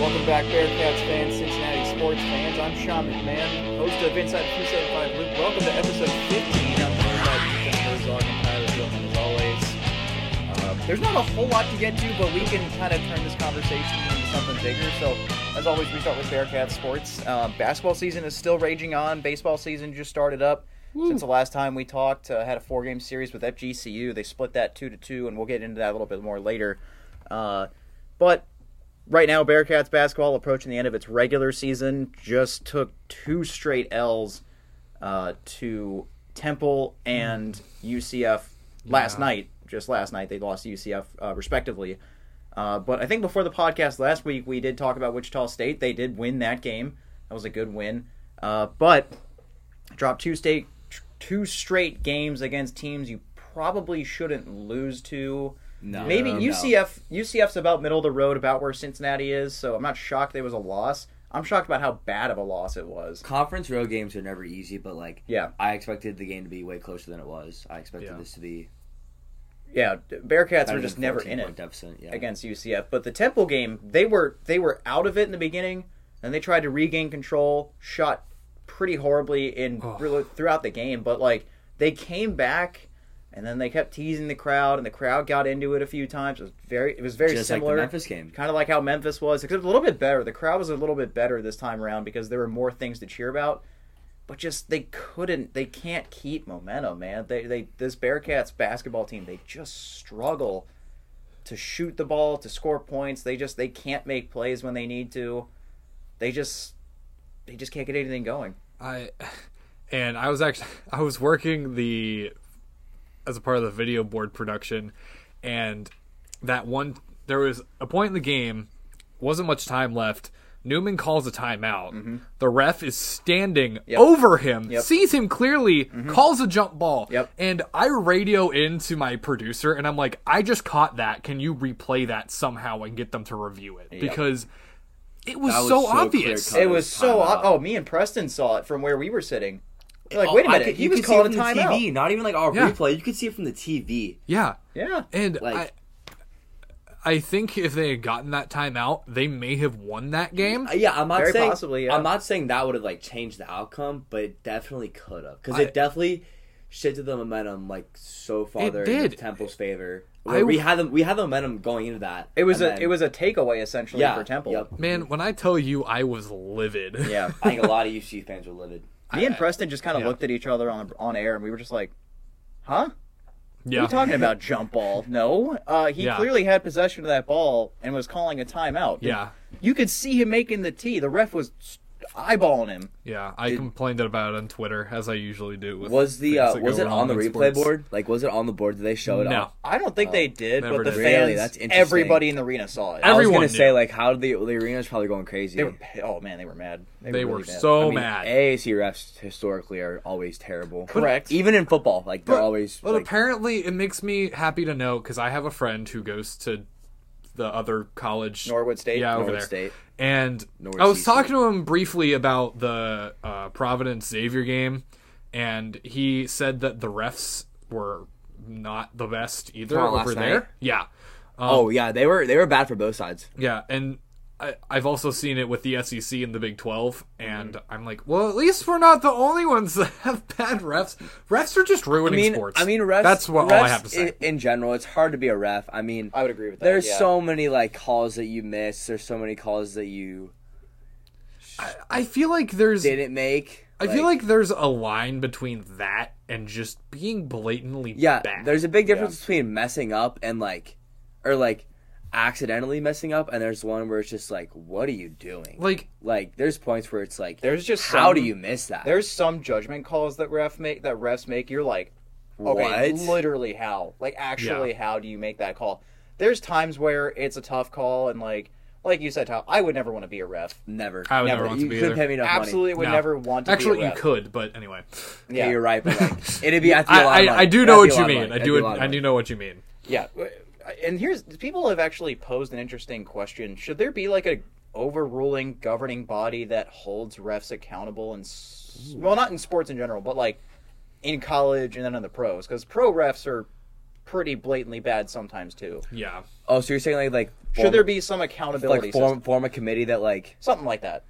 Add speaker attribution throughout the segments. Speaker 1: Welcome back, Bearcats fans, Cincinnati sports fans. I'm Sean McMahon, host of Inside 275 Loop. Welcome to episode 15. I'm joined by Ethan Herzog and Tyler Wilson, as always. Uh, there's not a whole lot to get to, but we can kind of turn this conversation into something bigger. So, as always, we start with Bearcats sports. Uh, basketball season is still raging on. Baseball season just started up. Since the last time we talked, uh, had a four-game series with FGCU. They split that two to two, and we'll get into that a little bit more later. Uh, but right now, Bearcats basketball approaching the end of its regular season. Just took two straight L's uh, to Temple and UCF last
Speaker 2: Yeah.
Speaker 1: night. Just last night, they lost to UCF uh, respectively. Uh, but I think before the podcast last week, we did talk about Wichita State. They did win that game. That was a good win. Uh, but dropped two state two straight games against teams you probably shouldn't lose to.
Speaker 3: No.
Speaker 1: Maybe
Speaker 3: No.
Speaker 1: UCF UCF's about middle of the road about where Cincinnati is, so I'm not shocked there was a loss. I'm shocked about how bad of a loss it was.
Speaker 3: Conference road games are never easy, but like
Speaker 1: Yeah.
Speaker 3: I expected the game to be way closer than it was. I expected
Speaker 2: Yeah.
Speaker 3: this to be
Speaker 1: Yeah, Bearcats were
Speaker 3: better
Speaker 1: just
Speaker 3: than
Speaker 1: never
Speaker 3: 14
Speaker 1: in
Speaker 3: point
Speaker 1: it
Speaker 3: Deficit. Yeah.
Speaker 1: against UCF, but the Temple game, they were they were out of it in the beginning and they tried to regain control, shot pretty horribly in
Speaker 2: Oh.
Speaker 1: really throughout the game, but like they came back and then they kept teasing the crowd and the crowd got into it a few times. It was very it was very
Speaker 3: just
Speaker 1: similar.
Speaker 3: like the Memphis game.
Speaker 1: kind of like how Memphis was, except a little bit better. The crowd was a little bit better this time around because there were more things to cheer about. But just they couldn't, they can't keep momentum, man. They, they this Bearcats basketball team, they just struggle to shoot the ball, to score points. They just they can't make plays when they need to. They just they just can't get anything going.
Speaker 2: I and I was actually I was working the as a part of the video board production and that one there was a point in the game wasn't much time left Newman calls a timeout.
Speaker 3: Mm-hmm.
Speaker 2: The ref is standing over him,
Speaker 1: Yep.
Speaker 2: sees him clearly,
Speaker 3: Mm-hmm.
Speaker 2: calls a jump ball.
Speaker 1: Yep.
Speaker 2: And I radio into my producer and I'm like, I just caught that. Can you replay that somehow and get them to review it? Because it was,
Speaker 3: That was
Speaker 2: so,
Speaker 3: so
Speaker 2: obvious.
Speaker 3: clear-cut.
Speaker 1: It
Speaker 3: It
Speaker 1: was
Speaker 3: was
Speaker 1: so
Speaker 3: timeout.
Speaker 1: ob- oh, me and Preston saw it from where we were sitting. We're like,
Speaker 3: Oh,
Speaker 1: wait a
Speaker 3: I
Speaker 1: minute,
Speaker 3: could-
Speaker 1: he
Speaker 3: you
Speaker 1: was
Speaker 3: could see it
Speaker 1: calling a
Speaker 3: from the
Speaker 1: timeout.
Speaker 3: TV, not even like our
Speaker 2: Yeah.
Speaker 3: replay. You could see it from the TV.
Speaker 2: Yeah.
Speaker 1: Yeah,
Speaker 2: And
Speaker 3: Like-
Speaker 2: I, I think if they had gotten that timeout, they may have won that game.
Speaker 3: Uh, Yeah, I'm not
Speaker 1: Very
Speaker 3: saying
Speaker 1: possibly, yeah.
Speaker 3: I'm not saying that would have like changed the outcome, but it definitely could have because
Speaker 2: I-
Speaker 3: it definitely shifted the momentum like so
Speaker 2: It
Speaker 3: far there in
Speaker 2: did.
Speaker 3: Temple's favor.
Speaker 2: I-
Speaker 3: we had them, we had the momentum going into that.
Speaker 1: it was
Speaker 3: and
Speaker 1: a
Speaker 3: then-
Speaker 1: it was a takeaway essentially
Speaker 3: yeah
Speaker 1: for Temple.
Speaker 3: Yep.
Speaker 2: Man, when I tell you I was livid.
Speaker 1: Yeah.
Speaker 3: I think a lot of UC fans were livid.
Speaker 1: Me and Preston just kind of
Speaker 2: yeah.
Speaker 1: looked at each other on on air, and we were just like, "Huh?
Speaker 2: yeah.
Speaker 1: You talking about jump ball? No. Uh, he
Speaker 2: Yeah.
Speaker 1: clearly had possession of that ball and was calling a timeout.
Speaker 2: Yeah.
Speaker 1: You could see him making the tee. The ref was eyeballing him.
Speaker 2: Yeah, I complained about it on Twitter as I usually do. With
Speaker 3: Was the uh,
Speaker 2: things that
Speaker 3: was
Speaker 2: go
Speaker 3: it
Speaker 2: wrong
Speaker 3: on the
Speaker 2: in
Speaker 3: replay
Speaker 2: sports.
Speaker 3: board? Like, was it on the board? Did they show it?
Speaker 2: No.
Speaker 3: on-
Speaker 1: I don't think they did, but
Speaker 2: Oh, never
Speaker 1: the
Speaker 2: did.
Speaker 1: fans,
Speaker 3: Really? That's interesting.
Speaker 1: everybody in the arena saw it.
Speaker 3: I was
Speaker 2: Everyone
Speaker 3: gonna say
Speaker 2: knew.
Speaker 3: like how did the the arena was probably going crazy.
Speaker 1: they were, pa- oh man, they were mad. They,
Speaker 2: They were
Speaker 1: really mad.
Speaker 2: so
Speaker 3: I mean,
Speaker 2: mad.
Speaker 3: AAC refs historically are always terrible.
Speaker 1: Correct.
Speaker 3: Even in football, like they're always.
Speaker 2: But
Speaker 3: like,
Speaker 2: apparently, it makes me happy to know because I have a friend who goes to the other college,
Speaker 1: Norwood State?
Speaker 2: Yeah, over
Speaker 3: Norwood
Speaker 2: there.
Speaker 3: State.
Speaker 2: And
Speaker 3: Norwood
Speaker 2: I was
Speaker 3: State.
Speaker 2: talking to him briefly about the uh, Providence Xavier game, and he said that the refs were not the best either
Speaker 3: Come on,
Speaker 2: over
Speaker 3: last
Speaker 2: there.
Speaker 3: night?
Speaker 2: Yeah,
Speaker 3: oh yeah, they were they were bad for both sides.
Speaker 2: yeah, and. I, I've also seen it with the SEC and the Big 12, and
Speaker 3: Mm-hmm.
Speaker 2: I'm like, well, at least we're not the only ones that have bad refs. Refs are just ruining
Speaker 3: I mean,
Speaker 2: sports.
Speaker 3: I mean, refs.
Speaker 2: That's what
Speaker 3: refs
Speaker 2: all I have to say.
Speaker 3: i- In, general, it's hard to be a ref. I mean,
Speaker 1: I would agree with that.
Speaker 3: there's
Speaker 1: yeah.
Speaker 3: so many like calls that you miss. There's so many calls that you
Speaker 2: I feel like there's
Speaker 3: didn't make.
Speaker 2: I feel like there's a line between that and just being blatantly
Speaker 3: yeah,
Speaker 2: bad.
Speaker 3: there's a big difference between messing up and like, or like, accidentally messing up, and there's one where it's just like, what are you doing?
Speaker 2: like
Speaker 3: Like, there's points where it's like,
Speaker 1: There's just
Speaker 3: how
Speaker 1: some-
Speaker 3: do you miss that?
Speaker 1: There's some judgment calls that ref make that refs make. You're like, okay,
Speaker 3: What?
Speaker 1: literally how? Like actually, how do you make that call? There's times where it's a tough call, and like like you said, Tom, I would never want to be a ref.
Speaker 3: never.
Speaker 2: I would
Speaker 1: Never.
Speaker 2: never want
Speaker 3: you
Speaker 2: to be
Speaker 3: couldn't
Speaker 2: either.
Speaker 3: pay me enough
Speaker 1: Absolutely, would
Speaker 2: No.
Speaker 1: never want to
Speaker 2: Actually,
Speaker 1: be a
Speaker 2: you
Speaker 1: ref.
Speaker 2: could, but anyway,
Speaker 3: money. Yeah,
Speaker 1: Yeah,
Speaker 3: you're right, but like, it'd be. I'd be a lot
Speaker 2: I,
Speaker 3: of
Speaker 2: I,
Speaker 3: money.
Speaker 2: I do
Speaker 3: It'd
Speaker 2: know
Speaker 3: be
Speaker 2: what
Speaker 3: a
Speaker 2: you
Speaker 3: lot of
Speaker 2: mean.
Speaker 3: money.
Speaker 2: I
Speaker 3: It'd
Speaker 2: do
Speaker 3: be
Speaker 2: it,
Speaker 3: a lot of
Speaker 2: I do
Speaker 3: money.
Speaker 2: know what you mean.
Speaker 1: yeah. uh, And here's people have actually posed an interesting question: Should there be like a overruling governing body that holds refs accountable and well, not in sports in general, but like in college and then in the pros because pro refs are pretty blatantly bad sometimes too.
Speaker 2: Yeah.
Speaker 3: Oh, so you're saying like like form,
Speaker 1: Should there be some accountability,
Speaker 3: like form
Speaker 1: system?
Speaker 3: form a committee that like
Speaker 1: something like that,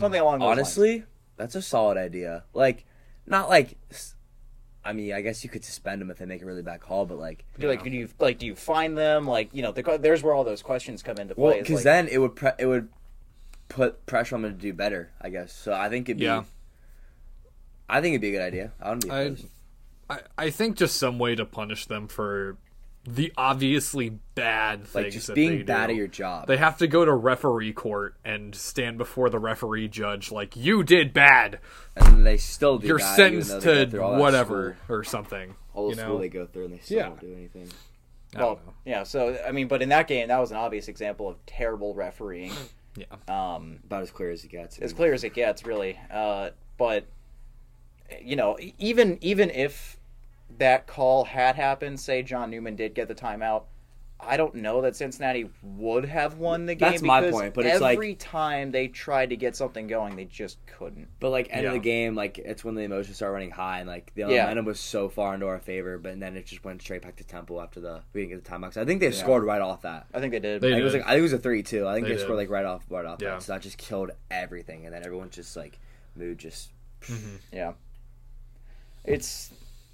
Speaker 1: something along those lines.
Speaker 3: honestly that's a solid idea. Like not like s- I mean I guess you could suspend them if they make a really bad call, but like
Speaker 1: Do, like, do you like do you find them? Like, you know, the, there's where all those questions come into
Speaker 3: well
Speaker 1: play. It's
Speaker 3: because
Speaker 1: like-
Speaker 3: then it would pre- it would put pressure on them to do better. I guess so. I think it'd be.
Speaker 2: Yeah.
Speaker 3: I think it'd be a good idea. I wouldn't be.
Speaker 2: I,
Speaker 3: opposed.
Speaker 2: I, I think just some way to punish them for the obviously bad things.
Speaker 3: like just
Speaker 2: that
Speaker 3: being
Speaker 2: they
Speaker 3: bad
Speaker 2: do.
Speaker 3: at your job.
Speaker 2: They have to go to referee court and stand before the referee judge like you did bad.
Speaker 3: and then they still do.
Speaker 2: You're
Speaker 3: bad, even
Speaker 2: sentenced
Speaker 3: though they go
Speaker 2: to
Speaker 3: through all that
Speaker 2: whatever
Speaker 3: school-
Speaker 2: or something.
Speaker 3: all the
Speaker 2: you know?
Speaker 3: school they go through, and they still
Speaker 2: Yeah.
Speaker 3: don't do anything.
Speaker 2: I don't
Speaker 1: well,
Speaker 2: know.
Speaker 1: yeah. So I mean, but in that game, that was an obvious example of terrible refereeing.
Speaker 2: Yeah.
Speaker 1: Um,
Speaker 3: About as clear as it gets.
Speaker 1: as clear as it gets, really. Uh, but you know, e- even even if that call had happened, say John Newman did get the timeout, I don't know that Cincinnati would have won the game.
Speaker 3: That's my
Speaker 1: because
Speaker 3: point, but it's like-
Speaker 1: every time they tried to get something going, they just couldn't.
Speaker 3: But like end of the
Speaker 2: Yeah.
Speaker 3: game, like it's when the emotions start running high, and like the
Speaker 1: Yeah.
Speaker 3: momentum was so far into our favor, but then it just went straight back to Temple after the we didn't get the timeout. So I think they scored right off that.
Speaker 1: I think they did.
Speaker 2: They
Speaker 3: Like, it was
Speaker 2: did.
Speaker 3: like I think it was a three two. I think
Speaker 2: They
Speaker 3: they,
Speaker 2: did.
Speaker 3: scored like right off, right off.
Speaker 2: Yeah.
Speaker 3: That. So that just killed everything, and then everyone just like mood just.
Speaker 1: Yeah, it's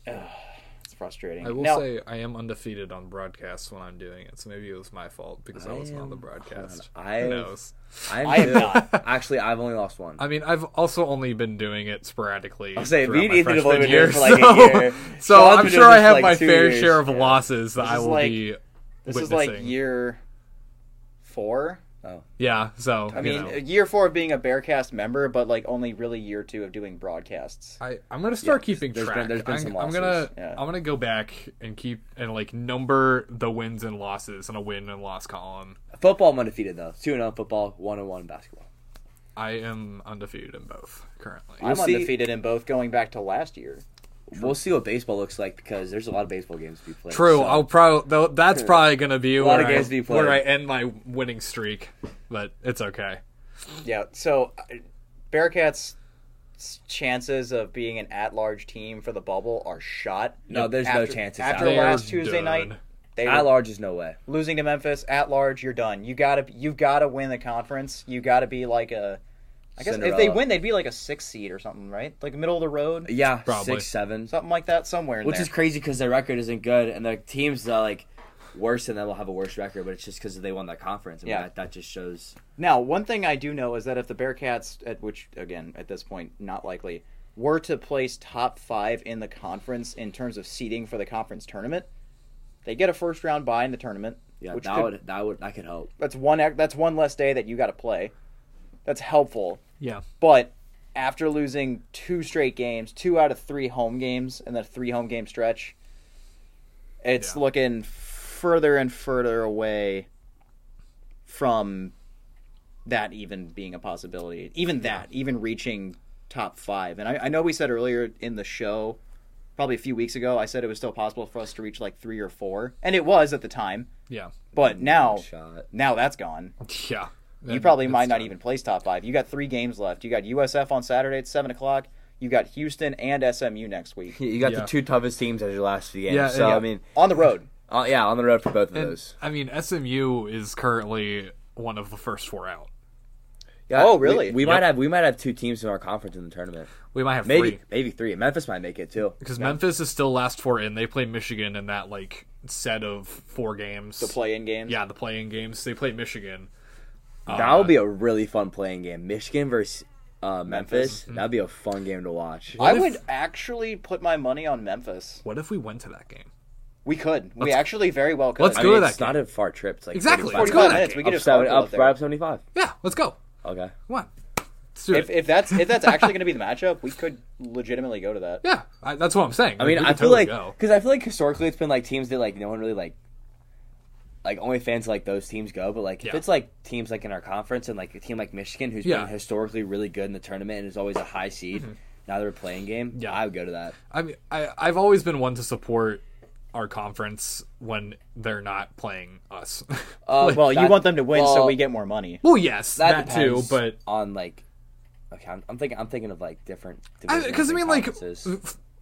Speaker 1: it's frustrating.
Speaker 2: I will
Speaker 1: now,
Speaker 2: say I am undefeated on broadcasts when I'm doing it, so maybe it was my fault because I,
Speaker 3: I
Speaker 2: wasn't on
Speaker 3: am-
Speaker 2: the broadcast.
Speaker 3: hold on, I
Speaker 2: Who
Speaker 3: have-
Speaker 2: knows?
Speaker 3: I'm
Speaker 1: I am
Speaker 3: still-
Speaker 1: not.
Speaker 3: actually. I've only lost one.
Speaker 2: I mean, I've also only been doing it sporadically. I'll
Speaker 3: say, we need to
Speaker 2: year,
Speaker 3: devote it for like a year.
Speaker 2: so, so
Speaker 3: Sean's
Speaker 2: I'm
Speaker 3: been
Speaker 2: sure
Speaker 3: doing
Speaker 2: I
Speaker 3: this
Speaker 2: have
Speaker 3: like
Speaker 2: my
Speaker 3: two
Speaker 2: fair
Speaker 3: years.
Speaker 2: share of losses that
Speaker 1: This
Speaker 2: I
Speaker 1: is
Speaker 2: will
Speaker 1: like-
Speaker 2: be
Speaker 1: this
Speaker 2: witnessing.
Speaker 1: is like year four.
Speaker 2: yeah. So
Speaker 1: I mean,
Speaker 2: you know.
Speaker 1: year four of being a Bearcast member, but like only really year two of doing broadcasts.
Speaker 2: I, I'm gonna start
Speaker 3: Yeah,
Speaker 2: keeping
Speaker 3: there's been-
Speaker 2: track.
Speaker 3: there's been
Speaker 2: I'm,
Speaker 3: some
Speaker 2: I'm
Speaker 3: losses,
Speaker 2: gonna
Speaker 1: yeah.
Speaker 2: I'm gonna go back and keep and like number the wins and losses in a win and loss column.
Speaker 3: football, I'm undefeated though. Two and zero in football, one and one in basketball.
Speaker 2: I am undefeated in both currently.
Speaker 1: I'm
Speaker 3: see-
Speaker 1: undefeated in both going back to last year.
Speaker 3: We'll see what baseball looks like because there's a lot of baseball games to be played.
Speaker 2: True.
Speaker 3: so-
Speaker 2: I'll probably that's probably gonna be
Speaker 3: lot
Speaker 2: where,
Speaker 3: of games to
Speaker 2: I,
Speaker 3: be played.
Speaker 2: where I end my winning streak, but it's okay.
Speaker 1: Yeah, so uh, Bearcats' chances of being an at-large team for the bubble are shot.
Speaker 3: No, there's no
Speaker 1: after,
Speaker 3: chance it's
Speaker 1: After
Speaker 3: at-large.
Speaker 1: last
Speaker 2: They're
Speaker 1: Tuesday night,
Speaker 2: done.
Speaker 1: they
Speaker 3: at
Speaker 1: were
Speaker 3: large is no way.
Speaker 1: losing to Memphis. At large, you're done. You gotta you gotta win the conference. You gotta be like a. I guess if they
Speaker 3: Cinderella.
Speaker 1: win, they'd be like a six seed or something, right? Like middle of the road,
Speaker 3: Yeah,
Speaker 2: Probably.
Speaker 3: six seven.
Speaker 1: something like that, somewhere. In
Speaker 3: Which
Speaker 1: there.
Speaker 3: is crazy because their record isn't good, and their teams that are like worse than them will have a worse record. But it's just because they won that conference. I mean,
Speaker 1: Yeah.
Speaker 3: that, that just shows.
Speaker 1: Now, one thing I do know is that if the Bearcats, at which again at this point not likely, were to place top five in the conference in terms of seeding for the conference tournament, they get a first round bye in the tournament.
Speaker 3: Yeah,
Speaker 1: which
Speaker 3: that
Speaker 1: could-
Speaker 3: would that would that could help.
Speaker 1: that's one ex- that's one less day that you got to play. That's helpful,
Speaker 2: Yeah.
Speaker 1: but after losing two straight games, two out of three home games, and the three home game stretch, it's
Speaker 2: Yeah.
Speaker 1: looking further and further away from that even being a possibility. Even that, even reaching top five. And I, I know we said earlier in the show, probably a few weeks ago, I said it was still possible for us to reach like three or four, and it was at the time.
Speaker 2: Yeah.
Speaker 1: But now,
Speaker 3: Shot.
Speaker 1: now that's gone.
Speaker 2: Yeah.
Speaker 1: You probably might not even place top five. You got three games left. You got USF on Saturday at seven o'clock. You got Houston and SMU next week
Speaker 3: You got
Speaker 2: Yeah.
Speaker 3: the two toughest teams as your last few games.
Speaker 2: Yeah,
Speaker 3: so
Speaker 2: yeah.
Speaker 3: I mean,
Speaker 1: on the road.
Speaker 3: uh, yeah, on the road for both of those.
Speaker 2: I mean, SMU is currently one of the first four out.
Speaker 3: Yeah,
Speaker 1: Oh,
Speaker 3: we-
Speaker 1: really?
Speaker 3: We, might have we might have two teams in our conference in the tournament.
Speaker 2: We might have
Speaker 3: Maybe
Speaker 2: three
Speaker 3: maybe three. Memphis might make it too.
Speaker 2: because Memphis is still last four in. They play Michigan in that like set of four games.
Speaker 1: The play-in games.
Speaker 2: Yeah, the playing games. They play Michigan. Ah.
Speaker 3: that would be a really fun playing game. Michigan versus uh, Memphis.
Speaker 2: Mm-hmm.
Speaker 3: That'd be a fun game to watch.
Speaker 1: I
Speaker 2: if-
Speaker 1: would actually put my money on Memphis.
Speaker 2: What if we went to that game?
Speaker 1: We could. we actually very well could.
Speaker 2: let's
Speaker 3: I
Speaker 2: go
Speaker 3: mean,
Speaker 2: to that
Speaker 3: it's not
Speaker 2: game.
Speaker 3: a far trip. It's like
Speaker 2: Exactly.
Speaker 3: 35
Speaker 2: Let's go to
Speaker 1: 45
Speaker 2: that
Speaker 1: minutes.
Speaker 2: game.
Speaker 1: We could
Speaker 3: up
Speaker 1: just
Speaker 3: seven,
Speaker 1: carpool
Speaker 3: up,
Speaker 1: up there.
Speaker 3: right up seventy five.
Speaker 2: Yeah, let's go.
Speaker 3: Okay.
Speaker 2: Come on, let's do
Speaker 1: If,
Speaker 2: it.
Speaker 1: if that's if that's actually going to be the matchup, we could legitimately go to that.
Speaker 2: yeah, I, that's what I'm saying.
Speaker 3: I mean, I feel like
Speaker 2: go.
Speaker 3: because I feel like historically it's been like teams that like no one really like, like only fans like those teams go. But like if
Speaker 2: Yeah.
Speaker 3: it's like teams like in our conference and like a team like Michigan who's
Speaker 2: Yeah. Mm-hmm.
Speaker 3: been historically really good in the tournament and is always a high seed. Now they're playing game.
Speaker 2: Yeah.
Speaker 3: Yeah, I would go to that.
Speaker 2: I mean, I I've always been one to support our conference when they're not playing us.
Speaker 3: Uh,
Speaker 1: Well, you
Speaker 3: that-
Speaker 1: want them to win so
Speaker 3: well,
Speaker 1: we get more money.
Speaker 2: well, yes, that,
Speaker 3: that
Speaker 2: too,
Speaker 3: depends
Speaker 2: but
Speaker 3: on like. Okay, I'm, I'm thinking. I'm thinking of like different.
Speaker 2: because I,
Speaker 3: divisions and
Speaker 2: mean, like
Speaker 3: conferences.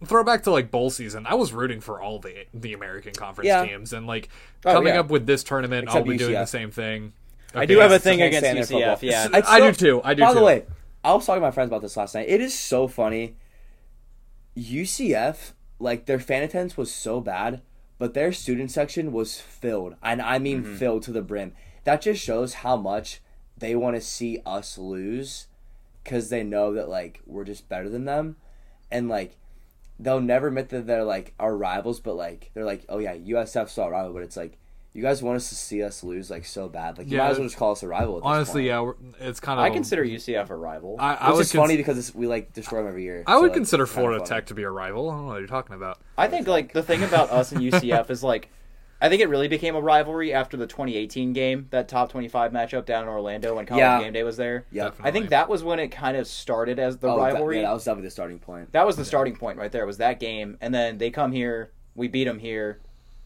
Speaker 2: f- throwback to like bowl season, I was rooting for all the the American conference
Speaker 3: Yeah.
Speaker 2: teams, and like
Speaker 3: Oh,
Speaker 2: coming
Speaker 3: yeah.
Speaker 2: up with this tournament, I'll
Speaker 3: Except
Speaker 2: be doing the
Speaker 3: UCF.
Speaker 2: same thing.
Speaker 1: I do have a
Speaker 2: Okay.
Speaker 1: thing
Speaker 3: okay,
Speaker 1: against
Speaker 3: standard
Speaker 1: UCF.
Speaker 3: football.
Speaker 1: Yeah,
Speaker 2: I do too, I do
Speaker 3: By
Speaker 2: too.
Speaker 3: the way, I was talking to my friends about this last night. It is so funny. UCF, like their fan attendance was so bad, but their student section was filled, and I mean
Speaker 2: Mm-hmm.
Speaker 3: filled to the brim. That just shows how much they want to see us lose, because they know that like we're just better than them, and like they'll never admit that they're like our rivals, but like they're like, oh yeah, USF's our rival, but it's like. You guys want us to see us lose like so bad, like you
Speaker 2: Yeah.
Speaker 3: might as well just call us a rival. At this
Speaker 2: honestly,
Speaker 3: point.
Speaker 2: yeah, we're- it's kind of
Speaker 1: I consider UCF a rival.
Speaker 2: I, I
Speaker 3: Which
Speaker 2: would
Speaker 3: is funny
Speaker 2: cons-
Speaker 3: because it's, we like destroy them every year.
Speaker 2: I
Speaker 3: so,
Speaker 2: would
Speaker 3: like,
Speaker 2: consider
Speaker 3: it's kinda
Speaker 2: Florida
Speaker 3: funny.
Speaker 2: Tech to be a rival. I don't know what you're talking about.
Speaker 1: I think like the thing about us and UCF is like I think it really became a rivalry after the 2018 game, that top 25 matchup down in Orlando when College
Speaker 3: Yeah.
Speaker 1: Game Day was there.
Speaker 3: Yeah,
Speaker 2: Definitely.
Speaker 1: I think that was when it kind of started as the
Speaker 3: Oh, that-
Speaker 1: rivalry.
Speaker 3: yeah,
Speaker 1: That,
Speaker 3: that was definitely the starting point.
Speaker 1: was the starting point right there. Was that game, and then they come here, we beat them here,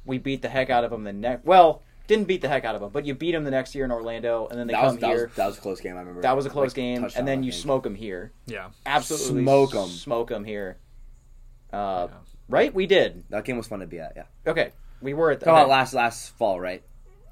Speaker 1: we beat the heck out of them the next. Well, didn't beat the heck out of them, but you beat them the next year in Orlando, and then they
Speaker 3: That was,
Speaker 1: come
Speaker 3: that,
Speaker 1: here.
Speaker 3: was, that was a close game. I remember.
Speaker 1: that was a close
Speaker 3: Like,
Speaker 1: game,
Speaker 3: touchdown,
Speaker 1: and then
Speaker 3: I
Speaker 1: you
Speaker 3: think.
Speaker 1: smoke them here.
Speaker 2: Yeah,
Speaker 1: Absolutely
Speaker 3: Smoke 'em.
Speaker 1: Smoke them here. Uh,
Speaker 2: Yeah.
Speaker 1: Right, we did.
Speaker 3: That game was fun to be at. Yeah.
Speaker 1: Okay, we were at the
Speaker 3: Talking about
Speaker 1: okay.
Speaker 3: last last fall, right?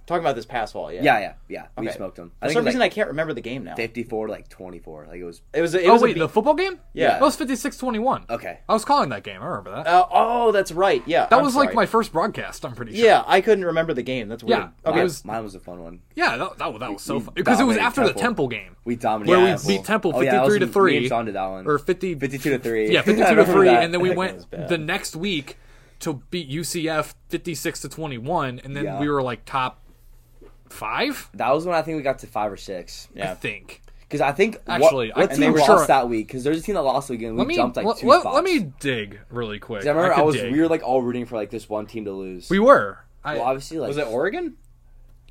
Speaker 1: Talking about this pass wall, yeah.
Speaker 3: Yeah, yeah, yeah. We
Speaker 1: Okay.
Speaker 3: smoked them.
Speaker 1: For
Speaker 3: I think
Speaker 1: some
Speaker 3: it was
Speaker 1: reason,
Speaker 3: like
Speaker 1: I can't remember the game now.
Speaker 3: fifty-four, like twenty-four. Like it was
Speaker 1: It was. It
Speaker 2: oh
Speaker 1: was a
Speaker 2: wait,
Speaker 1: beat-
Speaker 2: the football game?
Speaker 1: Yeah.
Speaker 2: that was 56-21.
Speaker 3: okay.
Speaker 2: I was calling that game. I remember that.
Speaker 1: uh, oh, that's right. Yeah,
Speaker 2: that
Speaker 1: I'm
Speaker 2: was like
Speaker 1: sorry.
Speaker 2: my first broadcast. I'm pretty sure.
Speaker 1: Yeah, I couldn't remember the game. That's weird.
Speaker 2: Yeah,
Speaker 1: Okay.
Speaker 2: I
Speaker 3: Mine
Speaker 2: was-
Speaker 3: was, mine was a fun one.
Speaker 2: yeah, that, that, that was so
Speaker 3: We
Speaker 2: fun because it was
Speaker 3: dominated
Speaker 2: after the
Speaker 3: Temple.
Speaker 2: Temple game.
Speaker 3: We dominated.
Speaker 2: Where we
Speaker 3: Temple.
Speaker 2: beat Temple
Speaker 3: Oh, yeah, that was
Speaker 2: 53
Speaker 3: when
Speaker 2: to three.
Speaker 3: Me and Sean did that one.
Speaker 2: or 50,
Speaker 3: fifty-two to three.
Speaker 2: yeah,
Speaker 3: I
Speaker 2: 52 to
Speaker 3: remember
Speaker 2: 3
Speaker 3: that.
Speaker 2: and then we
Speaker 1: That game was
Speaker 2: went
Speaker 1: bad.
Speaker 2: the next week to beat UCF 56 to 21 and then
Speaker 3: Yeah.
Speaker 2: we were like top 5,
Speaker 3: That was when I think we got to five or six.
Speaker 2: I
Speaker 1: yeah.
Speaker 2: think.
Speaker 3: Because I think
Speaker 2: Actually, I
Speaker 3: what, what
Speaker 2: can
Speaker 3: team
Speaker 2: remember-
Speaker 3: lost
Speaker 2: sure.
Speaker 3: that week? Because there's a team that lost again. We
Speaker 2: Let me
Speaker 3: jumped like
Speaker 2: let,
Speaker 3: two
Speaker 2: let-
Speaker 3: spots.
Speaker 2: let me dig really quick.
Speaker 3: 'Cause I remember I,
Speaker 2: could
Speaker 3: was
Speaker 2: dig.
Speaker 3: we were like all rooting for like this one team to lose.
Speaker 2: We were. I,
Speaker 3: well, obviously like
Speaker 1: Was it Oregon?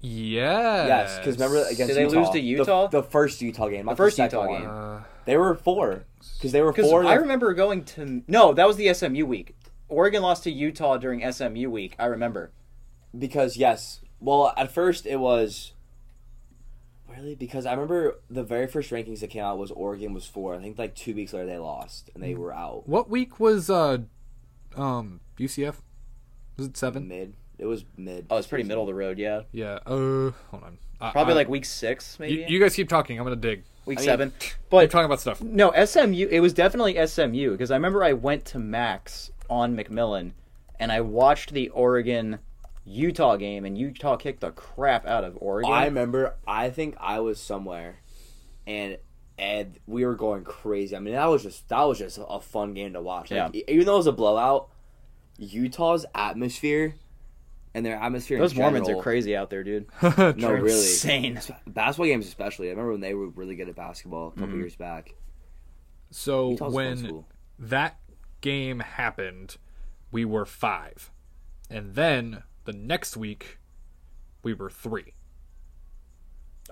Speaker 2: yes.
Speaker 3: yes, because remember against
Speaker 1: Did they
Speaker 3: Utah,
Speaker 1: lose to
Speaker 3: the-
Speaker 1: Utah?
Speaker 3: The, first Utah game, not the
Speaker 1: first
Speaker 3: first Utah
Speaker 1: Utah
Speaker 3: one.
Speaker 1: game.
Speaker 2: Uh,
Speaker 3: They were four because they were
Speaker 1: Because
Speaker 3: four.
Speaker 1: I
Speaker 3: like-
Speaker 1: remember going to no, that was the SMU week. Oregon lost to Utah during SMU week. I remember.
Speaker 3: because yes, well at first it was really because I remember the very first rankings that came out was Oregon was four. I think like two weeks later they lost and they
Speaker 2: Mm.
Speaker 3: were out
Speaker 2: what week was uh um UCF? Was it 7?
Speaker 3: mid. It was mid.
Speaker 1: Oh, it's pretty middle of the road. Yeah,
Speaker 2: Yeah. Uh hold on. I-
Speaker 1: probably
Speaker 2: I-
Speaker 1: like week six, maybe
Speaker 2: you, you guys keep talking. I'm going to dig.
Speaker 1: week
Speaker 3: I mean-
Speaker 1: seven.
Speaker 2: Keep
Speaker 1: But
Speaker 2: talking about stuff.
Speaker 1: No, SMU. It was definitely SMU because I remember I went to Max on McMillan, and I watched the Oregon Utah game, and Utah kicked the crap out of Oregon.
Speaker 3: I remember. I think I was somewhere, and and we were going crazy. I mean, that was just that was just a fun game to watch. Like,
Speaker 1: Yeah.
Speaker 3: e- Even though it was a blowout, Utah's atmosphere and their atmosphere.
Speaker 1: Those
Speaker 3: in
Speaker 1: Mormons are
Speaker 3: general-
Speaker 1: crazy out there, dude.
Speaker 3: No,
Speaker 1: They're
Speaker 3: really.
Speaker 1: insane.
Speaker 3: Basketball games, especially. I remember when they were really good at basketball a couple
Speaker 1: Mm-hmm.
Speaker 3: years back.
Speaker 2: So
Speaker 3: Utah's a fun
Speaker 2: when
Speaker 3: school.
Speaker 2: that game happened, we were five, and then the next week, we were three.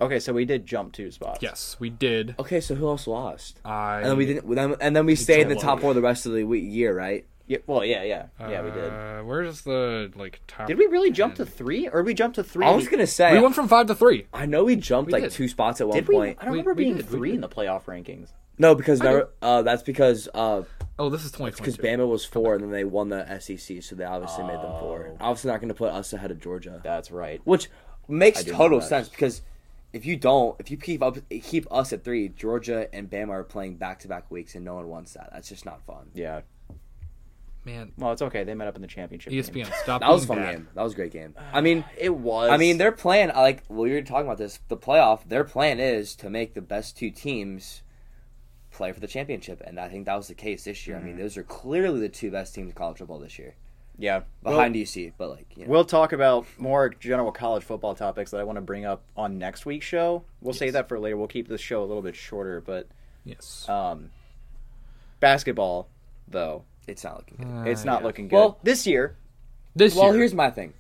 Speaker 1: Okay, so we did jump two spots.
Speaker 2: Yes, we did.
Speaker 3: Okay, so who else lost?
Speaker 2: I
Speaker 3: And then we didn't. then- And then we stayed in the
Speaker 2: Utah
Speaker 3: top
Speaker 2: lost.
Speaker 3: four the rest of the we- year, right?
Speaker 1: Yeah, well, yeah, yeah, yeah. we did.
Speaker 2: Uh, where's the like top?
Speaker 1: Did we really jump to three, or we jumped to three?
Speaker 3: I was gonna say.
Speaker 2: We went from five to three.
Speaker 3: I know we jumped like
Speaker 2: did.
Speaker 3: two spots at one
Speaker 1: Did we? I
Speaker 3: point.
Speaker 1: don't
Speaker 2: We-
Speaker 1: remember
Speaker 2: we
Speaker 1: being
Speaker 2: did, we
Speaker 1: three
Speaker 2: did.
Speaker 1: in the playoff rankings.
Speaker 3: No, because remember, uh, that's because uh,
Speaker 2: Oh, this is twenty
Speaker 3: Because
Speaker 2: twenty two.
Speaker 3: Bama was four, and then they won the SEC, so they obviously made them four. Obviously, not going to put us ahead of Georgia,
Speaker 1: That's right.
Speaker 3: which makes
Speaker 1: do know
Speaker 3: total
Speaker 1: that.
Speaker 3: sense. Because if you don't, if you keep up, keep us at three, Georgia and Bama are playing back to back weeks, and no one wants that. That's just not fun.
Speaker 1: Yeah.
Speaker 2: Man, E
Speaker 1: Well, it's okay. They met up in the championship. game.
Speaker 2: ESPN, stop.
Speaker 3: That was a
Speaker 2: being
Speaker 3: fun
Speaker 2: bad.
Speaker 3: game. That was a great game. I mean,
Speaker 1: It was.
Speaker 3: I mean, their plan. I like we were talking about this. The playoff. Their plan is to make the best two teams play for the championship, and I think that was the case this year. I mean, those are clearly the two best teams in college football this year,
Speaker 1: yeah. Well-
Speaker 3: behind UC. But like, you know.
Speaker 1: We'll talk about more general college football topics that I want to bring up on next week's show. We'll save that for later. We'll keep this show a little bit shorter, but
Speaker 2: Yes.
Speaker 1: um, basketball, though,
Speaker 3: it's not looking good.
Speaker 1: it's not looking good
Speaker 3: Well-
Speaker 1: this year.
Speaker 2: Uh, this
Speaker 3: uh, Well,
Speaker 2: year.
Speaker 3: here's my thing.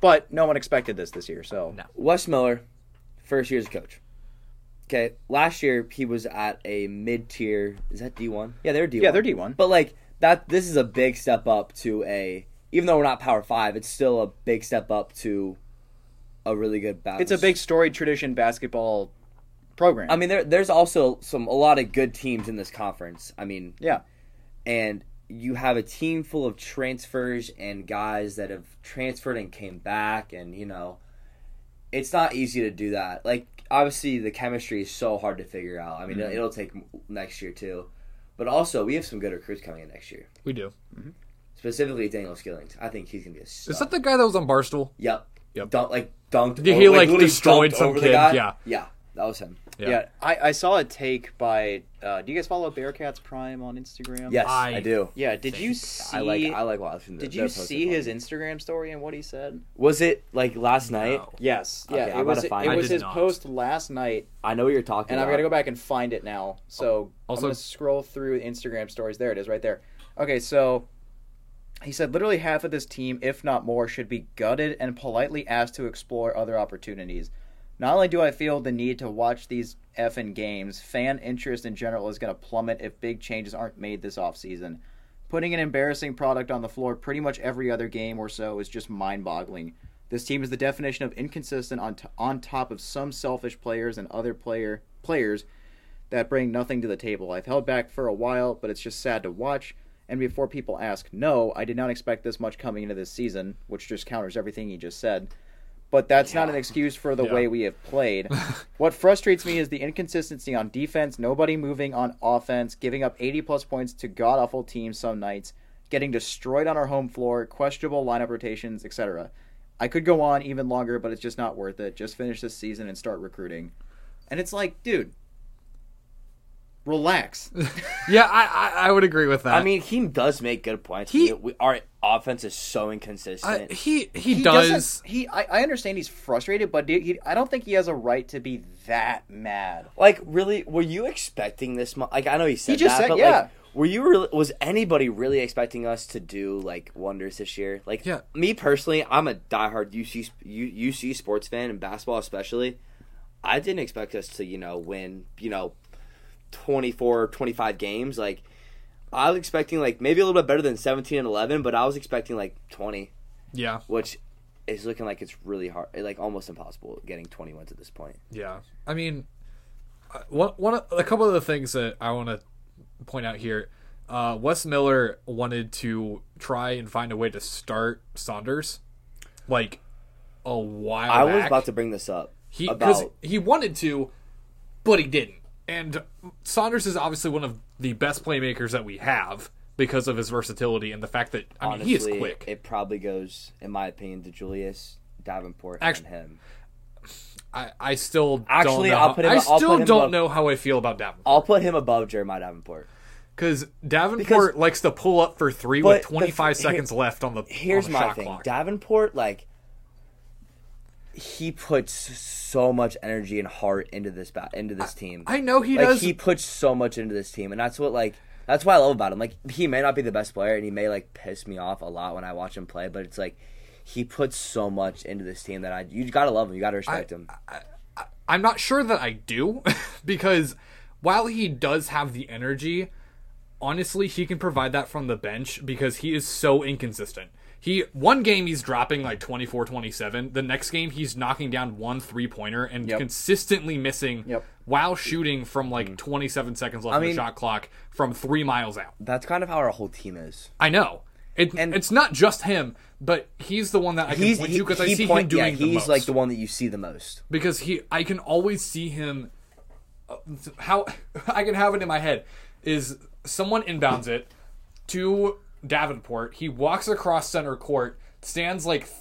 Speaker 1: But no one expected this this year, so
Speaker 2: No.
Speaker 3: Wes Miller, first year as a coach. Okay, last year he was at a mid-tier. Is that D one? Yeah, they're D one.
Speaker 1: yeah, they're D one.
Speaker 3: But like that, this is a big step up to a. Even though we're not Power Five, it's still a big step up to a really good battle.
Speaker 1: It's a big storied tradition basketball program.
Speaker 3: I mean, there, there's also some a lot of good teams in this conference. I mean,
Speaker 1: yeah,
Speaker 3: and you have a team full of transfers and guys that have transferred and came back and you know it's not easy to do that like obviously the chemistry is so hard to figure out i mean it'll it'll take m- next year too but also we have some good recruits coming in next year
Speaker 2: We do.
Speaker 3: specifically daniel skillings i think he's gonna be a
Speaker 2: Is
Speaker 3: stud.
Speaker 2: that the guy that was on Barstool?
Speaker 3: yep
Speaker 2: Yep.
Speaker 3: Dunk, like dunked
Speaker 2: Did he,
Speaker 3: over-
Speaker 2: like,
Speaker 3: literally
Speaker 2: destroyed
Speaker 3: dunked
Speaker 2: some
Speaker 3: over the
Speaker 2: kid?
Speaker 3: guy.
Speaker 2: Yeah.
Speaker 3: yeah that was him
Speaker 2: Yeah.
Speaker 1: Yeah, I, I saw a take by. Uh, do you guys follow Bearcats Prime on Instagram?
Speaker 3: yes
Speaker 2: I-
Speaker 3: i, do
Speaker 1: Yeah. Did you see?
Speaker 3: i like i like watching
Speaker 1: did
Speaker 3: their-
Speaker 1: you
Speaker 3: their posts
Speaker 1: see
Speaker 3: as well.
Speaker 1: his Instagram story and what he said?
Speaker 3: was it like last night
Speaker 2: No.
Speaker 1: Yes.
Speaker 3: Okay,
Speaker 1: yeah.
Speaker 3: I'm
Speaker 1: It was,
Speaker 3: gonna find
Speaker 1: it
Speaker 2: it. I
Speaker 1: was
Speaker 2: did
Speaker 1: his
Speaker 2: not.
Speaker 1: post last night,
Speaker 3: i know what you're talking
Speaker 1: and
Speaker 3: about
Speaker 1: I'm gonna go back and find it now. So
Speaker 2: Also-
Speaker 1: I'm gonna scroll through Instagram stories. There it is, right there. Okay, so he said literally half of this team, if not more, should be gutted and politely asked to explore other opportunities. Not only do I feel the need to watch these effing games, fan interest in general is going to plummet if big changes aren't made this offseason. Putting an embarrassing product on the floor pretty much every other game or so is just mind boggling. This team is the definition of inconsistent on, t- on top of some selfish players and other player players that bring nothing to the table. I've held back for a while, but it's just sad to watch. And before people ask, no, I did not expect this much coming into this season, which just counters everything he just said. But that's not an excuse for the way we have played. what frustrates me is the inconsistency on defense, nobody moving on offense, giving up 80 plus points to god awful teams some nights, getting destroyed on our home floor, questionable lineup rotations, etc. I could go on even longer, but it's just not worth it. Just finish this season and start recruiting. And it's like, dude, relax.
Speaker 2: Yeah, I, I I would agree with that.
Speaker 3: I mean, he does make good points.
Speaker 2: He-
Speaker 3: We- we- our offense is so
Speaker 2: I-
Speaker 3: inconsistent.
Speaker 2: he he,
Speaker 1: He
Speaker 2: does.
Speaker 1: doesn't- He, I, I understand he's frustrated, but dude, he, I don't think he has a right to be that mad.
Speaker 3: like, really, were you expecting this? Mu- like, I know he said
Speaker 1: He just
Speaker 3: that,
Speaker 1: said-
Speaker 3: but
Speaker 1: yeah.
Speaker 3: like, were you? Really, was anybody really expecting us to do like wonders this year? Like,
Speaker 2: Yeah.
Speaker 3: me personally, I'm a diehard UC sp- U- UC sports fan and basketball especially. I didn't expect us to, you know, win, you know, 24, 25 games. Like, I was expecting like maybe a little bit better than 17 and 11, but I was expecting like 20.
Speaker 2: Yeah,
Speaker 3: which is looking like it's really hard, like almost impossible getting 20 wins at this point.
Speaker 2: yeah. I mean, uh, one one of- a couple of the things that I want to point out here. Uh, Wes Miller wanted to try and find a way to start Saunders, like a while.
Speaker 3: I was
Speaker 2: back.
Speaker 3: about to bring this up
Speaker 2: He because
Speaker 3: about
Speaker 2: he wanted to, but he didn't. And Saunders is obviously one of the best playmakers that we have because of his versatility and the fact that I mean
Speaker 3: honestly,
Speaker 2: he is quick.
Speaker 3: it probably goes, in my opinion, to Julius Davenport
Speaker 2: Actu-
Speaker 3: and him.
Speaker 2: I, I still
Speaker 3: Actually,
Speaker 2: don't know
Speaker 3: I'll
Speaker 2: how-
Speaker 3: put him-
Speaker 2: I
Speaker 3: I'll
Speaker 2: still
Speaker 3: put him
Speaker 2: don't
Speaker 3: above-
Speaker 2: know how I feel about Davenport
Speaker 3: I'll put him above Jeremiah Davenport.
Speaker 2: because Davenport likes to pull up for three
Speaker 3: But
Speaker 2: with
Speaker 3: the-
Speaker 2: 25
Speaker 3: here-
Speaker 2: seconds left on the
Speaker 3: Here's
Speaker 2: on the
Speaker 3: my
Speaker 2: shot
Speaker 3: thing,
Speaker 2: clock.
Speaker 3: Davenport, like. He puts so much energy and heart into this ba- into this team.
Speaker 2: I know he
Speaker 3: like,
Speaker 2: does.
Speaker 3: He puts so much into this team, and that's what like that's what I love about him. Like he may not be the best player, and he may like piss me off a lot when I watch him play, but it's like he puts so much into this team that I you gotta love him, you gotta respect him.
Speaker 2: I'm not sure that I do because while he does have the energy, honestly, he can provide that from the bench because he is so inconsistent. He one game he's dropping like 24 27, the next game he's knocking down one three-pointer and consistently missing
Speaker 1: Yep.
Speaker 2: while shooting from like 27 seconds left on
Speaker 3: Mm. mean-
Speaker 2: the shot clock from 3 miles out.
Speaker 3: that's kind of how our whole team is.
Speaker 2: I know. It,
Speaker 3: And-
Speaker 2: it's not just him, but he's the one that I can
Speaker 3: He's
Speaker 2: point
Speaker 3: he,
Speaker 2: to because I
Speaker 3: he
Speaker 2: see him
Speaker 3: point- yeah,
Speaker 2: doing the
Speaker 3: he's
Speaker 2: most
Speaker 3: like the one that you see the most.
Speaker 2: because he I can always see him uh, how I can have it in my head is someone inbounds it to Davenport. He walks across center court, stands like f-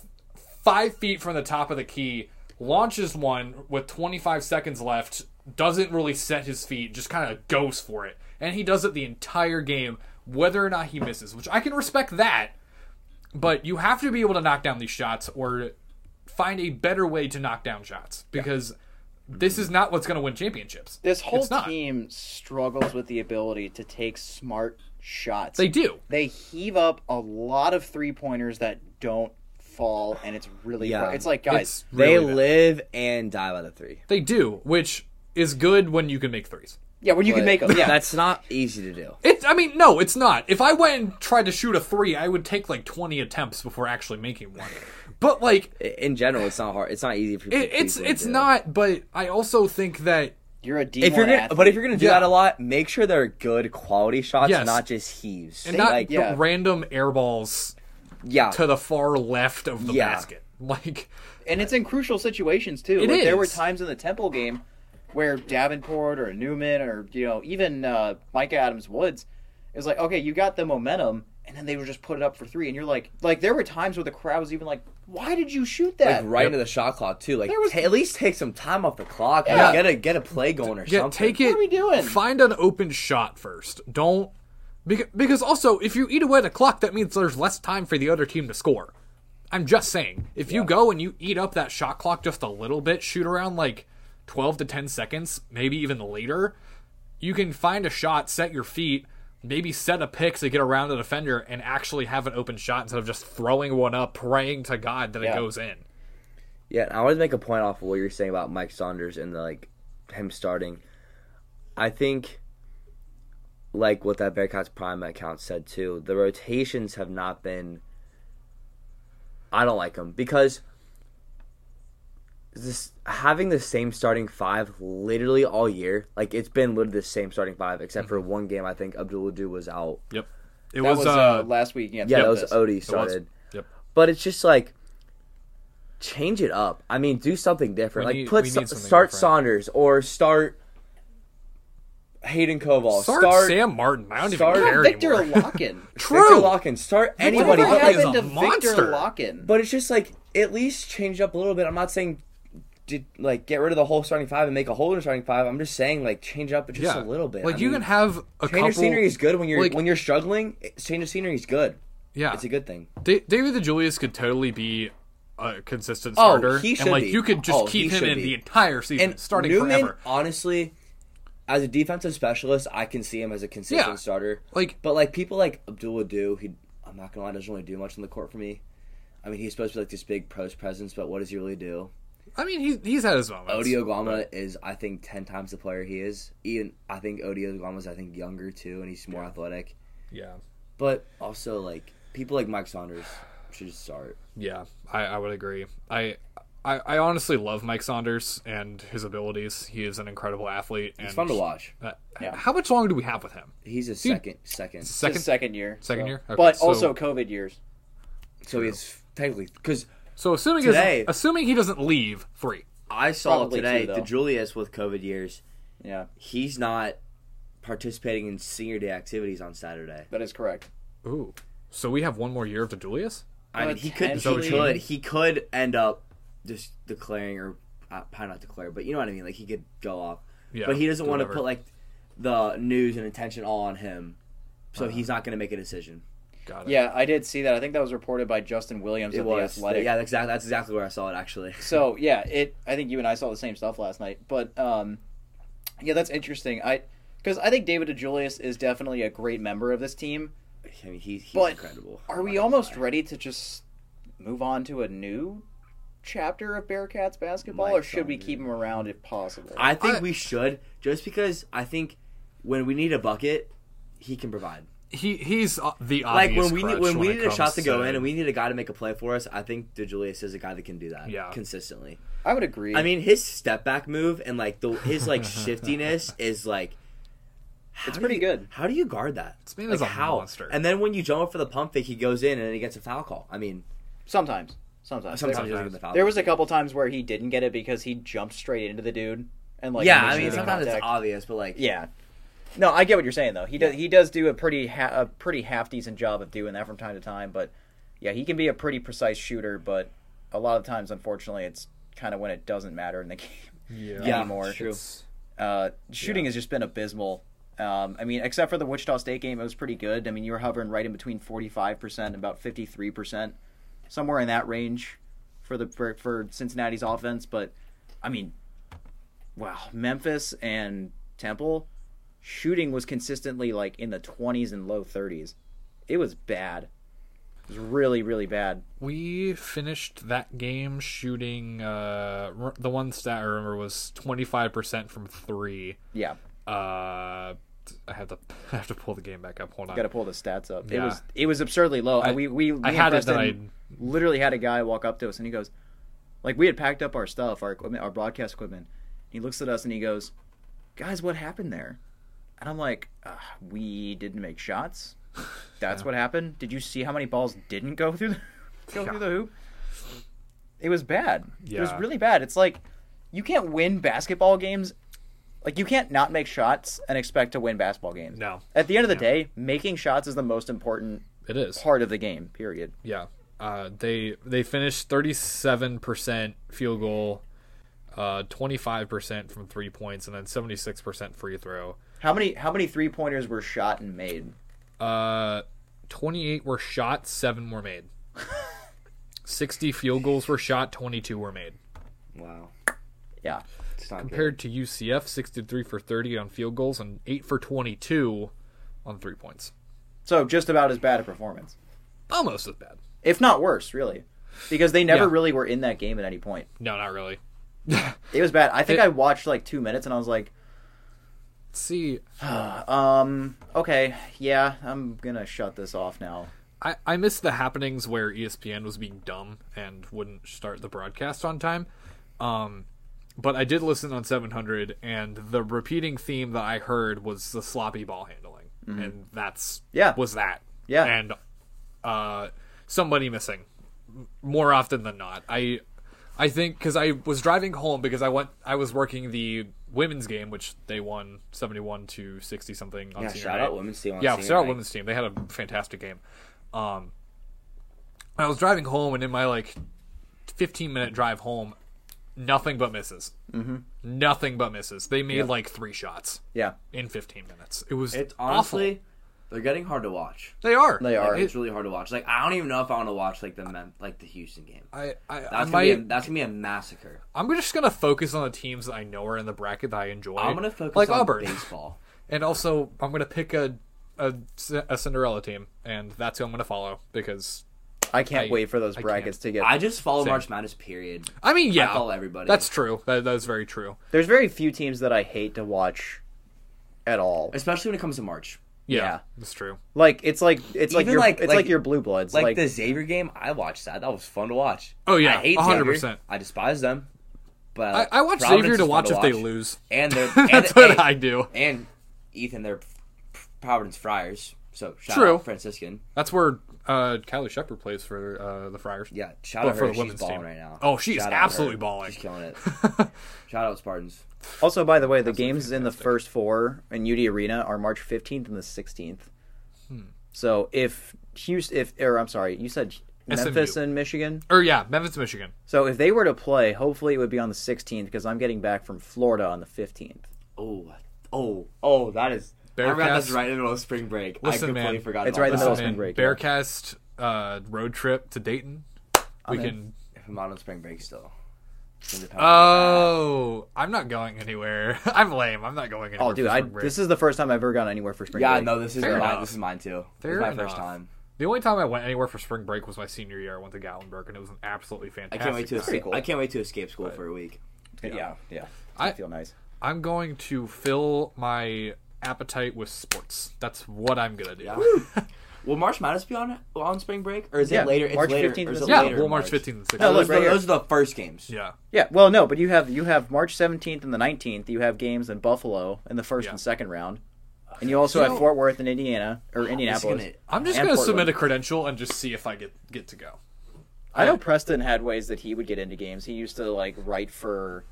Speaker 2: 5 feet from the top of the key, launches one with 25 seconds left, doesn't really set his feet, just kind of goes for it. And he does it the entire game whether or not he misses, which I can respect that. But you have to be able to knock down these shots or find a better way to knock down shots because this is not what's going to win championships.
Speaker 1: This whole
Speaker 2: It's not.
Speaker 1: team struggles with the ability to take smart shots.
Speaker 2: They do.
Speaker 1: They heave up a lot of three pointers that don't fall, and it's really
Speaker 3: Yeah.
Speaker 1: fr- it's like guys.
Speaker 2: It's really
Speaker 3: they
Speaker 2: bad.
Speaker 3: live and die by the three.
Speaker 2: They do, which is good when you can make threes.
Speaker 1: yeah, when you can
Speaker 3: But
Speaker 1: make them. Yeah,
Speaker 3: that's not easy to do.
Speaker 2: It, I mean, no, it's not. If I went and tried to shoot a three, I would take like 20 attempts before actually making one. But like,
Speaker 3: I- In general, it's not hard. It's not easy for
Speaker 2: it, it's
Speaker 3: people to
Speaker 2: it's
Speaker 3: do.
Speaker 2: not. But I also think that
Speaker 1: You're a D1
Speaker 4: if you're gonna,
Speaker 1: athlete.
Speaker 4: but if you're gonna do
Speaker 2: Yeah.
Speaker 4: that a lot, make sure they're good quality shots,
Speaker 2: Yes.
Speaker 4: not just heaves.
Speaker 2: and not
Speaker 4: like,
Speaker 2: the
Speaker 1: yeah.
Speaker 2: random air balls
Speaker 4: yeah,
Speaker 2: to the far left of the
Speaker 4: Yeah.
Speaker 2: basket. Like
Speaker 1: and it's in crucial situations too.
Speaker 2: It
Speaker 1: like there were
Speaker 2: is.
Speaker 1: times in the Temple game where Davenport or Newman or you know even uh, Micah Adams Woods is like, okay, you got the momentum, and then they would just put it up for three, and you're like, like there were times where the crowd was even like, why did you shoot
Speaker 4: like
Speaker 1: that?
Speaker 4: right
Speaker 2: Yep.
Speaker 4: into the shot clock too. Like,
Speaker 1: There was-
Speaker 4: ta- at least take some time off the clock.
Speaker 2: Yeah.
Speaker 4: Yeah. Get a get a play going or
Speaker 2: Yeah,
Speaker 4: something.
Speaker 2: take it.
Speaker 1: What are we doing?
Speaker 2: Find an open shot first. Don't because, because also if you eat away at the clock, that means there's less time for the other team to score. I'm just saying, if you go and you eat up that shot clock just a little bit, shoot around like 12 to 10 seconds, maybe even later, you can find a shot, set your feet, maybe set a pick to get around the defender and actually have an open shot instead of just throwing one up, praying to God that it
Speaker 1: Yeah.
Speaker 2: goes in.
Speaker 3: Yeah, and I wanted to make a point off of what you were saying about Mike Saunders and the, like him starting. I think, like what that Bearcats Prime account said too, the rotations have not been. I don't like them because this having the same starting five literally all year. Like it's been literally the same starting five except for one game. I think Abdul Adu was out.
Speaker 2: Yep. It
Speaker 1: That
Speaker 2: was,
Speaker 1: was
Speaker 2: uh,
Speaker 1: uh, last week.
Speaker 3: Yeah,
Speaker 1: Memphis.
Speaker 3: that was Odie started.
Speaker 2: Yep.
Speaker 3: But it's just like change it up. I mean, do something different.
Speaker 2: We
Speaker 3: like
Speaker 2: need-
Speaker 3: put
Speaker 2: we
Speaker 3: so-
Speaker 2: need something
Speaker 3: start
Speaker 2: different.
Speaker 3: Saunders or start Hayden Koval.
Speaker 2: Start,
Speaker 3: Start,
Speaker 2: Sam Martin. I don't
Speaker 3: start
Speaker 2: even care
Speaker 1: Not uh, Victor
Speaker 2: anymore.
Speaker 1: Locken.
Speaker 3: Victor
Speaker 2: True.
Speaker 3: Locken. Start
Speaker 1: Whatever
Speaker 3: anybody.
Speaker 2: Locken is
Speaker 1: happened to
Speaker 2: a
Speaker 1: Victor
Speaker 2: monster.
Speaker 1: Locken?
Speaker 3: But it's just like at least change up a little bit. I'm not saying did like get rid of the whole starting five and make a whole new starting five. I'm just saying like change up just
Speaker 2: yeah,
Speaker 3: a little bit.
Speaker 2: Like
Speaker 3: I
Speaker 2: you
Speaker 3: mean,
Speaker 2: can have a
Speaker 3: change
Speaker 2: couple.
Speaker 3: of scenery is good when you're
Speaker 2: like-
Speaker 3: when you're struggling. Change of scenery is good.
Speaker 2: yeah,
Speaker 3: It's a good thing.
Speaker 2: Da- David the Julius could totally be a consistent
Speaker 3: Oh,
Speaker 2: starter,
Speaker 3: he
Speaker 2: and
Speaker 3: should
Speaker 2: like
Speaker 3: be.
Speaker 2: you could just
Speaker 3: Oh,
Speaker 2: keep
Speaker 3: he
Speaker 2: him
Speaker 3: should
Speaker 2: in
Speaker 3: be.
Speaker 2: the entire season,
Speaker 3: And
Speaker 2: starting
Speaker 3: Newman,
Speaker 2: forever.
Speaker 3: Honestly, as a defensive specialist, I can see him as a consistent
Speaker 2: Yeah.
Speaker 3: starter.
Speaker 2: Like
Speaker 3: But like people like Abdul Adu, he I'm not gonna lie, doesn't really do much on the court for me. I mean, he's supposed to be like this big post presence, but what does he really do?
Speaker 2: I mean, he's he's had his moments.
Speaker 3: Odie Ogama is, I think, ten times the player he is. Even I think Odie Ogama's, I think, younger too, and he's more athletic.
Speaker 2: Yeah,
Speaker 3: But also, like people like Mike Saunders should just start.
Speaker 2: yeah, I, I would agree. I, I I honestly love Mike Saunders and his abilities. He is an incredible athlete.
Speaker 3: It's fun to watch.
Speaker 2: Uh,
Speaker 1: Yeah.
Speaker 2: How much longer do we have with him?
Speaker 3: He's a second, second.
Speaker 2: Second,
Speaker 1: His second year.
Speaker 2: second
Speaker 1: so.
Speaker 2: year. Okay,
Speaker 1: but
Speaker 2: so-
Speaker 1: also COVID years.
Speaker 3: So he's technically because
Speaker 2: so assuming
Speaker 3: today-
Speaker 2: assuming he doesn't leave, three.
Speaker 3: I saw
Speaker 1: Probably two,
Speaker 3: today
Speaker 1: though.
Speaker 3: the Julius with COVID years.
Speaker 1: Yeah,
Speaker 3: he's not participating in senior day activities on Saturday.
Speaker 1: that is correct.
Speaker 2: Ooh. So we have one more year of the Julius?
Speaker 3: I mean, he could, he
Speaker 2: Potentially.
Speaker 3: could, he could end up just declaring or uh, probably not declare, but you know what I mean. Like he could go off,
Speaker 2: Yeah.
Speaker 3: but he doesn't want to
Speaker 2: whatever.
Speaker 3: put like the news and attention all on him, so
Speaker 2: Uh-huh.
Speaker 3: he's not going to make a decision.
Speaker 2: Got it.
Speaker 1: Yeah, I did see that. I think that was reported by Justin Williams
Speaker 3: It
Speaker 1: of
Speaker 3: was,
Speaker 1: the Athletic.
Speaker 3: yeah, exactly. That's exactly where I saw it actually.
Speaker 1: So yeah, it. I think you and I saw the same stuff last night, but um, yeah, that's interesting. I because I think David DeJulius is definitely a great member of this team.
Speaker 3: I mean, he's, he's
Speaker 1: But
Speaker 3: incredible.
Speaker 1: Are we almost ready to just move on to a new chapter of Bearcats basketball,
Speaker 3: Mike
Speaker 1: or should we
Speaker 3: Saunders.
Speaker 1: keep him around if possible?
Speaker 3: I think
Speaker 2: I-
Speaker 3: we should just because I think when we need a bucket, he can provide.
Speaker 2: He he's uh, the
Speaker 3: like
Speaker 2: obvious
Speaker 3: when we
Speaker 2: crutch
Speaker 3: need, when we
Speaker 2: it
Speaker 3: need a shot
Speaker 2: comes
Speaker 3: to go in and we need a guy to make a play for us, I think DeJulius is a guy that can do that
Speaker 2: Yeah.
Speaker 3: consistently.
Speaker 1: I would agree.
Speaker 3: I mean, his step back move and like the his like shiftiness is like how
Speaker 1: It's
Speaker 3: do
Speaker 1: pretty
Speaker 3: you-
Speaker 1: good.
Speaker 3: How do you guard that?
Speaker 2: This man
Speaker 3: like,
Speaker 2: is a
Speaker 3: how?
Speaker 2: monster.
Speaker 3: And then when you jump up for the pump fake, he goes in and then he gets a foul call. I mean,
Speaker 1: sometimes, sometimes,
Speaker 3: sometimes he doesn't
Speaker 2: Sometimes.
Speaker 3: get the foul.
Speaker 1: There
Speaker 3: call.
Speaker 1: was a couple times where he didn't get it because he jumped straight into the dude and like
Speaker 3: yeah. I
Speaker 1: initiated
Speaker 3: mean,
Speaker 1: the
Speaker 3: sometimes it's
Speaker 1: contact.
Speaker 3: obvious, but like
Speaker 1: Yeah. No, I get what you're saying though. He does he does do a pretty ha- a pretty half decent job of doing that from time to time, but yeah, he can be a pretty precise shooter, but a lot of times unfortunately it's kind of when it doesn't matter in the game
Speaker 3: yeah,
Speaker 1: anymore.
Speaker 3: True.
Speaker 1: Uh, shooting has just been abysmal. Um, I mean, except for the Wichita State game, it was pretty good. I mean, you were hovering right in between 45% and about 53%, somewhere in that range for the for, for Cincinnati's offense. But I mean, wow, Memphis and Temple shooting was consistently like in the 20s and low 30s. It was bad. It was really, really bad.
Speaker 2: We finished that game shooting uh r- the one stat I remember was 25% from 3.
Speaker 1: Yeah,
Speaker 2: Uh I have to I have to pull the game back up. Hold on.
Speaker 1: got to pull the stats up. It
Speaker 2: Yeah.
Speaker 1: was it was absurdly low. we we, we
Speaker 2: I had it
Speaker 1: invested
Speaker 2: that I
Speaker 1: in- literally had a guy walk up to us and he goes, like we had packed up our stuff, our equipment, our broadcast equipment. He looks at us and he goes, guys, what happened there? And I'm like, uh, we didn't make shots. That's what happened. Did you see how many balls didn't go through the, go
Speaker 2: Yeah.
Speaker 1: through the hoop? It was bad. It was
Speaker 2: Yeah.
Speaker 1: really bad. It's like you can't win basketball games. Like you can't not make shots and expect to win basketball games.
Speaker 2: No.
Speaker 1: At the end of the day, making shots is the most important
Speaker 2: It is.
Speaker 1: part of the game. Period.
Speaker 2: Yeah. Uh, they they finished 37% field goal, uh, 25% from three points, and then 76% free throw.
Speaker 1: How many how many three pointers were shot and made?
Speaker 2: Uh, 28 were shot, seven were made. 60 field goals were shot, 22 were made.
Speaker 3: Wow.
Speaker 1: Yeah.
Speaker 3: It's not
Speaker 2: Compared to UCF, 63 for 30 on field goals and 8 for 22 on three points.
Speaker 1: So just about as bad a performance,
Speaker 2: Almost as bad.
Speaker 1: if not worse, really, because they never
Speaker 2: Yeah.
Speaker 1: really were in that game at any point.
Speaker 2: No, not really.
Speaker 1: It was bad. I think
Speaker 2: It-
Speaker 1: I watched like two minutes and I was like,
Speaker 2: See,
Speaker 1: um, okay, yeah, I'm gonna shut this off now.
Speaker 2: I, I miss the happenings where E ESPN was being dumb and wouldn't start the broadcast on time. Um, but I did listen on 700, and the repeating theme that I heard was the sloppy ball handling,
Speaker 3: Mm-hmm.
Speaker 2: and that's
Speaker 1: Yeah.
Speaker 2: was that
Speaker 1: Yeah.
Speaker 2: and uh, somebody missing more often than not. I I think because I was driving home because I went I was working the women's game which they won 71 to 60 something on
Speaker 3: Yeah,
Speaker 2: senior
Speaker 3: shout
Speaker 2: night
Speaker 3: out women's team. On
Speaker 2: yeah,
Speaker 3: senior
Speaker 2: shout out
Speaker 3: night.
Speaker 2: women's team. They had a fantastic game. Um, I was driving home, and in my like fifteen minute drive home, nothing but misses. Mm-hmm. Nothing but misses. They made like three shots
Speaker 1: Yeah,
Speaker 2: in fifteen minutes. It was
Speaker 3: It's
Speaker 2: awful.
Speaker 3: honestly, they're getting hard to watch.
Speaker 2: They are.
Speaker 1: They are.
Speaker 3: Like, it's really hard to watch. Like I don't even know if I want to watch like the Mem- like the Houston game.
Speaker 2: I, I, I
Speaker 3: That's
Speaker 2: might,
Speaker 3: gonna, be a, that's gonna be a massacre.
Speaker 2: I'm just gonna focus on the teams that I know are in the bracket that I enjoy.
Speaker 3: I'm gonna focus
Speaker 2: like
Speaker 3: on
Speaker 2: Auburn,
Speaker 3: baseball.
Speaker 2: and also I'm gonna pick a, a C- a Cinderella team, and that's who I'm gonna follow because
Speaker 1: I can't
Speaker 2: I-
Speaker 1: wait for those
Speaker 2: I
Speaker 1: brackets to get.
Speaker 3: I just follow
Speaker 2: Same.
Speaker 3: March Madness. Period.
Speaker 2: I mean yeah,
Speaker 3: follow everybody.
Speaker 2: That's true. That, that is very true.
Speaker 1: There's very few teams that I hate to watch at all.
Speaker 3: Especially when it comes to March.
Speaker 2: Yeah,
Speaker 1: Yeah.
Speaker 2: that's true.
Speaker 1: Like it's like it's like
Speaker 3: Even
Speaker 1: your
Speaker 3: like-
Speaker 1: it's like,
Speaker 3: like-
Speaker 1: your blue bloods. Like,
Speaker 3: Like, the Xavier game, I watched that. That was fun to watch.
Speaker 2: Oh, yeah,
Speaker 3: I hate
Speaker 2: 100%.
Speaker 3: Xavier. I despise them. But
Speaker 2: I, I watch
Speaker 3: Providence
Speaker 2: Xavier
Speaker 3: is
Speaker 2: to
Speaker 3: fun
Speaker 2: watch if they lose.
Speaker 3: And they're and,
Speaker 2: That's what
Speaker 3: and-
Speaker 2: I do.
Speaker 3: and Ethan, they're Providence Friars. So shout
Speaker 2: True.
Speaker 3: out Franciscan.
Speaker 2: That's where uh, Kylie Shepard plays for uh, the Friars.
Speaker 3: Yeah, shout
Speaker 2: But
Speaker 3: out
Speaker 2: for
Speaker 3: her.
Speaker 2: the
Speaker 3: She's
Speaker 2: women's
Speaker 3: balling
Speaker 2: team.
Speaker 3: right now.
Speaker 2: Oh, she is
Speaker 3: Shout out to her.
Speaker 2: absolutely balling.
Speaker 3: She's killing it. shout out Spartans.
Speaker 1: also by the way, the games in the first four in UD Arena are March 15th and the 16th.
Speaker 2: Hmm.
Speaker 1: So if Houston, if or I'm sorry, you said Memphis
Speaker 2: SMU.
Speaker 1: and Michigan.
Speaker 2: Or yeah, Memphis, Michigan.
Speaker 1: So if they were to play, hopefully it would be on the 16th because I'm getting back from Florida on the 15th.
Speaker 3: Oh, oh, oh! That is. I forgot
Speaker 2: Bearcats.
Speaker 3: that's right in the middle of spring break.
Speaker 2: Listen,
Speaker 3: I completely
Speaker 2: man.
Speaker 3: forgot.
Speaker 1: It's
Speaker 3: about
Speaker 1: right in the
Speaker 3: that.
Speaker 1: middle of
Speaker 2: Listen,
Speaker 1: spring
Speaker 2: man,
Speaker 1: break, yeah.
Speaker 2: Bearcast uh, road trip to Dayton. we
Speaker 1: in.
Speaker 2: can.
Speaker 3: If I'm out on spring break still.
Speaker 2: Oh, I'm not going anywhere. I'm lame. I'm not going anywhere.
Speaker 1: Oh, dude,
Speaker 2: for
Speaker 1: I,
Speaker 2: spring break.
Speaker 1: this is the first time I've ever gone anywhere for spring
Speaker 3: yeah,
Speaker 1: break.
Speaker 3: no, this is
Speaker 2: Fair
Speaker 3: mine.
Speaker 2: enough.
Speaker 3: This is mine too. This
Speaker 2: Fair
Speaker 3: is my
Speaker 2: enough.
Speaker 3: first time.
Speaker 2: the only time I went anywhere for spring break was my senior year. I went to Gallenberg, and it was an absolutely
Speaker 3: I
Speaker 2: fantastic.
Speaker 3: can't wait to
Speaker 2: time.
Speaker 3: escape. I can't wait to escape school for a week.
Speaker 1: Yeah, yeah.
Speaker 2: I-
Speaker 1: I feel nice.
Speaker 2: I'm going to fill my appetite with sports. That's what I'm gonna do.
Speaker 3: Yeah. Will March Madness be on on spring break, or is
Speaker 1: Yeah,
Speaker 3: it later? It's
Speaker 1: March
Speaker 3: later.
Speaker 1: 15th
Speaker 3: or is
Speaker 1: to
Speaker 3: it
Speaker 2: Yeah,
Speaker 3: later
Speaker 2: well,
Speaker 3: in
Speaker 2: March 15th and 16th.
Speaker 1: No,
Speaker 3: Those,
Speaker 1: look, right
Speaker 3: are,
Speaker 1: here.
Speaker 3: those are the first games.
Speaker 2: yeah.
Speaker 1: Yeah, well, no, but you have you have March 17th and the 19th. You have games in Buffalo in the first
Speaker 2: Yeah.
Speaker 1: and second round, and you also
Speaker 2: You
Speaker 1: have
Speaker 2: know-
Speaker 1: Fort Worth in Indiana or
Speaker 3: It's
Speaker 1: Indianapolis.
Speaker 3: gonna-
Speaker 2: I'm just
Speaker 1: And
Speaker 2: gonna submit
Speaker 1: Portland.
Speaker 2: a credential and just see if I get get to go.
Speaker 1: I know Preston had ways that he would get into games. He used to like write for,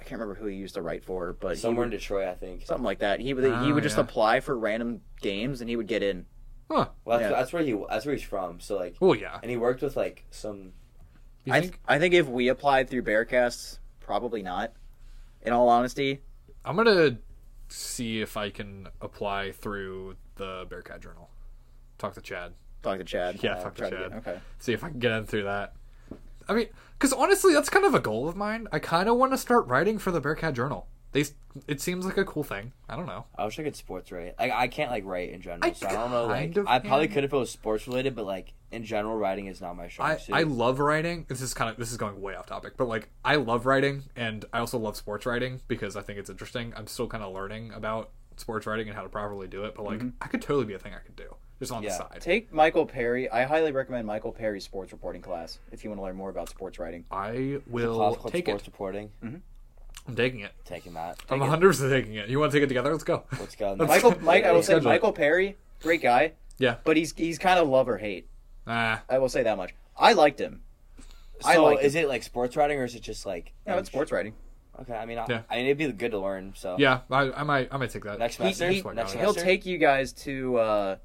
Speaker 1: I can't remember who he used to write for, but he
Speaker 3: somewhere in
Speaker 1: would-
Speaker 3: Detroit, I think.
Speaker 1: something like that. He would he
Speaker 2: Oh,
Speaker 1: would just
Speaker 2: yeah.
Speaker 1: apply for random games and he would get in.
Speaker 2: Huh.
Speaker 3: Well, that's,
Speaker 1: Yeah.
Speaker 3: that's where he that's where he's from. So like,
Speaker 2: Well, yeah.
Speaker 3: and he worked with like some.
Speaker 2: You
Speaker 1: I,
Speaker 2: think?
Speaker 1: I think if we applied through Bearcasts, probably not. In all honesty,
Speaker 2: I'm gonna see if I can apply through the Bearcat Journal. Talk to Chad.
Speaker 1: talk to Chad.
Speaker 2: Yeah,
Speaker 1: Uh,
Speaker 2: talk to
Speaker 1: try
Speaker 2: Chad.
Speaker 1: get- okay.
Speaker 2: See if I can get in through that. I mean, because honestly, that's kind of a goal of mine. I kind of want to start writing for the Bearcat Journal. They, s- it seems like a cool thing. I don't know.
Speaker 3: I wish I could sports write. Like I can't like write in general,
Speaker 2: I
Speaker 3: so I don't know. Like
Speaker 2: kind of
Speaker 3: I probably
Speaker 2: can.
Speaker 3: could if it was sports related, but like in general, writing is not my strong
Speaker 2: I,
Speaker 3: suit.
Speaker 2: I love writing. This is kind of this is going way off topic, but like I love writing and I also love sports writing because I think it's interesting. I'm still kind of learning about sports writing and how to properly do it, but like I could totally be a thing I could do just on the
Speaker 3: Mm-hmm. Yeah.
Speaker 2: side.
Speaker 1: Take Michael Perry. I highly recommend Michael Perry's sports reporting class if you want to learn more about sports writing.
Speaker 2: I
Speaker 3: Class
Speaker 2: will
Speaker 3: Club
Speaker 2: take
Speaker 3: sports
Speaker 2: it.
Speaker 3: reporting.
Speaker 2: I'm taking it.
Speaker 3: Take him out.
Speaker 2: I'm 100 percent taking it. You want to take it together? Let's go.
Speaker 3: Let's go.
Speaker 2: Let's-
Speaker 1: Michael, Mike, I will say
Speaker 2: Schedule.
Speaker 1: Michael Perry, great guy,
Speaker 2: Yeah.
Speaker 1: but he's he's kind of love or hate.
Speaker 2: Ah,
Speaker 1: I will say that much. I liked him.
Speaker 3: So
Speaker 1: I like
Speaker 3: is it like sports writing or is it just like?
Speaker 1: No, it's sports writing.
Speaker 3: Okay, I mean, I,
Speaker 2: Yeah.
Speaker 3: I mean, it'd be good to learn. So
Speaker 2: yeah. I, I might. I might take that.
Speaker 3: next
Speaker 1: He-
Speaker 3: semester,
Speaker 1: he-
Speaker 3: next
Speaker 2: he'll
Speaker 1: He'll
Speaker 3: semester,
Speaker 1: take you guys to uh,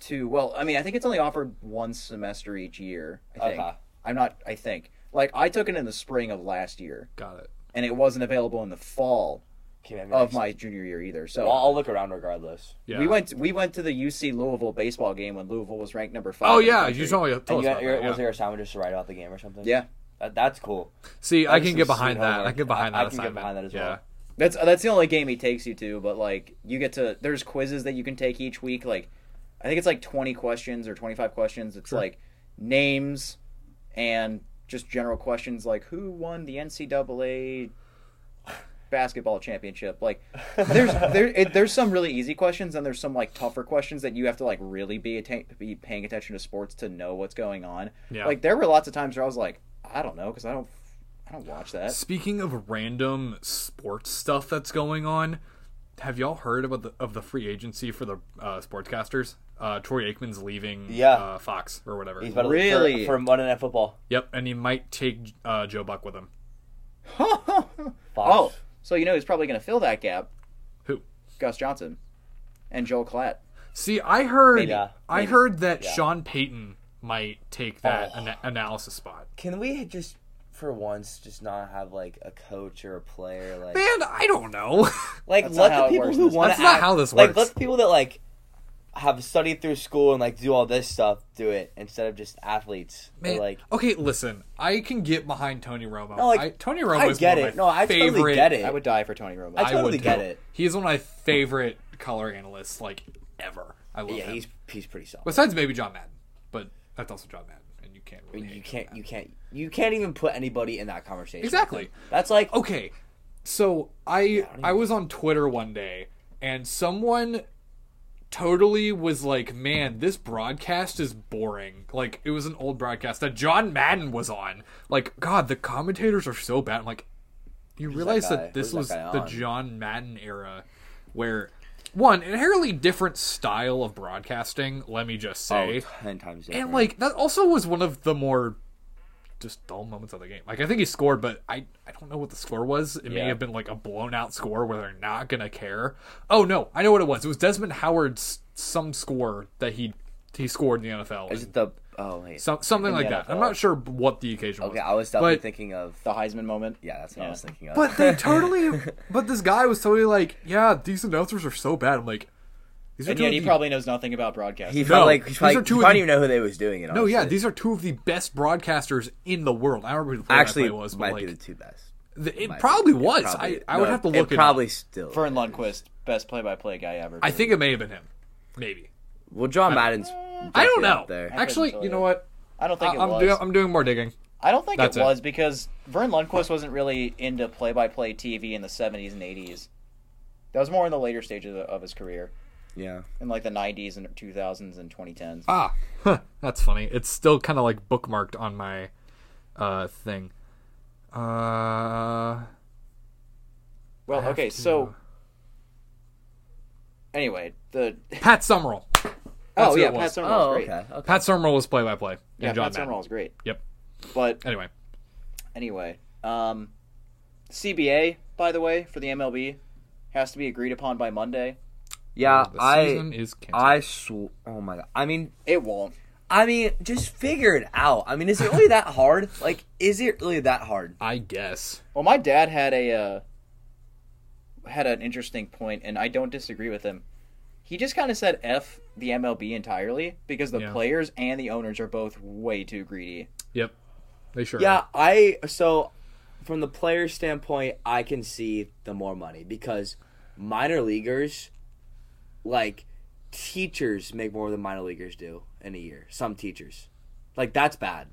Speaker 1: to well, I mean, I think it's only offered one semester each year. I think.
Speaker 3: Okay.
Speaker 1: I'm not. I think like I took it in the spring of last year,
Speaker 2: Got it.
Speaker 1: and it wasn't available in the fall
Speaker 3: Okay, maybe
Speaker 1: of
Speaker 3: next-
Speaker 1: my junior year either. So
Speaker 3: Well, I'll look around regardless.
Speaker 2: Yeah.
Speaker 1: we went we went to the UC Louisville baseball game when Louisville was ranked number five.
Speaker 2: Oh
Speaker 1: in the
Speaker 2: yeah,
Speaker 1: country.
Speaker 2: you told me.
Speaker 3: And
Speaker 2: Told
Speaker 3: you
Speaker 2: us
Speaker 3: got,
Speaker 2: about that,
Speaker 3: was
Speaker 2: yeah.
Speaker 3: there assignment just to write about the game or something?
Speaker 1: yeah.
Speaker 3: that, that's cool.
Speaker 2: See,
Speaker 3: That
Speaker 2: I can
Speaker 3: was
Speaker 2: get
Speaker 3: some
Speaker 2: behind
Speaker 3: sweet
Speaker 2: that.
Speaker 3: homework.
Speaker 2: I can get behind
Speaker 3: I- I
Speaker 2: that
Speaker 3: can get
Speaker 2: assignment.
Speaker 3: behind that as
Speaker 2: yeah.
Speaker 3: well.
Speaker 1: That's uh, that's the only game he takes you to, but like you get to there's quizzes that you can take each week. Like I think it's like twenty questions or twenty five questions. It's
Speaker 2: Sure.
Speaker 1: like names and just general questions like who won the NCAA basketball championship. Like there's there it, there's some really easy questions and there's some like tougher questions that you have to like really be atta- be paying attention to sports to know what's going on.
Speaker 2: Yeah.
Speaker 1: Like there were lots of times where I was like I don't know because I don't I don't watch that.
Speaker 2: Speaking of random sports stuff that's going on, have y'all heard about the of the free agency for the uh, sportscasters? Uh, Troy Aikman's leaving
Speaker 3: Yeah.
Speaker 2: uh, Fox or whatever.
Speaker 3: He's about to
Speaker 1: Really?
Speaker 3: for, for Monday Night Football.
Speaker 2: Yep, and he might take uh, Joe Buck with him.
Speaker 1: Oh,
Speaker 3: Fox.
Speaker 1: so you know he's probably going to fill that gap.
Speaker 2: Who?
Speaker 1: Gus Johnson and Joel Klatt.
Speaker 2: See, I heard.
Speaker 3: Yeah,
Speaker 2: I heard that Sean Payton might take that
Speaker 3: Oh.
Speaker 2: ana- analysis spot.
Speaker 3: Can we just for once just not have like a coach or a player like
Speaker 2: Man, I don't know.
Speaker 3: like
Speaker 1: That's not
Speaker 3: let
Speaker 1: how
Speaker 3: the
Speaker 1: it
Speaker 3: people
Speaker 1: works
Speaker 3: who
Speaker 1: in this-
Speaker 3: want
Speaker 2: That's
Speaker 3: to
Speaker 2: not how this
Speaker 3: like
Speaker 2: works.
Speaker 3: let the people that like have studied through school and like do all this stuff do it instead of just athletes Or,
Speaker 2: Man,
Speaker 3: like
Speaker 2: okay, listen, I can get behind Tony Romo.
Speaker 3: No, like,
Speaker 2: I, Tony Romo
Speaker 3: I
Speaker 2: is
Speaker 3: get
Speaker 2: one of
Speaker 3: it.
Speaker 2: my
Speaker 3: No, I totally
Speaker 2: favorite.
Speaker 3: get it.
Speaker 1: I would die for Tony Romo.
Speaker 3: I
Speaker 2: I
Speaker 3: totally
Speaker 2: would
Speaker 3: get
Speaker 2: too.
Speaker 3: it.
Speaker 2: He's one of my favorite color analysts, like ever. I love
Speaker 3: yeah
Speaker 2: him.
Speaker 3: he's he's pretty solid.
Speaker 2: Besides maybe John Madden, but that's also John Madden, and you can't. Really
Speaker 3: you
Speaker 2: hate John
Speaker 3: can't
Speaker 2: Madden.
Speaker 3: you can't you can't even put anybody in that conversation.
Speaker 2: Exactly.
Speaker 3: That's like
Speaker 2: okay so i i was on twitter one day and someone totally was like man this broadcast is boring like it was an old broadcast that john madden was on like god the commentators are so bad I'm like you realize
Speaker 3: guy?
Speaker 2: that, this
Speaker 3: Who's
Speaker 2: was
Speaker 3: that guy
Speaker 2: the
Speaker 3: on?
Speaker 2: john madden era where one inherently different style of broadcasting let me just say
Speaker 3: oh, ten times different.
Speaker 2: and like that also was one of the more just dull moments of the game. Like I think he scored, but I I don't know what the score was. It may
Speaker 3: Yeah.
Speaker 2: have been like a blown out score where they're not gonna care. Oh no, I know what it was. It was Desmond Howard's some score that he he scored in the NFL.
Speaker 3: is it the oh wait
Speaker 2: Some, something
Speaker 3: in the
Speaker 2: like that. I'm
Speaker 3: NFL?
Speaker 2: not sure what the occasion was.
Speaker 3: okay? I was definitely
Speaker 2: but-
Speaker 3: thinking of
Speaker 1: the Heisman moment.
Speaker 3: yeah. That's what I was thinking of.
Speaker 2: But they totally. but this guy was totally like, yeah, these announcers are so bad. I'm like, these are
Speaker 1: And
Speaker 2: two
Speaker 1: yet
Speaker 2: of
Speaker 1: he
Speaker 2: the-
Speaker 1: probably knows nothing about broadcasting.
Speaker 3: he felt like
Speaker 2: these
Speaker 3: he
Speaker 2: are
Speaker 3: probably,
Speaker 2: two
Speaker 3: he
Speaker 2: of
Speaker 3: probably
Speaker 2: the-
Speaker 3: even know who they was doing it.
Speaker 2: No,
Speaker 3: honestly.
Speaker 2: Oh, yeah, these are two of the best broadcasters in the world. I don't remember who the
Speaker 3: actually
Speaker 2: play was, but
Speaker 3: might
Speaker 2: like,
Speaker 3: be the two best.
Speaker 2: the- it
Speaker 3: Might be.
Speaker 2: probably
Speaker 3: It
Speaker 2: was.
Speaker 3: probably-
Speaker 2: I, I would
Speaker 3: no,
Speaker 2: have to look
Speaker 3: It
Speaker 2: it up.
Speaker 3: probably still.
Speaker 1: Vern Lundquist, best play-by-play guy ever.
Speaker 2: I think it may have been him. Maybe.
Speaker 3: well, John Madden's.
Speaker 2: I don't
Speaker 3: definitely
Speaker 2: know.
Speaker 3: up There.
Speaker 2: Actually,
Speaker 1: tell
Speaker 2: you
Speaker 1: you.
Speaker 2: know what?
Speaker 1: I don't
Speaker 2: I,
Speaker 1: think it
Speaker 2: am
Speaker 1: was.
Speaker 2: doing I'm doing more digging.
Speaker 1: I don't think it
Speaker 2: That's it.
Speaker 1: was because Vern Lundquist wasn't really into play-by-play TV in the '70s and '80s. That was more in the later stages of- of his career,
Speaker 3: Yeah.
Speaker 1: in like the '90s and 2000s and 2010s.
Speaker 2: Ah, huh, that's funny. It's still kind of like bookmarked on my uh thing. Uh,
Speaker 1: well, okay, so anyway, the
Speaker 2: Pat Summerall.
Speaker 1: oh
Speaker 2: who
Speaker 1: yeah,
Speaker 2: it
Speaker 1: Pat
Speaker 2: was.
Speaker 1: Summerall's
Speaker 3: Oh,
Speaker 1: great.
Speaker 3: okay. okay.
Speaker 2: Pat Summerall was play by play.
Speaker 1: Yeah,
Speaker 2: John
Speaker 1: Pat
Speaker 2: Madden.
Speaker 1: Summerall's great.
Speaker 2: Yep.
Speaker 1: But
Speaker 2: Anyway,
Speaker 1: Anyway, um, CBA, by the way, for the MLB, has to be agreed upon by Monday.
Speaker 3: Yeah,
Speaker 2: the season
Speaker 3: Uh, I.
Speaker 2: is canceled.
Speaker 3: I sw- Oh my god. I mean,
Speaker 1: It won't.
Speaker 3: I mean, just figure it out. I mean, is it really that hard? Like, is it really that hard?
Speaker 2: I guess.
Speaker 1: Well, my dad had a uh, had an interesting point, and I don't disagree with him. He just kind of said "f the MLB" entirely because the
Speaker 2: Yeah.
Speaker 1: players and the owners are both way too greedy.
Speaker 2: Yep. They sure.
Speaker 3: Yeah, I so from the player standpoint, I can see the more money because minor leaguers, like teachers, make more than minor leaguers do in a year. Some teachers, like that's bad.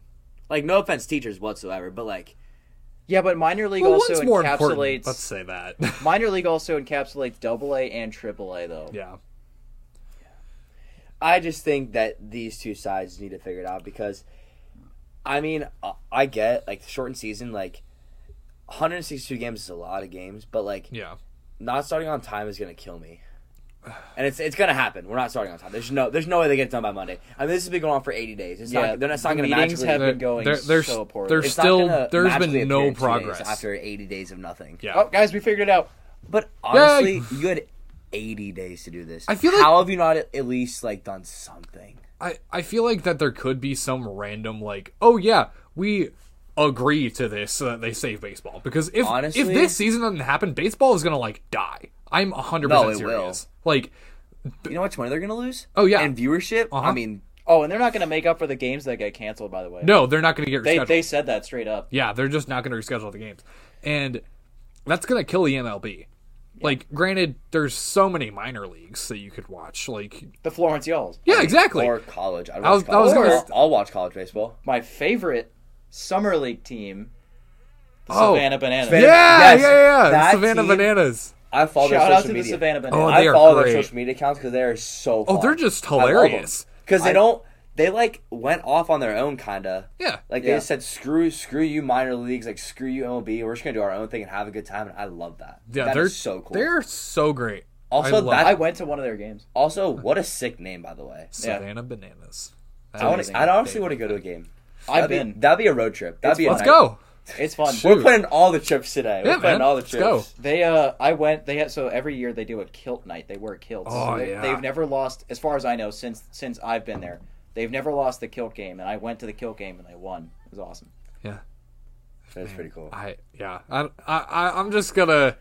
Speaker 3: Like no offense, teachers whatsoever, but like
Speaker 1: Yeah, but minor league
Speaker 2: Well,
Speaker 1: also
Speaker 2: what's more important?
Speaker 1: encapsulates
Speaker 2: Let's say that.
Speaker 1: minor league also encapsulates Double A and Triple A though.
Speaker 2: yeah.
Speaker 3: I just think that these two sides need to figure it out because, I mean, I- I get like the shortened season. Like, 162 games is a lot of games, but like
Speaker 2: Yeah.
Speaker 3: not starting on time is gonna kill me. And it's it's gonna happen. We're not starting on time. There's no there's no way they get it done by Monday. I mean, this has been going on for 80 days. It's
Speaker 1: Yeah,
Speaker 3: not they're not, it's not
Speaker 1: the
Speaker 3: gonna
Speaker 1: meetings
Speaker 3: magically.
Speaker 1: have
Speaker 2: They're-
Speaker 1: been going
Speaker 2: they're- they're
Speaker 1: so
Speaker 2: s-
Speaker 1: poorly.
Speaker 2: they're
Speaker 3: it's
Speaker 2: s-
Speaker 3: not
Speaker 2: still-
Speaker 3: gonna
Speaker 2: there's been
Speaker 3: magically
Speaker 2: no
Speaker 3: appear in two days
Speaker 2: progress.
Speaker 3: after 80 days of nothing.
Speaker 2: Yeah.
Speaker 1: oh, guys, we figured it out.
Speaker 3: But honestly, you had 80 days to do this.
Speaker 2: I feel like-
Speaker 3: how have you not at at least like done something?
Speaker 2: I, I feel like that there could be some random like oh yeah we agree to this so that they save baseball because if
Speaker 3: Honestly-
Speaker 2: if this season doesn't happen baseball is gonna like die I'm hundred
Speaker 3: No,
Speaker 2: percent
Speaker 3: it
Speaker 2: serious like
Speaker 3: You know how much money they're gonna lose?
Speaker 2: Oh, yeah.
Speaker 3: and viewership.
Speaker 2: Uh-huh.
Speaker 3: I mean,
Speaker 1: Oh, and they're not going to make up for the games that get canceled. By the way,
Speaker 2: no they're not gonna get
Speaker 1: they
Speaker 2: rescheduled
Speaker 1: they said that straight up.
Speaker 2: yeah they're just not gonna reschedule the games and that's gonna kill the MLB like granted there's so many minor leagues that you could watch like
Speaker 1: The Florence Yells,
Speaker 2: yeah exactly
Speaker 3: or college. I'd
Speaker 2: I was-
Speaker 3: watch college.
Speaker 2: I was gonna-
Speaker 3: I'll- I'll watch college baseball.
Speaker 1: my favorite summer league team, the
Speaker 2: Oh.
Speaker 1: Savannah Bananas.
Speaker 2: yeah
Speaker 3: Yes,
Speaker 2: yeah yeah
Speaker 3: that
Speaker 2: Savannah
Speaker 3: team-
Speaker 2: Bananas
Speaker 3: I follow their
Speaker 1: Shout
Speaker 3: social
Speaker 1: out to
Speaker 3: media.
Speaker 1: the Savannah
Speaker 2: oh
Speaker 1: Bananas.
Speaker 2: they
Speaker 3: I
Speaker 2: are
Speaker 3: follow
Speaker 2: great
Speaker 3: their social media accounts because they are so.
Speaker 2: oh they're just hilarious
Speaker 3: because
Speaker 1: I-
Speaker 3: they don't. They like went off on their own, kinda.
Speaker 2: yeah
Speaker 3: Like
Speaker 1: Yeah.
Speaker 3: they just said, "Screw, screw you, minor leagues. Like screw you, MLB. We're just gonna do our own thing and have a good time." And I love that.
Speaker 2: Yeah,
Speaker 3: That
Speaker 2: they're
Speaker 3: is so cool.
Speaker 2: They're so great.
Speaker 3: Also,
Speaker 2: I love
Speaker 3: that-
Speaker 1: I went to one of their games.
Speaker 3: Also, what a sick name, by the way.
Speaker 2: Savannah Bananas.
Speaker 3: I want.
Speaker 1: amazing.
Speaker 3: I'd honestly want to go to a game.
Speaker 1: I've
Speaker 3: that'd
Speaker 1: been.
Speaker 3: Be, that'd be a road trip. That'd be. a
Speaker 2: Let's
Speaker 3: night-
Speaker 2: go.
Speaker 1: it's fun.
Speaker 2: Shoot.
Speaker 3: We're planning all the trips today. We're
Speaker 2: Yeah,
Speaker 3: planning
Speaker 2: man.
Speaker 3: all the
Speaker 2: Let's
Speaker 3: trips.
Speaker 2: go.
Speaker 1: They uh, I went. They had so every year they do a kilt night. They wear kilts.
Speaker 2: Oh,
Speaker 1: So they,
Speaker 2: yeah.
Speaker 1: They've never lost, as far as I know, since since I've been there. They've never lost the kilt game, and I went to the kilt game and they won. It was awesome.
Speaker 2: Yeah.
Speaker 3: That's pretty cool.
Speaker 2: I yeah. I I I- I'm just gonna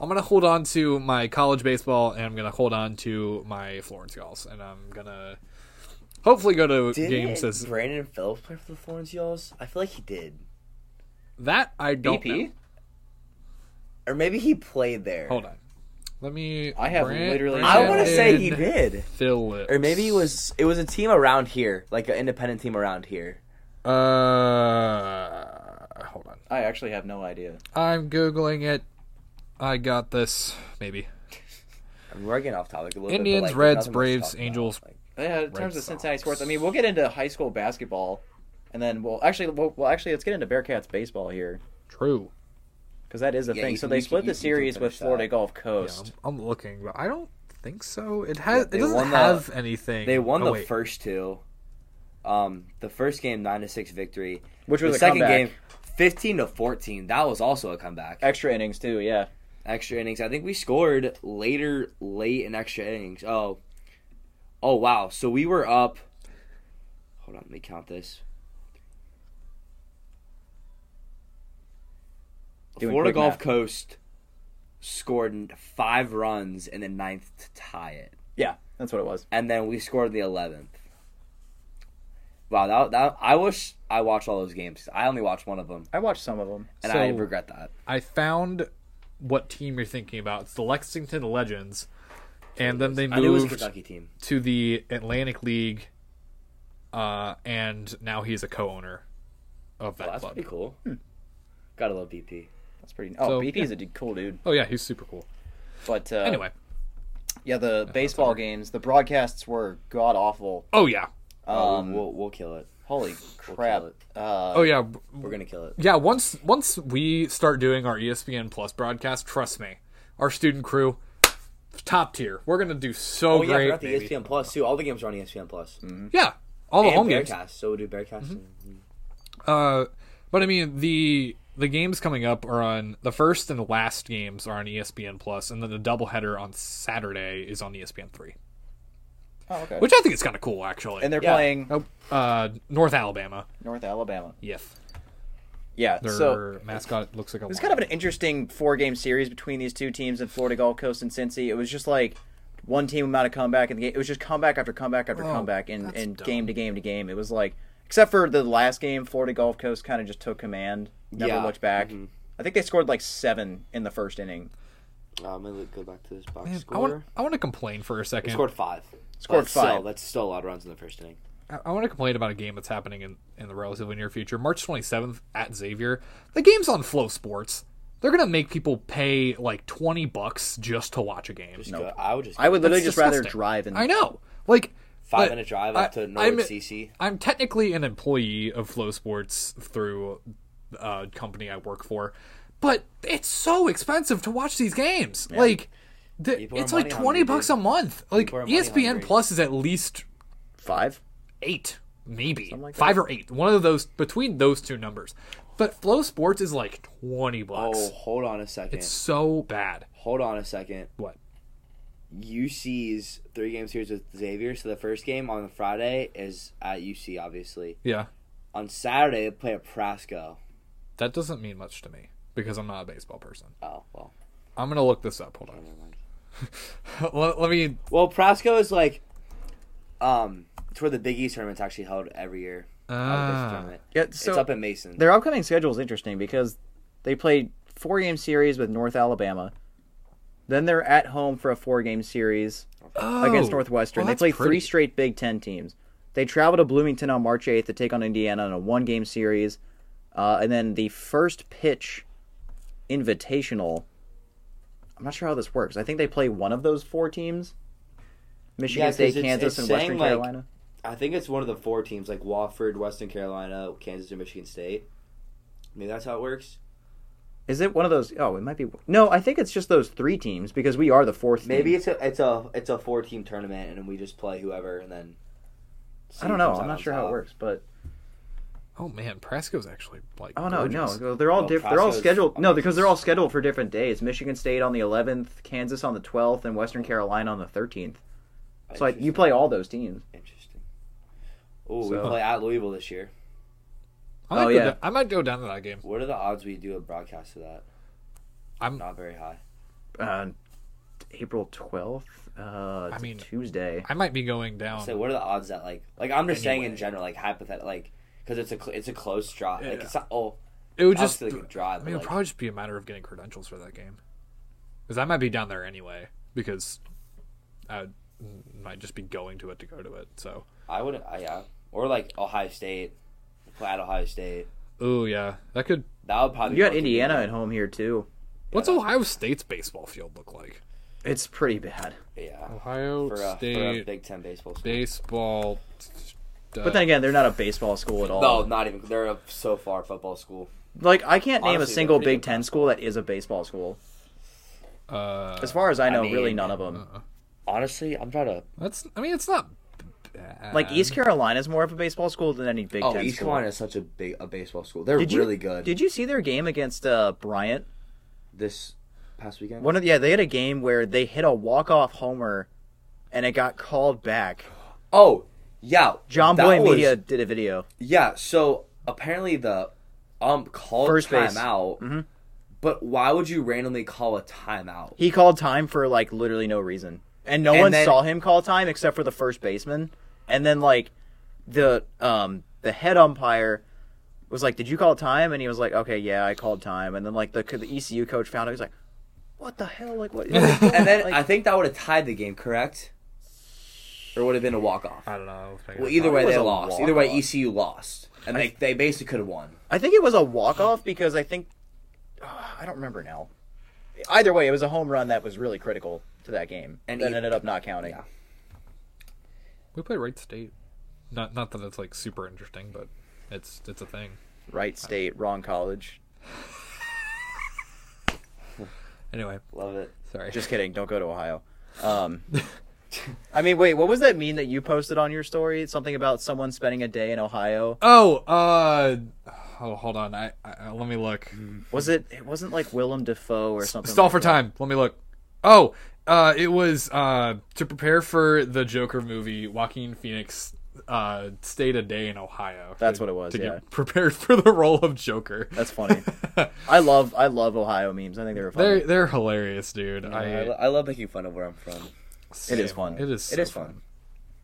Speaker 2: I'm gonna hold on to my college baseball and I'm gonna hold on to my Florence Gulls and I'm gonna hopefully go to
Speaker 3: Did
Speaker 2: games as
Speaker 3: Brandon Phillips play for the Florence Yells? I feel like he did,
Speaker 2: that I
Speaker 3: E
Speaker 2: don't
Speaker 1: BP?
Speaker 2: know.
Speaker 3: or maybe he played there.
Speaker 2: Hold on. Let me
Speaker 1: I have literally no
Speaker 3: I want to say he
Speaker 2: Brandon
Speaker 3: did,
Speaker 2: Phillips.
Speaker 3: or maybe it was it was a team around here, like an independent team around here.
Speaker 2: uh hold on.
Speaker 1: I actually have no idea.
Speaker 2: I'm googling it. I got this maybe.
Speaker 3: I mean, we're getting off topic a little
Speaker 2: Indians,
Speaker 3: bit. but, like, there's
Speaker 2: Reds,
Speaker 3: nothing much to
Speaker 2: Braves,
Speaker 3: talk about.
Speaker 2: Angels.
Speaker 3: Like,
Speaker 1: Yeah, in
Speaker 2: Red
Speaker 1: terms of
Speaker 2: Sox.
Speaker 1: Cincinnati sports, I mean, we'll get into high school basketball, and then we'll actually, we'll, well, actually, let's get into Bearcats baseball here
Speaker 2: True.
Speaker 1: because that is a
Speaker 3: Yeah,
Speaker 1: thing.
Speaker 3: you
Speaker 1: So
Speaker 3: can-
Speaker 1: they
Speaker 3: you can-
Speaker 1: split
Speaker 3: you
Speaker 1: the
Speaker 3: can
Speaker 1: series with
Speaker 3: finish that.
Speaker 1: Florida Gulf
Speaker 2: Yeah,
Speaker 1: Coast.
Speaker 2: I'm, I'm looking, but I don't think so. It has.
Speaker 3: they
Speaker 2: it doesn't
Speaker 3: won the-
Speaker 2: have anything.
Speaker 3: they won
Speaker 2: Oh,
Speaker 3: the
Speaker 2: wait.
Speaker 3: first two. Um, the first game nine to six victory,
Speaker 1: Which was
Speaker 3: the
Speaker 1: a
Speaker 3: second
Speaker 1: comeback.
Speaker 3: game fifteen to fourteen. That was also a comeback.
Speaker 1: Extra innings too, yeah.
Speaker 3: extra innings. I think we scored later, late in extra innings. Oh, oh wow! So we were up. Hold on, let me count this.
Speaker 1: Doing
Speaker 3: Florida
Speaker 1: quick
Speaker 3: Gulf
Speaker 1: math.
Speaker 3: Coast scored n- five runs in the ninth to tie it,
Speaker 1: Yeah, that's what it was.
Speaker 3: and then we scored in the eleventh. Wow, that, that I wish I watched all those games. I only watched one of them,
Speaker 1: I watched some of them.
Speaker 3: and I
Speaker 2: So-
Speaker 3: regret that.
Speaker 2: I found what team you're thinking about. It's the Lexington Legends, and then they
Speaker 3: I knew it was a
Speaker 2: moved
Speaker 3: Kentucky team.
Speaker 2: to the Atlantic League, uh, and now he's a co-owner of that
Speaker 3: Well, that's
Speaker 2: club.
Speaker 3: pretty cool. Gotta love BP.
Speaker 1: That's pretty. Oh,
Speaker 2: So,
Speaker 1: BP is a d- cool dude.
Speaker 2: Oh yeah, he's super cool.
Speaker 1: But
Speaker 3: Oh.
Speaker 1: uh,
Speaker 2: Anyway,
Speaker 1: yeah, the baseball games, the broadcasts were god awful.
Speaker 2: oh yeah,
Speaker 3: Oh,
Speaker 1: Um,
Speaker 3: we'll, we'll kill it.
Speaker 1: Holy crap!
Speaker 3: it.
Speaker 1: Uh,
Speaker 2: oh yeah,
Speaker 3: We're gonna kill it.
Speaker 2: yeah. Once once we start doing our E ESPN Plus broadcast, trust me, our student crew, top tier. We're gonna do so
Speaker 3: Oh yeah, I
Speaker 2: great.
Speaker 3: forgot
Speaker 1: E
Speaker 3: the
Speaker 2: baby.
Speaker 3: ESPN Plus too. All the games are on E ESPN Plus.
Speaker 2: Yeah, all the
Speaker 3: And
Speaker 2: Oh, home
Speaker 3: Bearcast.
Speaker 2: games. Mm-hmm.
Speaker 3: So we do Bearcast. and-
Speaker 2: Uh, but I mean the the games coming up are on the first and last games are on E ESPN Plus, and then the doubleheader on Saturday is on E ESPN three,
Speaker 1: oh, okay.
Speaker 2: which I think is kind of cool actually.
Speaker 1: and they're
Speaker 3: Yeah.
Speaker 1: playing
Speaker 2: oh, uh, North Alabama.
Speaker 1: North Alabama.
Speaker 2: Yes,
Speaker 1: Yeah.
Speaker 2: their
Speaker 1: So
Speaker 2: mascot looks like a.
Speaker 1: it's kind of an interesting four-game series between these two teams in Florida Gulf Coast and Cincy. It was just like one team amount of comeback, and the game. It was just comeback after comeback after comeback, and,
Speaker 2: that's
Speaker 1: and
Speaker 2: dumb.
Speaker 1: game to game to game. It was like, except for the last game, Florida Gulf Coast kind of just took command, never
Speaker 3: Yeah.
Speaker 1: looked back.
Speaker 2: Mm-hmm.
Speaker 1: I think they scored like seven in the first inning.
Speaker 3: Um, let me go back to this box
Speaker 2: Man, I
Speaker 3: score.
Speaker 2: want I want to complain for a
Speaker 3: We
Speaker 2: second.
Speaker 3: Scored five.
Speaker 1: Scored
Speaker 3: But still,
Speaker 1: five.
Speaker 3: that's still a lot of runs in the first inning.
Speaker 2: I, I want to complain about a game that's happening in in the relatively near future, March twenty seventh at Xavier. The game's on Flow Sports. They're gonna make people pay like twenty bucks just to watch a game.
Speaker 3: Just go- I would just
Speaker 1: I would literally
Speaker 2: That's
Speaker 1: just rather
Speaker 2: disgusting.
Speaker 1: drive and
Speaker 2: I know, like
Speaker 3: five
Speaker 2: but
Speaker 3: minute drive
Speaker 2: I-
Speaker 3: up to
Speaker 2: I'm-
Speaker 3: Norwood CC.
Speaker 2: I'm technically an employee of Flow Sports through a company uh, I work for, but it's so expensive to watch these games. Like, the,
Speaker 3: People are
Speaker 2: it's like
Speaker 3: money
Speaker 2: twenty
Speaker 3: hungry,
Speaker 2: bucks
Speaker 3: dude.
Speaker 2: a month. Like E
Speaker 3: are money
Speaker 2: ESPN
Speaker 3: hungry.
Speaker 2: Plus is at least
Speaker 1: Five.
Speaker 2: eight, maybe
Speaker 1: like that.
Speaker 2: five or eight. One of those between those two numbers. But Flow Sports is like twenty bucks.
Speaker 3: Oh, hold on a second.
Speaker 2: It's so bad.
Speaker 3: Hold on a second.
Speaker 2: What?
Speaker 3: UC's three game series with Xavier. So the first game on Friday is at UC, obviously.
Speaker 2: Yeah,
Speaker 3: On Saturday, they play at Prasco.
Speaker 2: that doesn't mean much to me because I'm not a baseball person.
Speaker 3: Oh well,
Speaker 2: I'm gonna look this up. Hold on.
Speaker 3: never mind.
Speaker 2: let, let me.
Speaker 3: Well, Prasco is like, um, it's where the Big East tournament's actually held every year. Uh, this
Speaker 2: Ah,
Speaker 3: tournament.
Speaker 1: Yeah,
Speaker 3: it's
Speaker 1: so
Speaker 3: up in Mason.
Speaker 1: their upcoming schedule is interesting because they play four game series with North Alabama. Then they're at home for a four game series against
Speaker 2: Oh,
Speaker 1: Northwestern.
Speaker 2: well,
Speaker 1: they
Speaker 2: that's
Speaker 1: play
Speaker 2: pretty.
Speaker 1: three straight Big Ten teams. They travel to Bloomington on March 8th to take on Indiana in a one game series. Uh, and then the first pitch invitational. I'm not sure how this works. I think they play one of those four teams Michigan
Speaker 3: Yeah, 'cause
Speaker 1: State,
Speaker 3: it's-
Speaker 1: Kansas,
Speaker 3: it's
Speaker 1: and Western
Speaker 3: saying, like,
Speaker 1: Carolina.
Speaker 3: I think it's one of the four teams, like Wofford, Western Carolina, Kansas, or Michigan State. Maybe that's how it works.
Speaker 1: Is it one of those? Oh, it might be. No, I think it's just those three teams because we are the fourth.
Speaker 3: Maybe
Speaker 1: team.
Speaker 3: it's a it's a it's a four team tournament, and we just play whoever, and then.
Speaker 1: I don't know. I'm not sure how it works, but
Speaker 2: oh man, Prasco's actually like.
Speaker 1: oh no, no,
Speaker 2: gorgeous.
Speaker 1: they're all
Speaker 3: Well,
Speaker 1: diff- they're all
Speaker 3: Prasco's-
Speaker 1: scheduled. No, because they're all scheduled for different days. Michigan State on the 11th, Kansas on the 12th, and Western Carolina on the 13th. So like, you play all those teams.
Speaker 3: Interesting. Oh,
Speaker 1: So-
Speaker 3: we play at Louisville this year.
Speaker 2: I might
Speaker 1: Oh,
Speaker 2: go
Speaker 1: yeah.
Speaker 2: down- I might go down to that game.
Speaker 3: What are the odds we do a broadcast of that?
Speaker 2: I'm-
Speaker 3: not very high.
Speaker 1: Uh, April 12th. Uh, it's
Speaker 2: I mean-
Speaker 1: Tuesday.
Speaker 2: I might be going down.
Speaker 3: So what are the odds that like like I'm just saying in
Speaker 2: Anyway.
Speaker 3: general like hypothetical like because it's a cl- it's a close draw like
Speaker 2: Yeah.
Speaker 3: it's not oh
Speaker 2: it would just.
Speaker 3: obviously like a draw
Speaker 2: I
Speaker 3: but
Speaker 2: mean, it'd
Speaker 3: like,
Speaker 2: probably just be a matter of getting credentials for that game, because I might be down there anyway. Because I would- might just be going to it to go to it. So,
Speaker 3: I wouldn't I, yeah or like Ohio State play at Ohio State
Speaker 2: oh yeah, that could.
Speaker 3: that would probably
Speaker 1: You got
Speaker 3: fucking be
Speaker 1: Indiana
Speaker 3: like-
Speaker 1: at home here too.
Speaker 2: What's Ohio State's baseball field look like?
Speaker 1: It's pretty bad.
Speaker 3: yeah
Speaker 2: Ohio
Speaker 3: for uh, a, for a
Speaker 2: State
Speaker 3: Big Ten baseball school.
Speaker 2: baseball.
Speaker 1: But then again, they're not a baseball school at all.
Speaker 3: no Oh, not even they're a so far football school
Speaker 1: Like I can't name a
Speaker 3: Honestly,
Speaker 1: single
Speaker 3: they're pretty
Speaker 1: Big Ten school that is a baseball school.
Speaker 2: uh,
Speaker 1: As far as I know,
Speaker 3: mean,
Speaker 1: really none of them.
Speaker 3: honestly I'm trying to
Speaker 2: that's. I mean, it's not. Bad.
Speaker 1: like East Carolina is more of a baseball school than any Big Ten
Speaker 3: oh East
Speaker 1: school.
Speaker 3: Carolina is such a big a baseball school they're
Speaker 1: Did you-
Speaker 3: really good
Speaker 1: Did you see their game against uh, Bryant?
Speaker 3: this past weekend
Speaker 1: One of yeah, they had a game where they hit a walk off homer, and it got called back.
Speaker 3: oh yeah
Speaker 1: John
Speaker 3: that
Speaker 1: Boy
Speaker 3: was-
Speaker 1: Media did a video.
Speaker 3: Yeah, so apparently the ump called
Speaker 1: First Mm-hmm. base.
Speaker 3: timeout. But why would you randomly call a timeout?
Speaker 1: He called time for like literally no reason, and no
Speaker 3: And
Speaker 1: one
Speaker 3: then-
Speaker 1: saw him call time except for the first baseman. And then like the um the head umpire was like, "Did you call time?" And he was like, "Okay, yeah, I called time." And then like the the ECU coach found out. He was like, "What the hell? Like what?"
Speaker 3: And then
Speaker 1: Like-
Speaker 3: I think that would have tied the game, correct? Or would have been a walk off.
Speaker 2: I don't know.
Speaker 3: Well, either way
Speaker 1: was
Speaker 3: they
Speaker 1: a
Speaker 3: lost. Either way
Speaker 1: walk-off.
Speaker 3: ECU lost, and they, they basically could have won.
Speaker 1: I think it was a walk off because I think uh, I don't remember now. Either way, it was a home run that was really critical to that game, and
Speaker 3: And
Speaker 1: that
Speaker 3: he-
Speaker 1: ended up not counting.
Speaker 3: Yeah.
Speaker 2: We play Wright State. Not not that it's like super interesting, but it's it's a thing.
Speaker 1: Right state, wrong college.
Speaker 2: Anyway,
Speaker 3: Love it.
Speaker 2: sorry.
Speaker 1: Just kidding. Don't go to Ohio. Um, I mean, wait, what was that meme that you posted on your story? Something about someone spending a day in Ohio?
Speaker 2: oh, uh, oh, hold on. I, I let me look.
Speaker 1: Was it? It wasn't like Willem Dafoe or something.
Speaker 2: Stall
Speaker 1: like
Speaker 2: for
Speaker 1: that.
Speaker 2: time. Let me look. Oh, uh, it was uh to prepare for the Joker movie. Joaquin Phoenix uh stayed a day in Ohio.
Speaker 1: That's
Speaker 2: to-
Speaker 1: what it was,
Speaker 2: To
Speaker 1: yeah.
Speaker 2: get prepared for the role of Joker.
Speaker 1: That's funny. I love I love Ohio memes. I think they were funny.
Speaker 2: They're they're hilarious, dude.
Speaker 3: I,
Speaker 2: I,
Speaker 3: I love making fun of where I'm from.
Speaker 1: it is fun.
Speaker 2: It is.
Speaker 3: It
Speaker 2: so
Speaker 3: is fun.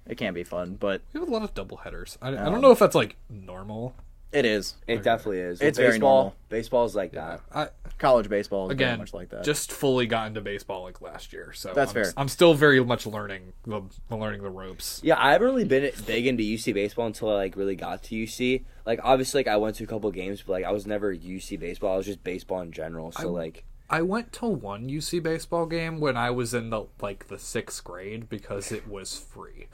Speaker 1: It can be fun, but
Speaker 2: We have a lot of double headers. I,
Speaker 1: Um,
Speaker 2: I don't know if that's like normal.
Speaker 1: it is
Speaker 3: It definitely is.
Speaker 1: It's very normal.
Speaker 3: Baseball is like that.
Speaker 2: I,
Speaker 1: college baseball is very
Speaker 2: again,
Speaker 1: much like that.
Speaker 2: just fully got into baseball like last year, so
Speaker 1: That's
Speaker 2: I'm,
Speaker 1: fair.
Speaker 2: I'm still very much learning the learning the ropes.
Speaker 3: Yeah, I haven't really been big into UC baseball until I like really got to UC. Like obviously, like I went to a couple games, but like I was never UC baseball. I was just baseball in general. So like,
Speaker 2: I went to one UC baseball game when I was in the like the sixth grade because it was free.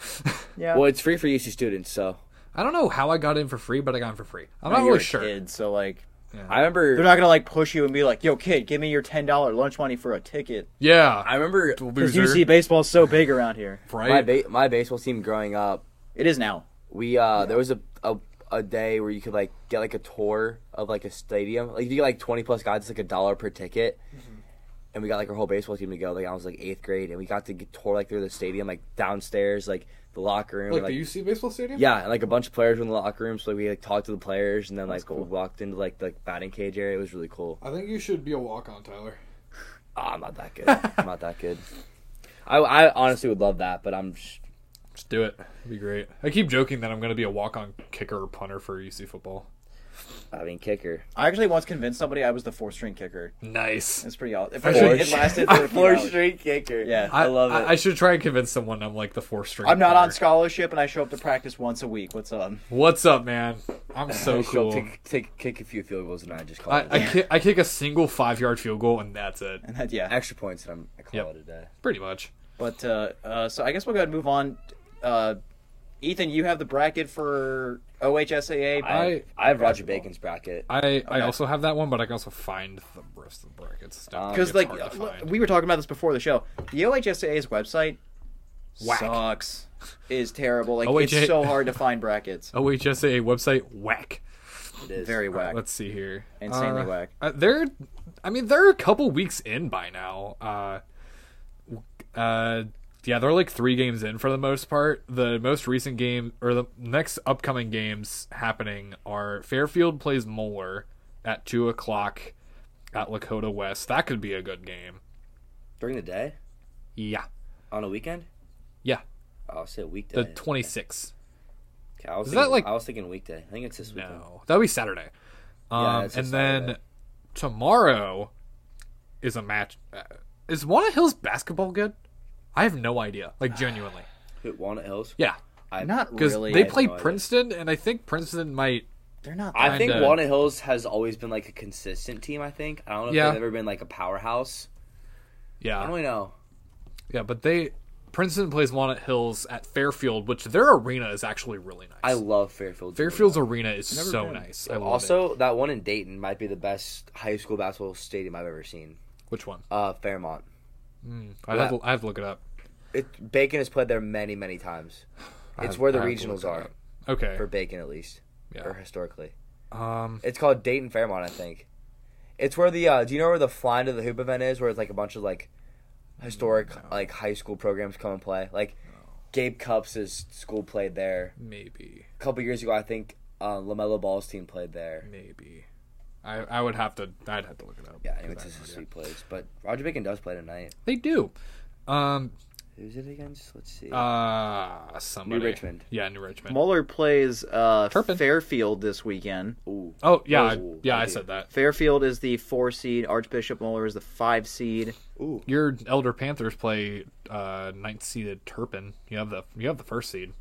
Speaker 1: yeah.
Speaker 3: well, it's free for UC students, so
Speaker 2: I don't know how I got in for free, but I got in for free. I'm not
Speaker 1: you're
Speaker 2: really
Speaker 1: a
Speaker 2: sure.
Speaker 1: kid, so like
Speaker 3: I
Speaker 1: They're
Speaker 3: remember.
Speaker 1: not gonna like push you and be like, "Yo, kid, give me your ten dollar lunch money for a ticket."
Speaker 2: Yeah,
Speaker 3: I remember
Speaker 1: Because
Speaker 2: loser,
Speaker 1: UC baseball is so big around here.
Speaker 3: my
Speaker 2: right?
Speaker 3: ba- my baseball team growing up.
Speaker 1: It is now.
Speaker 3: We uh, there was a, a a day where you could like get like a tour of like a stadium. Like you get like twenty plus guys, it's like a dollar per ticket. And we got like our whole baseball team to go. Like I was like eighth grade, and we got to get tour like through the stadium, like downstairs, like the locker room.
Speaker 2: like
Speaker 3: and,
Speaker 2: the UC baseball stadium.
Speaker 3: Yeah, and like a bunch of players were in the locker room, so like, we like talked to the players, and then like
Speaker 1: cool.
Speaker 3: we walked into like the batting cage area. It was really cool.
Speaker 2: I think you should be a walk on, Tyler.
Speaker 3: Oh, I'm not that good. I'm not that good. I, I honestly would love that, but I'm just,
Speaker 2: Just do it. It'd be great. I keep joking that I'm going to be a walk on kicker or punter for UC football.
Speaker 3: I mean kicker.
Speaker 1: I actually once convinced somebody I was the four string kicker.
Speaker 2: Nice.
Speaker 1: It's pretty awesome. It,
Speaker 2: Four-string-
Speaker 1: it lasted for a few hours.
Speaker 3: straight kicker.
Speaker 1: Yeah.
Speaker 3: I love
Speaker 2: I,
Speaker 3: it.
Speaker 2: I should try and convince someone I'm like the four string.
Speaker 1: I'm not on
Speaker 2: punter.
Speaker 1: scholarship and I show up to practice once a week. What's um, up?
Speaker 2: What's up, man? I'm so
Speaker 3: She'll
Speaker 2: cool.
Speaker 3: take, take- kick a few field goals and I just call
Speaker 2: I,
Speaker 3: it a
Speaker 2: I,
Speaker 3: day.
Speaker 2: kick, I kick a single five yard field goal and that's it,
Speaker 1: And that, yeah.
Speaker 3: extra points and I'm, I call
Speaker 2: Yep.
Speaker 3: it a day.
Speaker 2: pretty much.
Speaker 1: But uh, uh, so I guess we'll go ahead and move on. Uh, Ethan, you have the bracket for OHSAA.
Speaker 2: I-
Speaker 3: I have Roger Bacon's bracket.
Speaker 2: I, I also have that one, but I can also find the rest of the brackets.
Speaker 3: Um,
Speaker 1: because
Speaker 2: Because
Speaker 1: like uh, we were talking about this before the show, the OHSAA's website
Speaker 2: Whack.
Speaker 1: sucks. Is terrible. Like
Speaker 2: OHA
Speaker 1: it's so hard to find
Speaker 2: Oh,
Speaker 1: brackets.
Speaker 2: OHSA website whack.
Speaker 3: It is.
Speaker 1: Very whack.
Speaker 2: Let's see here.
Speaker 1: Insanely
Speaker 2: Uh,
Speaker 1: whack.
Speaker 2: Uh, they're, I mean, they're a couple weeks in by now. Uh, w- uh, yeah, they're like three games in for the most part. The most recent game or the next upcoming games happening are Fairfield plays Moeller at two o'clock at Lakota West. That could be a good game.
Speaker 3: During the day?
Speaker 2: Yeah,
Speaker 3: On a weekend?
Speaker 2: yeah.
Speaker 3: Oh, I'll say weekday.
Speaker 2: The twenty sixth.
Speaker 3: Okay, I was
Speaker 2: Is that
Speaker 3: thinking,
Speaker 2: like-
Speaker 3: I was thinking weekday. I think it's this weekend.
Speaker 2: No, that'll be Saturday. Um,
Speaker 3: it's a
Speaker 2: and then
Speaker 3: Saturday.
Speaker 2: tomorrow is a match. Uh, is Walnut Hills basketball good? I have no idea. Like genuinely,
Speaker 3: Who- Walnut Hills?
Speaker 2: yeah,
Speaker 3: I,
Speaker 1: Not
Speaker 2: because
Speaker 1: really.
Speaker 2: they
Speaker 1: I-
Speaker 2: play
Speaker 3: no idea.
Speaker 2: Princeton, and I think Princeton might.
Speaker 1: They're not.
Speaker 3: I think
Speaker 2: Kinda.
Speaker 3: Walnut Hills has always been like a consistent team, I think. I don't know if
Speaker 2: Yeah.
Speaker 3: they've ever been like a powerhouse. I don't
Speaker 2: Yeah,
Speaker 3: really know.
Speaker 2: yeah, but they Princeton plays Walnut Hills at Fairfield, which their arena is actually really nice.
Speaker 3: I love Fairfield.
Speaker 2: Fairfield's arena is
Speaker 1: Never
Speaker 2: so
Speaker 1: been.
Speaker 2: nice. I love it.
Speaker 3: Also, that one in Dayton might be the best high school basketball stadium I've ever seen.
Speaker 2: which one?
Speaker 3: Uh, Fairmont.
Speaker 2: I have to, I have to look it up.
Speaker 3: It, Bacon has played there many, many times. It's
Speaker 2: have-
Speaker 3: where the
Speaker 2: I have to look
Speaker 3: regionals
Speaker 2: that
Speaker 3: are
Speaker 2: up. Okay,
Speaker 3: for Bacon, at least, or
Speaker 2: yeah.
Speaker 3: historically.
Speaker 2: Um,
Speaker 3: It's called Dayton Fairmont, I think. It's where the uh, do you know where the flying to the hoop event is? Where it's like a bunch of like historic like high school programs come and play. Like Gabe Cups' school played there
Speaker 2: maybe,
Speaker 3: a couple years ago. I think uh, Lamelo Ball's team played there.
Speaker 2: maybe. I I would have to. I'd have to look it up.
Speaker 3: Yeah, anyway,
Speaker 2: 'cause
Speaker 3: it's
Speaker 2: I
Speaker 3: just
Speaker 2: have
Speaker 3: a
Speaker 2: no
Speaker 3: sweet
Speaker 2: idea.
Speaker 3: place. But Roger Bacon does play tonight.
Speaker 2: They do. Um,
Speaker 3: Who's it against? Let's see.
Speaker 2: uh, somebody.
Speaker 3: New Richmond.
Speaker 2: Yeah, New Richmond.
Speaker 1: Muller plays uh,
Speaker 2: Turpin.
Speaker 1: Fairfield this weekend.
Speaker 3: Ooh,
Speaker 2: oh, yeah, I-
Speaker 3: Ooh,
Speaker 2: yeah, I
Speaker 3: okay.
Speaker 2: said that.
Speaker 1: Fairfield is the four seed. Archbishop Muller is the five seed.
Speaker 3: ooh.
Speaker 2: Your Elder Panthers play uh, ninth seeded Turpin. You have the you have the first seed.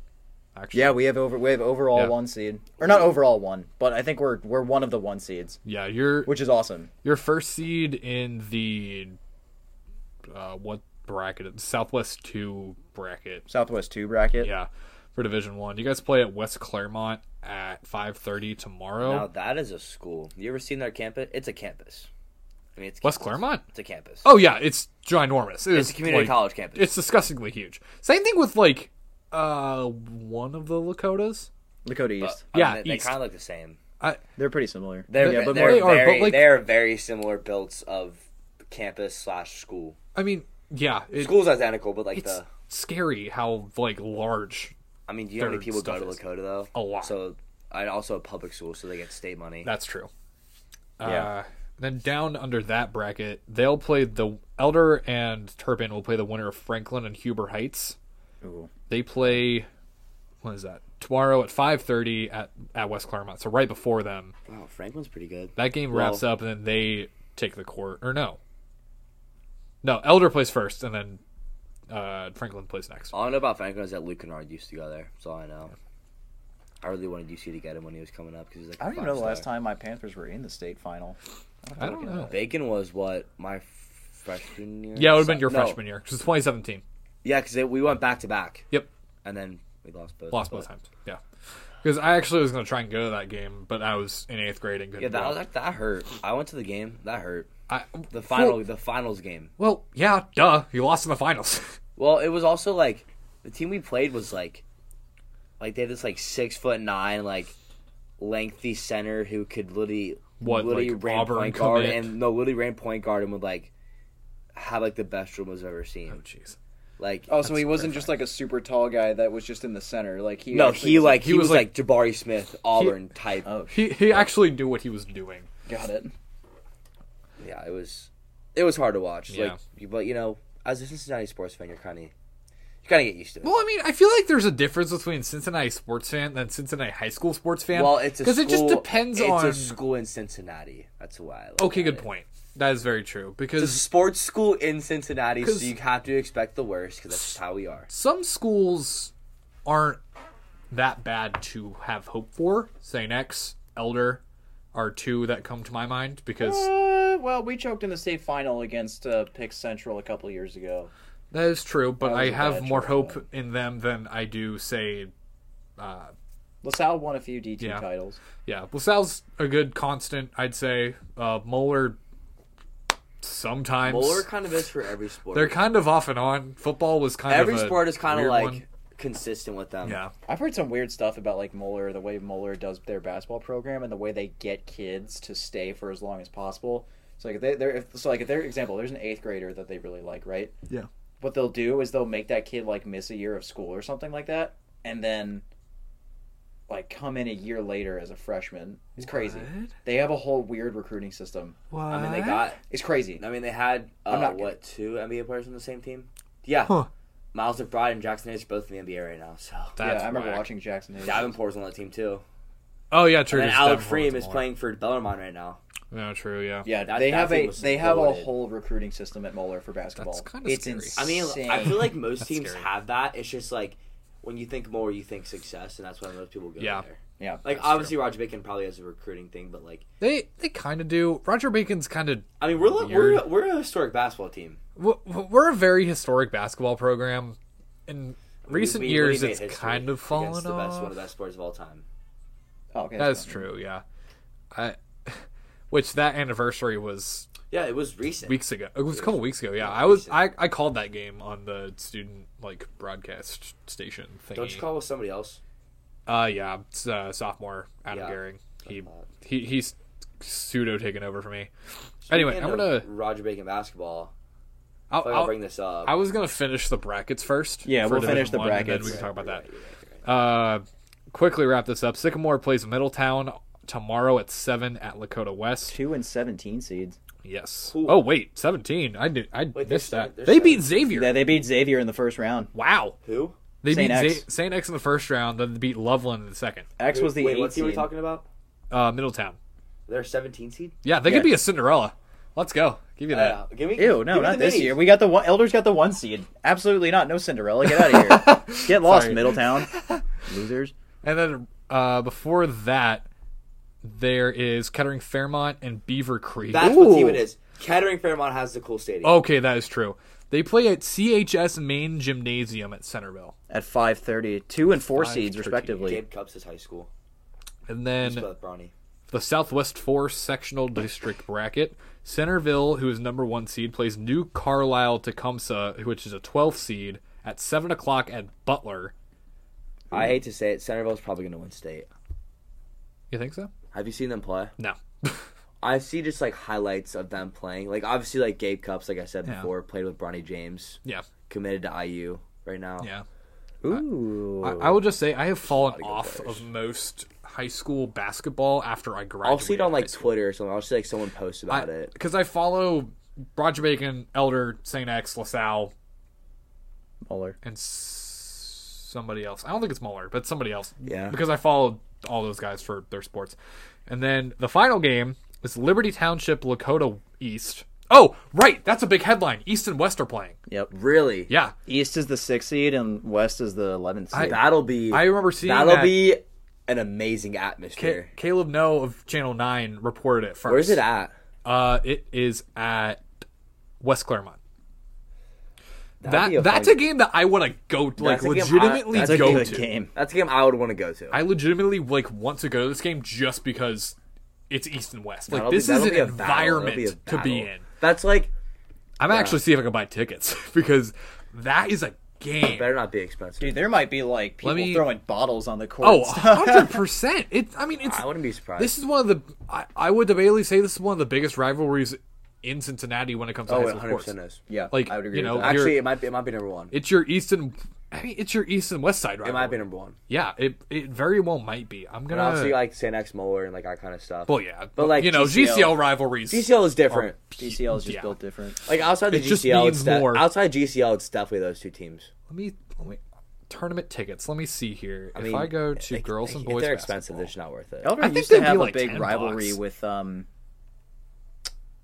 Speaker 2: Actually,
Speaker 1: Yeah, we have over we have overall
Speaker 2: Yeah.
Speaker 1: one seed, or not overall one, but I think we're we're one of the one seeds,
Speaker 2: yeah. Your
Speaker 1: which is awesome.
Speaker 2: your first seed in the uh, what bracket? Southwest two bracket.
Speaker 1: Southwest two bracket.
Speaker 2: Yeah, for Division One. You guys play at West Claremont at five thirty tomorrow.
Speaker 3: Now that is a school. You ever seen their campus? It's a campus. I mean, it's
Speaker 2: West
Speaker 3: campus.
Speaker 2: Claremont.
Speaker 3: It's a campus.
Speaker 2: Oh yeah, it's ginormous. It
Speaker 3: it's
Speaker 2: is,
Speaker 3: a community
Speaker 2: like,
Speaker 3: college campus.
Speaker 2: It's disgustingly huge. Same thing with like uh one of the Lakotas.
Speaker 1: Lakota East.
Speaker 3: I mean,
Speaker 2: yeah,
Speaker 3: they- they
Speaker 2: east.
Speaker 3: kind of look the same.
Speaker 1: They're pretty similar.
Speaker 3: They're,
Speaker 2: Yeah, but
Speaker 3: they're
Speaker 2: they are, but,
Speaker 3: very,
Speaker 2: like-
Speaker 3: they are very similar builds of campus slash school.
Speaker 2: I mean, yeah, it,
Speaker 3: School's identical, but like
Speaker 2: it's
Speaker 3: the,
Speaker 2: scary how like large.
Speaker 3: I mean, do you know how many
Speaker 2: third
Speaker 3: people go
Speaker 2: stuff
Speaker 3: to
Speaker 2: is-
Speaker 3: Lakota though?
Speaker 2: a lot.
Speaker 3: So, and also a public school, so they get state money.
Speaker 2: That's true.
Speaker 1: Yeah.
Speaker 2: Uh, then down under that bracket, they'll play the Elder and Turpin will play the winner of Franklin and Huber Heights.
Speaker 1: Ooh.
Speaker 2: They play what is that? Tomorrow at five thirty at at West Claremont. So right before them.
Speaker 3: Wow, Franklin's pretty good.
Speaker 2: That game wraps up, and then they take the court, or no? No, Elder plays first, and then uh, Franklin plays next.
Speaker 3: All I know about Franklin is that Luke Kennard used to go there. That's all I know. I really wanted UC to get him when he was coming up because he's like.
Speaker 1: I
Speaker 3: a
Speaker 1: don't even know the
Speaker 3: five-star.
Speaker 1: last time my Panthers were in the state final.
Speaker 2: I don't know.
Speaker 3: Bacon was what my freshman year.
Speaker 2: Yeah, it would have been your
Speaker 3: No.
Speaker 2: freshman year. 'cause It's 2017.
Speaker 3: Yeah, because we went back to back,
Speaker 2: Yep,
Speaker 3: and then we lost both.
Speaker 2: lost
Speaker 3: but-
Speaker 2: both times. Yeah, Because I actually was going to try and go to that game, but I was in eighth grade and couldn't.
Speaker 3: Yeah, that
Speaker 2: go.
Speaker 3: was that, that hurt. I went to the game. That hurt.
Speaker 2: I,
Speaker 3: The final,
Speaker 2: Well,
Speaker 3: the finals game.
Speaker 2: well, yeah, duh. You lost in the finals.
Speaker 3: Well, it was also like the team we played was like, like they had this like six foot nine like lengthy center who could literally
Speaker 2: What,
Speaker 3: literally
Speaker 2: like
Speaker 3: ran
Speaker 2: Auburn
Speaker 3: point guard
Speaker 2: commit?
Speaker 3: and no literally ran point guard and would like have like the best dribble I've ever
Speaker 2: oh,
Speaker 3: seen.
Speaker 2: jeez.
Speaker 3: Like
Speaker 1: Oh, so he wasn't just like a super tall guy that was just in the center. Like he
Speaker 3: no,
Speaker 1: actually
Speaker 3: he
Speaker 1: was,
Speaker 3: like he,
Speaker 2: was,
Speaker 3: was like, Jabari Smith Auburn type.
Speaker 1: oh sh-
Speaker 2: He he actually knew what he was doing.
Speaker 1: got it.
Speaker 3: Yeah, it was it was hard to watch.
Speaker 2: Yeah.
Speaker 3: Like, you- but you know, as a Cincinnati sports fan, you're kind of you kind of get used to it.
Speaker 2: Well, I mean, I feel like there's a difference between Cincinnati sports fan and Cincinnati high school sports fan.
Speaker 3: Well, it's a
Speaker 2: because it just
Speaker 3: school-
Speaker 2: depends
Speaker 3: it's
Speaker 2: on.
Speaker 3: a school in Cincinnati. That's why. I look
Speaker 2: okay,
Speaker 3: at
Speaker 2: good
Speaker 3: it.
Speaker 2: point. That is very true
Speaker 3: It's a
Speaker 2: because
Speaker 3: sports school in Cincinnati, so
Speaker 2: 'Cause-
Speaker 3: you have to expect the worst because that's just how we are.
Speaker 2: some schools aren't that bad to have hope for. St. X, Elder, are two that come to my mind because
Speaker 1: Uh, well, we choked in the state final against uh, Pick Central a couple years ago.
Speaker 2: that is true. But
Speaker 1: That
Speaker 2: I
Speaker 1: was a
Speaker 2: have
Speaker 1: bad
Speaker 2: more
Speaker 1: choice,
Speaker 2: hope
Speaker 1: though.
Speaker 2: in them than I do say. Uh,
Speaker 1: LaSalle won a few D2
Speaker 2: Yeah.
Speaker 1: titles.
Speaker 2: yeah, LaSalle's a good constant, I'd say. Uh, Moeller, sometimes.
Speaker 3: Bowler kind of is for every sport.
Speaker 2: They're kind of off and on. Football was kind of
Speaker 3: every
Speaker 2: a
Speaker 3: sport is kind of
Speaker 2: weird
Speaker 3: like
Speaker 2: one.
Speaker 3: consistent with them.
Speaker 2: yeah.
Speaker 1: I've heard some weird stuff about like Moeller, the way Moeller does their basketball program, and the way they get kids to stay for as long as possible. So like they, they're if, so like if their example, there's an eighth grader that they really like, right?
Speaker 2: Yeah.
Speaker 1: What they'll do is they'll make that kid like miss a year of school or something like that, and then like come in a year later as a freshman. It's crazy.
Speaker 2: What?
Speaker 1: They have a whole weird recruiting system.
Speaker 2: What?
Speaker 3: I mean they got.
Speaker 1: It's crazy.
Speaker 3: I mean they had uh,
Speaker 1: I'm not
Speaker 3: what two NBA players on the same team? Yeah,
Speaker 2: Huh.
Speaker 3: Miles McBride and Jackson Hayes are both in the NBA right now. So
Speaker 2: That's
Speaker 1: yeah, I remember
Speaker 2: whack.
Speaker 1: watching Jackson. Hayes.
Speaker 3: Davenport's on that team too.
Speaker 2: Oh yeah, true.
Speaker 3: and
Speaker 2: just
Speaker 3: Alec
Speaker 2: Davenport
Speaker 3: Freem
Speaker 2: was
Speaker 3: is
Speaker 2: more.
Speaker 3: playing for Bellarmine right now.
Speaker 2: No, true. Yeah.
Speaker 1: Yeah,
Speaker 3: That-
Speaker 1: they
Speaker 3: that
Speaker 1: have
Speaker 3: team
Speaker 1: a
Speaker 3: was
Speaker 1: they have a
Speaker 3: loaded.
Speaker 1: whole recruiting system at Moeller for basketball.
Speaker 2: That's kinda
Speaker 1: it's
Speaker 2: scary.
Speaker 3: I mean, I
Speaker 1: insane.
Speaker 3: feel like most
Speaker 2: That's
Speaker 3: teams
Speaker 2: scary.
Speaker 3: have that. It's just like when you think more, you think success, and that's why most people go
Speaker 2: Yeah.
Speaker 3: there.
Speaker 1: yeah,
Speaker 3: Like
Speaker 2: That's
Speaker 3: obviously, Roger Bacon probably has a recruiting thing, but like
Speaker 2: They they kind of do. Roger Bacon's kind of
Speaker 3: I mean, we're like,
Speaker 2: Weird.
Speaker 3: we're we're a historic basketball team.
Speaker 2: we're a very historic basketball program. In recent
Speaker 3: We- we- we
Speaker 2: years,
Speaker 3: made
Speaker 2: it's
Speaker 3: history
Speaker 2: kind of
Speaker 3: against
Speaker 2: fallen
Speaker 3: the best, one
Speaker 2: off.
Speaker 3: of the best sports of all time.
Speaker 1: oh, okay,
Speaker 2: That's
Speaker 1: fine.
Speaker 2: true. Yeah. I. Which that anniversary was
Speaker 3: Yeah, it was recent.
Speaker 2: weeks ago. It was a couple weeks ago. Yeah, I was I, I called that game on the student like broadcast station thing.
Speaker 3: Don't you call with somebody else?
Speaker 2: Uh, yeah, it's, uh, sophomore Adam
Speaker 3: Yeah. Uh,
Speaker 2: Gehring. He,
Speaker 3: thought.
Speaker 2: he he's pseudo taken over for me. Anyway, I'm
Speaker 3: Speaking
Speaker 2: gonna
Speaker 3: of Roger Bacon basketball.
Speaker 2: I'll,
Speaker 3: I'll, I'll
Speaker 2: I'll,
Speaker 3: bring this up.
Speaker 2: I was gonna finish the brackets first.
Speaker 1: Yeah,
Speaker 2: for
Speaker 1: we'll finish
Speaker 2: Division
Speaker 1: the
Speaker 2: One, and
Speaker 1: brackets.
Speaker 2: then we can talk about
Speaker 3: Right, right, right, right.
Speaker 2: that. Uh, quickly wrap this up. Sycamore plays Middletown tomorrow at seven at Lakota West.
Speaker 1: Two and seventeen seeds.
Speaker 2: Yes.
Speaker 3: Cool.
Speaker 2: Oh wait, seventeen. I did. I
Speaker 3: Wait,
Speaker 2: missed
Speaker 3: they're
Speaker 2: that.
Speaker 3: seven- they're
Speaker 2: they beat
Speaker 3: seven.
Speaker 2: Xavier.
Speaker 1: Yeah, they beat Xavier in the first round.
Speaker 2: wow.
Speaker 3: Who?
Speaker 2: They
Speaker 1: Saint
Speaker 2: beat
Speaker 1: X.
Speaker 2: X. Saint X in the first round. Then they beat Loveland in the second.
Speaker 1: X was the
Speaker 3: Wait,
Speaker 1: eight
Speaker 3: what team are we
Speaker 1: seed.
Speaker 3: talking about?
Speaker 2: Uh, Middletown.
Speaker 3: They're 17 seed.
Speaker 2: Yeah, they
Speaker 1: Yeah.
Speaker 2: could be a Cinderella. Let's go. Give you that.
Speaker 3: Uh, give me.
Speaker 1: Ew,
Speaker 3: give
Speaker 1: no,
Speaker 3: me
Speaker 1: not
Speaker 3: the
Speaker 1: this
Speaker 3: minis.
Speaker 1: year. We got the one, Elders got the one seed. Absolutely not. No Cinderella. Get out of here. Get lost,
Speaker 2: Sorry.
Speaker 1: Middletown. Losers.
Speaker 2: And then uh, before that, there is Kettering Fairmont and Beaver Creek.
Speaker 3: That's what team
Speaker 1: Ooh.
Speaker 3: it is. Kettering Fairmont has the cool stadium.
Speaker 2: okay, that is true. They play at CHS Main Gymnasium at Centerville.
Speaker 1: At five thirty, two and four seeds
Speaker 2: 5:30.
Speaker 1: respectively.
Speaker 3: Gabe Cups is high school.
Speaker 2: And
Speaker 3: He's
Speaker 2: then
Speaker 3: with Bronny.
Speaker 2: the Southwest 4 sectional district bracket. Centerville, who is number one seed, plays New Carlisle Tecumseh, which is a 12th seed, at 7 o'clock at Butler.
Speaker 3: I hate to say it, Centerville's probably going to win state.
Speaker 2: You think so?
Speaker 3: Have you seen them play?
Speaker 2: No.
Speaker 3: I see just like highlights of them playing. Like obviously, like Gabe Cups, like I said
Speaker 2: Yeah.
Speaker 3: before, played with Bronny James,
Speaker 2: yeah.
Speaker 3: committed to IU right now.
Speaker 2: Yeah.
Speaker 1: Ooh.
Speaker 2: I, I will just say I have fallen
Speaker 3: good
Speaker 2: off
Speaker 3: players.
Speaker 2: of most high school basketball after I graduated.
Speaker 3: I'll see it on
Speaker 2: high
Speaker 3: like
Speaker 2: school.
Speaker 3: Twitter or something. I'll see like someone post about it.
Speaker 2: because I follow Roger Bacon, Elder, Saint X, LaSalle,
Speaker 1: Muller.
Speaker 2: and s- somebody else. I don't think it's Muller, but somebody else.
Speaker 3: Yeah.
Speaker 2: Because I followed all those guys for their sports, and then the final game is Liberty Township, Lakota East. Oh, right, that's a big headline. East and West are playing.
Speaker 1: Yep.
Speaker 3: Really?
Speaker 2: Yeah,
Speaker 1: East is the sixth seed and West is the eleventh seed.
Speaker 3: That'll be.
Speaker 2: I remember seeing
Speaker 3: That'll
Speaker 2: that.
Speaker 3: be an amazing
Speaker 2: Ca-
Speaker 3: atmosphere.
Speaker 2: Caleb No of Channel Nine reported it first.
Speaker 3: Where's it at?
Speaker 2: Uh, it is at West Claremont. That
Speaker 3: be a
Speaker 2: that's
Speaker 3: fun-
Speaker 2: a game that I want to go like
Speaker 3: That's a game I-
Speaker 2: legitimately
Speaker 3: that's
Speaker 1: a
Speaker 2: go
Speaker 1: good
Speaker 2: to.
Speaker 1: game.
Speaker 3: That's a game I would want to go to.
Speaker 2: I legitimately like want to go to this game just because it's East and West. Like
Speaker 3: That'll
Speaker 2: this
Speaker 3: be-
Speaker 2: is
Speaker 3: that'll
Speaker 2: an
Speaker 3: be a battle. That'll
Speaker 2: environment
Speaker 3: be a
Speaker 2: to be
Speaker 3: battle.
Speaker 2: in.
Speaker 3: That's like
Speaker 2: I'm actually see if I can buy tickets because that is a game.
Speaker 3: better not be expensive.
Speaker 1: Dude, there might be like people
Speaker 2: me-
Speaker 1: throwing bottles on the court.
Speaker 2: Oh,
Speaker 1: and stuff.
Speaker 2: 100 percent. It. I mean, it's.
Speaker 3: I wouldn't be surprised.
Speaker 2: This is one of the. I, I would debatably say this is one of the biggest rivalries in Cincinnati when it comes to
Speaker 3: oh,
Speaker 2: high
Speaker 3: it
Speaker 2: school
Speaker 3: 100
Speaker 2: sports.
Speaker 3: percent is.
Speaker 1: yeah,
Speaker 2: Like
Speaker 1: I would agree
Speaker 2: you know,
Speaker 1: with that.
Speaker 2: your-
Speaker 3: Actually, it might be. It might be number one.
Speaker 2: it's your East and. I mean, it's your East and West Side
Speaker 3: It
Speaker 2: rivalry.
Speaker 3: might be number one.
Speaker 2: Yeah, it it very well might be. I'm
Speaker 3: And
Speaker 2: gonna.
Speaker 3: obviously, like San X Moeller and like that kind of stuff.
Speaker 2: well, yeah, but,
Speaker 3: like,
Speaker 2: you know,
Speaker 3: GCL
Speaker 2: GCL rivalries.
Speaker 3: GCL is different.
Speaker 1: DCL is just
Speaker 2: yeah.
Speaker 1: built different.
Speaker 3: Like outside the
Speaker 2: It just
Speaker 3: GCL,
Speaker 2: means
Speaker 3: it's de-
Speaker 2: more.
Speaker 3: outside GCL, it's definitely those two teams.
Speaker 2: Let me let me tournament tickets. Let me see here.
Speaker 3: mean,
Speaker 2: if I go to
Speaker 3: Like,
Speaker 2: girls and
Speaker 3: if
Speaker 2: boys,
Speaker 3: They're expensive.
Speaker 2: basketball,
Speaker 3: They're just not worth it.
Speaker 1: Elder
Speaker 2: I think
Speaker 1: used to
Speaker 2: they'd be
Speaker 1: have a
Speaker 2: like
Speaker 1: big
Speaker 2: 10
Speaker 1: rivalry
Speaker 2: bucks.
Speaker 1: with um.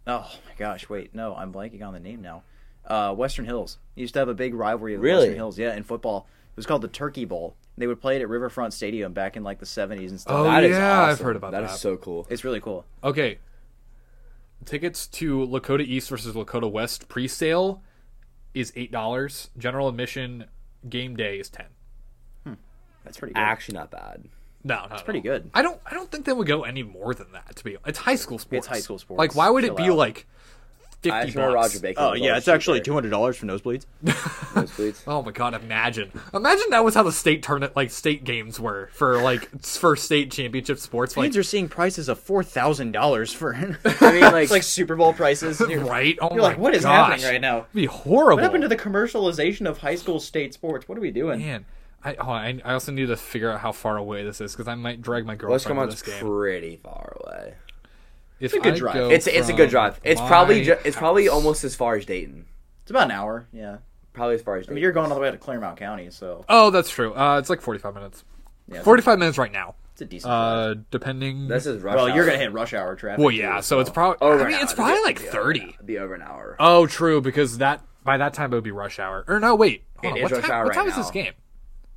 Speaker 1: Oh my gosh! Wait, no, I'm blanking on the name now. Uh, Western Hills They used to have a big rivalry with Western
Speaker 3: Really?
Speaker 1: Hills. Yeah, in football, it was called the Turkey Bowl. They would play it at Riverfront Stadium back in like the 70s and stuff.
Speaker 2: Oh,
Speaker 3: That is
Speaker 2: yeah, I've
Speaker 3: awesome.
Speaker 2: heard about
Speaker 3: That
Speaker 2: that.
Speaker 3: is so cool.
Speaker 1: It's really cool.
Speaker 2: Okay. Tickets to Lakota East versus Lakota West pre-sale is eight dollars. General admission game day is ten.
Speaker 1: That's pretty. good.
Speaker 3: Actually, not bad.
Speaker 2: No, no, that's
Speaker 1: pretty good.
Speaker 2: I don't, I don't think they would go any more than that. To be, it's high school
Speaker 1: It's
Speaker 2: sports.
Speaker 1: high school sports.
Speaker 2: Like, why would it
Speaker 1: Chill
Speaker 2: be
Speaker 1: out.
Speaker 2: like
Speaker 3: I
Speaker 2: fifty
Speaker 3: actually know
Speaker 2: bucks?
Speaker 3: Roger Bacon.
Speaker 1: Oh,
Speaker 3: was always cheaper.
Speaker 1: hundred dollars for nosebleeds.
Speaker 3: Nosebleeds.
Speaker 2: Oh my god! Imagine, imagine that was how the state tournament, like state games were for like s- for state championship sports. Like,
Speaker 1: Fans are seeing prices of four thousand dollars for.
Speaker 3: I mean, like,
Speaker 1: it's like Super Bowl prices. and You're,
Speaker 2: right? Oh
Speaker 1: you're
Speaker 2: my
Speaker 1: like, what is
Speaker 2: gosh.
Speaker 1: happening right now?
Speaker 2: It'd be horrible.
Speaker 1: What happened to the commercialization of high school state sports? What are we doing?
Speaker 2: man? I, oh, I, I also need to figure out how far away this is because I might drag my
Speaker 3: West
Speaker 2: girlfriend to
Speaker 3: Vermont's
Speaker 2: this game.
Speaker 3: pretty far away.
Speaker 2: If
Speaker 1: a good
Speaker 2: I
Speaker 1: drive.
Speaker 2: go
Speaker 3: It's it's a
Speaker 2: from
Speaker 3: good drive. It's probably
Speaker 2: my
Speaker 3: ju- it's probably
Speaker 2: house-
Speaker 3: almost as far as Dayton.
Speaker 1: It's about an hour. Yeah,
Speaker 3: Probably as far as
Speaker 1: I
Speaker 3: Dayton.
Speaker 1: mean you're going all the way to Claremont County, so
Speaker 2: Oh, that's true. Uh, it's like forty-five minutes.
Speaker 1: yeah, it's-
Speaker 2: Forty-five minutes right now.
Speaker 1: It's a decent. drive.
Speaker 2: Uh, depending.
Speaker 3: This is Oh, rush.
Speaker 1: well, you're
Speaker 3: hour.
Speaker 1: gonna hit rush hour traffic.
Speaker 2: well,
Speaker 1: too,
Speaker 2: yeah. So it's probably.
Speaker 3: Over
Speaker 2: I
Speaker 3: an
Speaker 2: mean,
Speaker 3: hour.
Speaker 2: it's
Speaker 3: It'd be-
Speaker 2: probably
Speaker 3: it'd
Speaker 2: like
Speaker 3: be over an-
Speaker 2: thirty.
Speaker 3: it'd Be over an hour.
Speaker 2: Oh, true. Because that by that time it would be rush hour. Or no, wait. Hold
Speaker 3: It
Speaker 2: on.
Speaker 3: is
Speaker 2: What
Speaker 3: rush
Speaker 2: time,
Speaker 3: hour
Speaker 2: what
Speaker 3: right
Speaker 2: time is
Speaker 3: now.
Speaker 2: this game?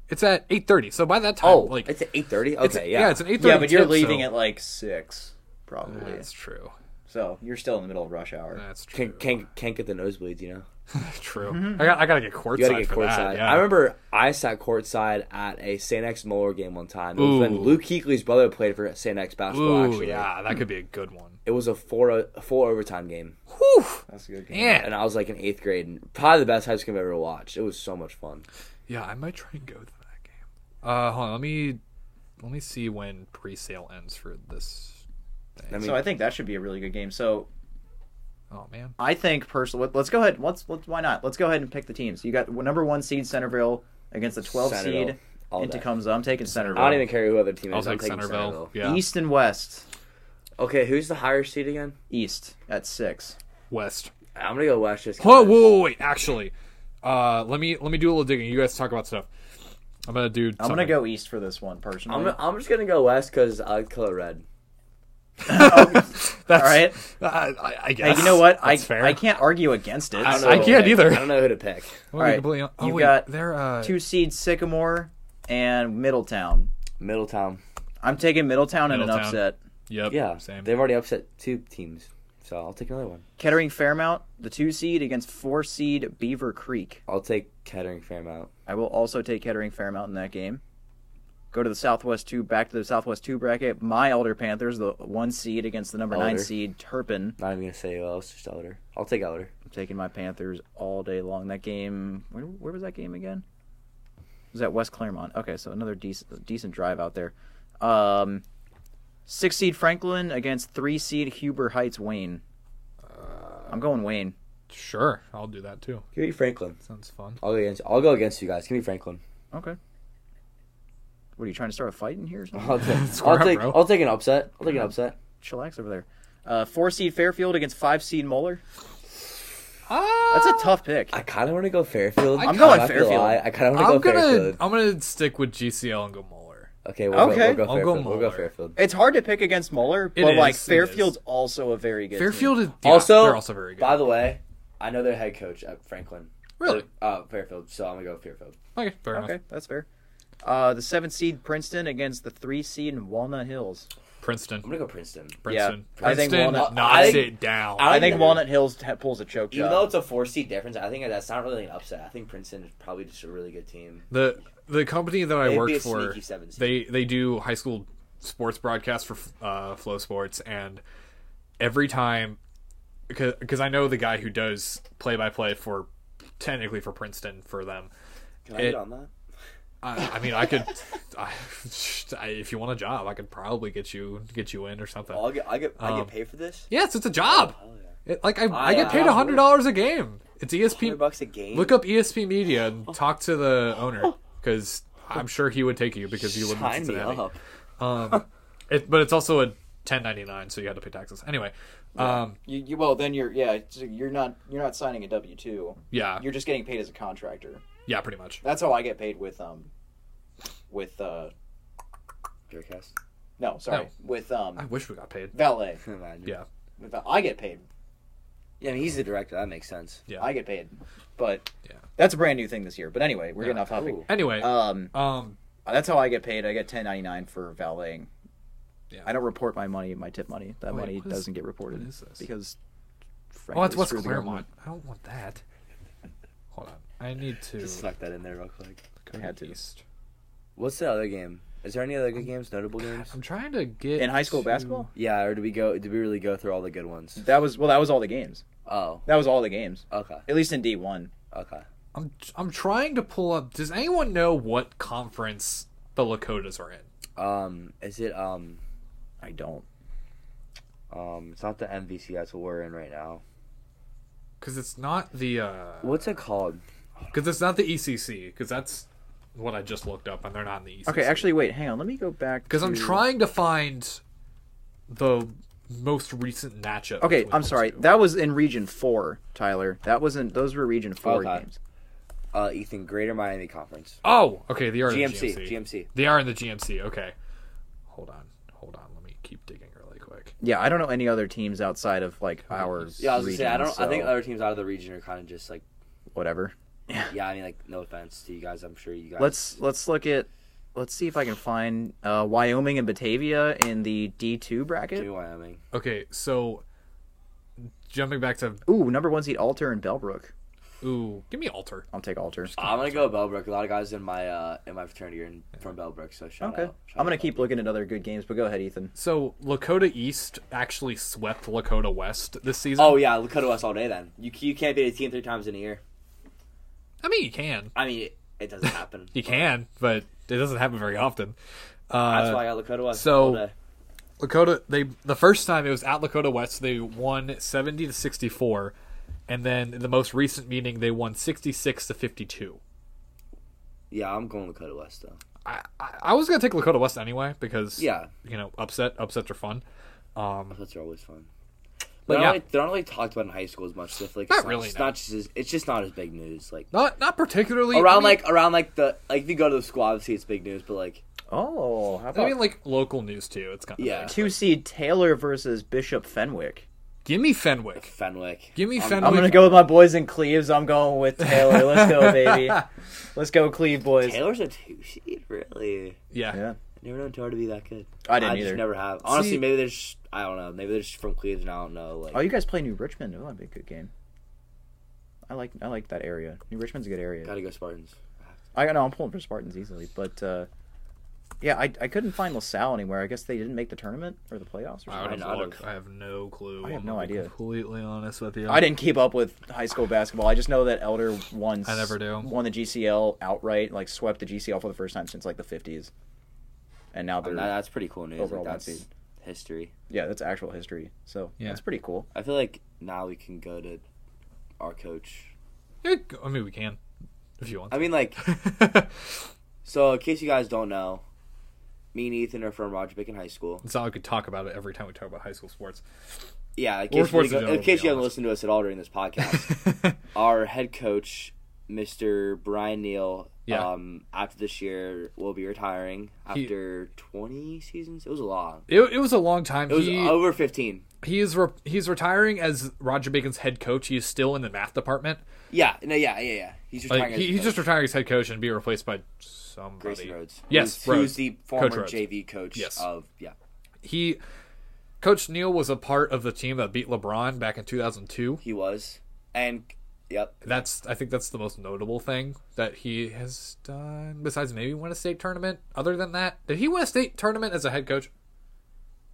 Speaker 2: It's at eight thirty. So by that time,
Speaker 3: Oh,
Speaker 2: like
Speaker 3: it's at eight thirty.
Speaker 2: it's-
Speaker 3: Okay, yeah.
Speaker 2: it's an eight thirty.
Speaker 1: yeah, but you're leaving at like six probably.
Speaker 2: That's true.
Speaker 1: So you're still in the middle of rush hour.
Speaker 2: That's true.
Speaker 3: can't, can't can't get the nosebleeds. You know,
Speaker 2: true.
Speaker 1: Mm-hmm.
Speaker 2: I got. I gotta get courtside
Speaker 3: you gotta get
Speaker 2: for that.
Speaker 3: courtside.
Speaker 2: Yeah.
Speaker 3: I remember I sat courtside at a Saint X Muller game one time. It was when
Speaker 2: Ooh.
Speaker 3: Luke Keekley's brother played for Saint X basketball.
Speaker 2: Ooh,
Speaker 3: actually,
Speaker 2: yeah, that
Speaker 1: hmm.
Speaker 2: could be a good one.
Speaker 3: it was a four a four overtime game,
Speaker 2: Whew.
Speaker 1: That's a good game.
Speaker 2: Man.
Speaker 3: and I was like in eighth grade. And probably the best high school game I've ever watched. It was so much fun.
Speaker 2: Yeah, I might try and go to that game. Uh, hold on, let me let me see when pre-sale ends for this.
Speaker 3: I mean,
Speaker 1: So I think that should be a really good game. So
Speaker 2: Oh man,
Speaker 1: I think personally, let's go ahead. Let's, let's why not? Let's go ahead and pick the teams. You got number one seed Centerville against the 12
Speaker 3: Centerville.
Speaker 1: seed
Speaker 3: All
Speaker 1: in
Speaker 3: day.
Speaker 1: Tecumseh. I'm taking Centerville.
Speaker 3: I don't even care who other team
Speaker 2: I'll
Speaker 3: is. I'm
Speaker 2: take
Speaker 3: taking
Speaker 2: Centerville. Yeah,
Speaker 1: East and West.
Speaker 3: Okay, who's the higher seed again?
Speaker 1: East at six.
Speaker 2: West.
Speaker 3: I'm gonna go West. Just
Speaker 2: Whoa,
Speaker 3: 'cause.
Speaker 2: whoa, whoa, wait. Actually, uh, let me let me do a little digging. You guys talk about stuff. I'm gonna do.
Speaker 1: I'm gonna go East for this one personally.
Speaker 3: I'm, gonna- I'm just gonna go West because I like color red.
Speaker 2: That's,
Speaker 1: All right.
Speaker 2: Uh, I, I
Speaker 1: Hey,
Speaker 2: guess.
Speaker 1: you know what? I
Speaker 2: That's fair.
Speaker 1: I can't argue against it.
Speaker 2: I,
Speaker 1: so-
Speaker 2: I can't
Speaker 3: Like,
Speaker 2: either.
Speaker 3: I don't know who to pick.
Speaker 2: All
Speaker 1: Alright,
Speaker 2: completely, oh,
Speaker 1: you've
Speaker 2: wait,
Speaker 1: got
Speaker 2: they're uh,
Speaker 1: two seed Sycamore and Middletown.
Speaker 3: Middletown.
Speaker 1: I'm taking Middletown in an
Speaker 2: Middletown.
Speaker 1: upset.
Speaker 2: Yep.
Speaker 3: Yeah,
Speaker 2: Same.
Speaker 3: they've already upset two teams, so I'll take another one.
Speaker 1: Kettering Fairmount, the two seed against four seed Beaver Creek.
Speaker 3: I'll take Kettering Fairmount.
Speaker 1: I will also take Kettering Fairmount in that game. Go to the Southwest two, back to the Southwest two bracket. My Elder Panthers, the one seed against the number nine
Speaker 3: Elder.
Speaker 1: seed Turpin.
Speaker 3: Not even gonna say who else. Just Elder. I'll take Elder.
Speaker 1: I'm taking my Panthers all day long. That game, where, where was that game again? It was at West Claremont. Okay, so another decent decent drive out there. Um, six seed Franklin against three seed Huber Heights Wayne. I'm going Wayne.
Speaker 2: Sure, I'll do that too.
Speaker 3: Give me Franklin.
Speaker 2: Sounds fun.
Speaker 3: I'll go against. I'll go against you guys. Give me Franklin.
Speaker 1: Okay. What are you trying to start a fight in here? Or something?
Speaker 3: I'll take.
Speaker 2: Square
Speaker 3: I'll
Speaker 2: up,
Speaker 3: take,
Speaker 2: bro.
Speaker 3: I'll take an upset. I'll take an upset.
Speaker 1: Chillax over there. Uh, four seed Fairfield against five seed Muller.
Speaker 2: Ah,
Speaker 1: That's a tough pick.
Speaker 3: I kind of want to go Fairfield.
Speaker 2: I'm
Speaker 3: I'm
Speaker 1: going
Speaker 3: not gonna
Speaker 1: Fairfield.
Speaker 3: lie. I kind of
Speaker 2: I'm
Speaker 3: want to go
Speaker 2: gonna
Speaker 3: Fairfield.
Speaker 2: I'm gonna stick with GCL and go Muller.
Speaker 3: Okay, we'll
Speaker 1: Okay.
Speaker 3: go, we'll go
Speaker 2: I'll go
Speaker 3: Fairfield. we'll go
Speaker 2: Muller.
Speaker 3: Fairfield.
Speaker 1: It's hard to pick against Muller,
Speaker 2: It
Speaker 1: but like
Speaker 2: is, it is.
Speaker 1: Fairfield's also a very good. team.
Speaker 2: Fairfield is yeah,
Speaker 3: also,
Speaker 2: they're also very good.
Speaker 3: By the way, I know their head coach at Franklin.
Speaker 2: Really?
Speaker 3: Uh, Fairfield. So I'm gonna go Fairfield.
Speaker 2: Okay, fair enough.
Speaker 1: Okay, that's fair. Uh, the seven seed Princeton against the three seed Walnut Hills.
Speaker 2: Princeton.
Speaker 3: I'm gonna go Princeton.
Speaker 2: Princeton.
Speaker 1: I think
Speaker 2: Princeton
Speaker 1: Walnut-
Speaker 2: knocks
Speaker 3: I think-
Speaker 2: it down.
Speaker 3: I
Speaker 1: I think
Speaker 3: know.
Speaker 1: Walnut Hills t- pulls a choke
Speaker 3: Even though
Speaker 1: job.
Speaker 3: it's a four seat difference, I think that's not really an upset. I think Princeton is probably just a really good team.
Speaker 2: the the company that I
Speaker 3: They'd be
Speaker 2: worked
Speaker 3: a
Speaker 2: for,
Speaker 3: sneaky seven seed.
Speaker 2: they they do high school sports broadcasts for uh, Flow Sports, and every time, because I know the guy who does play by play for technically for Princeton for them.
Speaker 3: Can I
Speaker 2: It-
Speaker 3: get on that?
Speaker 2: I, I mean, I could, I, I, if you want a job, I could probably get you get you in or something.
Speaker 3: I'll get, I get, I
Speaker 2: Um,
Speaker 3: get paid for this.
Speaker 2: Yes, it's a job.
Speaker 3: Oh,
Speaker 2: It, like I, I,
Speaker 3: I-
Speaker 2: get paid
Speaker 3: I-
Speaker 2: hundred dollars a game. It's ESP.
Speaker 3: Hundred bucks a game. Oh.
Speaker 2: Look up ESP Media and talk to the owner because I'm sure he would take you because you live in
Speaker 3: sign me
Speaker 2: Cincinnati.
Speaker 3: up.
Speaker 2: Um, it, but it's also a 1099, so you had to pay taxes anyway. Um,
Speaker 1: You, you, well, then you're yeah, it's- you're not you're not signing a W two.
Speaker 2: yeah,
Speaker 1: You're just getting paid as a contractor.
Speaker 2: yeah, pretty much.
Speaker 1: That's how I get paid with um, with uh,
Speaker 3: Purecast.
Speaker 1: no, sorry,
Speaker 2: No.
Speaker 1: with
Speaker 2: I
Speaker 1: um,
Speaker 2: wish we got paid.
Speaker 1: valet.
Speaker 3: Imagine.
Speaker 2: Yeah,
Speaker 1: With, uh, I get paid.
Speaker 3: Yeah, I mean he's the director. That makes sense.
Speaker 2: yeah.
Speaker 1: I get paid, but
Speaker 2: Yeah.
Speaker 1: that's a brand new thing this year. But anyway, we're getting
Speaker 2: Yeah.
Speaker 1: off topic.
Speaker 3: Ooh.
Speaker 2: anyway,
Speaker 1: Um,
Speaker 2: um,
Speaker 1: that's how I get paid. I get ten ninety nine for valeting.
Speaker 2: Yeah.
Speaker 1: I don't report my money, my tip money. That
Speaker 2: Wait,
Speaker 1: money
Speaker 2: what is-
Speaker 1: doesn't get reported
Speaker 2: what is this?
Speaker 1: because. Frankly,
Speaker 2: oh, that's West
Speaker 1: screw the
Speaker 2: Claremont.
Speaker 1: government.
Speaker 2: I don't want that. Hold on, I need to.
Speaker 3: Just snuck that in there real quick.
Speaker 2: go
Speaker 1: had to.
Speaker 2: east.
Speaker 3: What's the other game? Is there any other
Speaker 2: Um,
Speaker 3: good games? Notable games?
Speaker 2: I'm trying to get
Speaker 1: in high school
Speaker 2: to-
Speaker 1: basketball.
Speaker 3: Yeah, or did we go? Did we really go through all the good ones?
Speaker 1: That was well. That was all the games.
Speaker 3: Oh,
Speaker 1: That was all the games.
Speaker 3: okay,
Speaker 1: At least in D one.
Speaker 3: okay.
Speaker 2: I'm I'm trying to pull up. Does anyone know what conference the Lakotas are in?
Speaker 3: Um, is it um,
Speaker 1: I don't.
Speaker 3: um? It's not the MVC. That's what we're in right now.
Speaker 2: Because it's not the.
Speaker 3: What's it called?
Speaker 2: Because it's not the E ECC. Because that's what I just looked up, and they're not in the E ECC.
Speaker 1: Okay, actually, wait. Hang on. Let me go back.
Speaker 2: Because I'm
Speaker 1: to-
Speaker 2: trying to find the most recent matchup.
Speaker 1: Okay,
Speaker 2: between
Speaker 1: I'm
Speaker 2: those
Speaker 1: sorry.
Speaker 2: two.
Speaker 1: That was in Region Four, Tyler. That wasn't. Those were Region Four
Speaker 3: Okay.
Speaker 1: games.
Speaker 3: Uh, Ethan, Greater Miami Conference.
Speaker 2: Oh, okay. They are in
Speaker 3: GMC,
Speaker 2: the GMC.
Speaker 3: GMC.
Speaker 2: They are in the GMC. Okay. Hold on. Hold on. Let me keep digging really quick.
Speaker 1: Yeah, I don't know any other teams outside of like our.
Speaker 3: Yeah, I was gonna
Speaker 1: region,
Speaker 3: say I don't. I think
Speaker 1: so
Speaker 3: other teams out of the region are kind of just like.
Speaker 1: whatever.
Speaker 3: Yeah, I mean, like, no offense to you guys. I'm sure you guys.
Speaker 1: Let's let's look at. Let's see if I can find uh, Wyoming and Batavia in the D two
Speaker 3: do
Speaker 1: bracket.
Speaker 3: Wyoming.
Speaker 2: Okay, so jumping back to
Speaker 1: Ooh, number one seed Alter and Bellbrook.
Speaker 2: ooh, give me Alter.
Speaker 1: I'll take Alter.
Speaker 3: I'm gonna go Bellbrook. A lot of guys in my uh in my fraternity are in, from Bellbrook, so shout
Speaker 1: Okay,
Speaker 3: out. Shout
Speaker 1: I'm gonna
Speaker 3: out
Speaker 1: keep looking at other good games, but go ahead, Ethan.
Speaker 2: So Lakota East actually swept Lakota West this season.
Speaker 3: Oh yeah, look at us all day then. You you can't beat a team three times in a year.
Speaker 2: I mean you can,
Speaker 3: I mean, it, it doesn't happen.
Speaker 2: you can, but it doesn't happen very often. Uh,
Speaker 3: That's why I got Lakota West.
Speaker 2: so-
Speaker 3: all day.
Speaker 2: Lakota they the first time it was at Lakota West they won 70 to 64 and then in the most recent meeting they won 66 to 52.
Speaker 3: yeah, I'm going Lakota West though.
Speaker 2: I, I, I was going to take Lakota West anyway because
Speaker 3: Yeah,
Speaker 2: you know upset upsets are fun. Um
Speaker 3: that's always fun.
Speaker 2: But
Speaker 3: But they're,
Speaker 2: yeah.
Speaker 3: not, really- they're not really talked about in high school as much. So like,
Speaker 2: Not
Speaker 3: it's
Speaker 2: really,
Speaker 3: It's
Speaker 2: no.
Speaker 3: not just as, it's just not as big news. Like
Speaker 2: not not particularly I
Speaker 3: around
Speaker 2: mean-
Speaker 3: like around like the like if you go to the school, obviously it's big news. But like,
Speaker 1: Oh, how about
Speaker 2: I mean like local news too. It's kind of
Speaker 3: Yeah.
Speaker 1: two seed Taylor versus Bishop Fenwick?
Speaker 2: Give me Fenwick.
Speaker 3: Fenwick.
Speaker 2: Give me
Speaker 3: I'm-
Speaker 2: Fenwick.
Speaker 1: I'm gonna go with my boys in Cleves. I'm going with Taylor. Let's go, baby. Let's go, Cleve boys.
Speaker 3: Taylor's a two seed, really.
Speaker 2: Yeah.
Speaker 1: Yeah.
Speaker 3: I never known Tar to be that good.
Speaker 1: I didn't
Speaker 3: I
Speaker 1: either.
Speaker 3: just never have. Honestly,
Speaker 2: See-
Speaker 3: maybe they're just, I don't know. Maybe they're just from Cleveland. I don't know. Like,
Speaker 1: Oh, you guys play New Richmond. That would be a good game. I like I like that area. New Richmond's a good area.
Speaker 3: gotta go Spartans.
Speaker 1: I know I'm pulling for Spartans easily, but uh, yeah, I, I couldn't find LaSalle anywhere. I guess they didn't make the tournament or the playoffs or
Speaker 2: I
Speaker 1: something.
Speaker 2: would have
Speaker 3: Why not
Speaker 2: to look.
Speaker 3: have-
Speaker 2: I have no clue.
Speaker 1: I have
Speaker 2: I'm
Speaker 1: no
Speaker 2: gonna be
Speaker 1: idea.
Speaker 2: Completely honest with you.
Speaker 1: I didn't keep up with high school basketball. I just know that Elder won.
Speaker 2: I never do.
Speaker 1: Won the GCL outright, like swept the GCL for the first time since like the 50s, and now
Speaker 3: I
Speaker 1: they're
Speaker 3: mean, that, that's pretty cool news.
Speaker 1: Overall,
Speaker 3: Like, that's
Speaker 1: that's-
Speaker 3: history.
Speaker 1: yeah, that's actual history. So
Speaker 2: Yeah.
Speaker 1: that's pretty cool.
Speaker 3: I feel like now we can go to our coach.
Speaker 2: Yeah, I mean, we can if you want.
Speaker 3: I mean, like, so in case you guys don't know, me and Ethan are from Roger Bacon High School.
Speaker 2: It's not like we talk about it every time we talk about high school sports.
Speaker 3: Yeah, in
Speaker 2: We're
Speaker 3: case, you,
Speaker 2: forced to do it,
Speaker 3: in case
Speaker 2: to be
Speaker 3: you haven't
Speaker 2: honest.
Speaker 3: listened to us at all during this podcast, our head coach, Mr. Brian Neal,
Speaker 2: Yeah.
Speaker 3: um, after this year will be retiring
Speaker 2: He-
Speaker 3: after 20 seasons. It was a long.
Speaker 2: it, it was a long time.
Speaker 3: It was
Speaker 2: he,
Speaker 3: over 15.
Speaker 2: he is re- he's retiring as Roger Bacon's head coach. He is still in the math department.
Speaker 3: Yeah, no, yeah, yeah, yeah. He's retiring.
Speaker 2: Like
Speaker 3: as
Speaker 2: he, he's
Speaker 3: coach.
Speaker 2: just retiring as head coach and be replaced by somebody.
Speaker 3: Grayson Rhodes.
Speaker 2: Yes,
Speaker 3: who's, who's
Speaker 2: Rhodes.
Speaker 3: the former
Speaker 2: Rhodes.
Speaker 3: JV coach
Speaker 2: Yes.
Speaker 3: of yeah.
Speaker 2: He, Coach Neal, was a part of the team that beat LeBron back in 2002.
Speaker 4: He was, and yep,
Speaker 2: That's I think that's the most notable thing that he has done. Besides maybe win a state tournament. Other than that, did he win a state tournament as a head coach?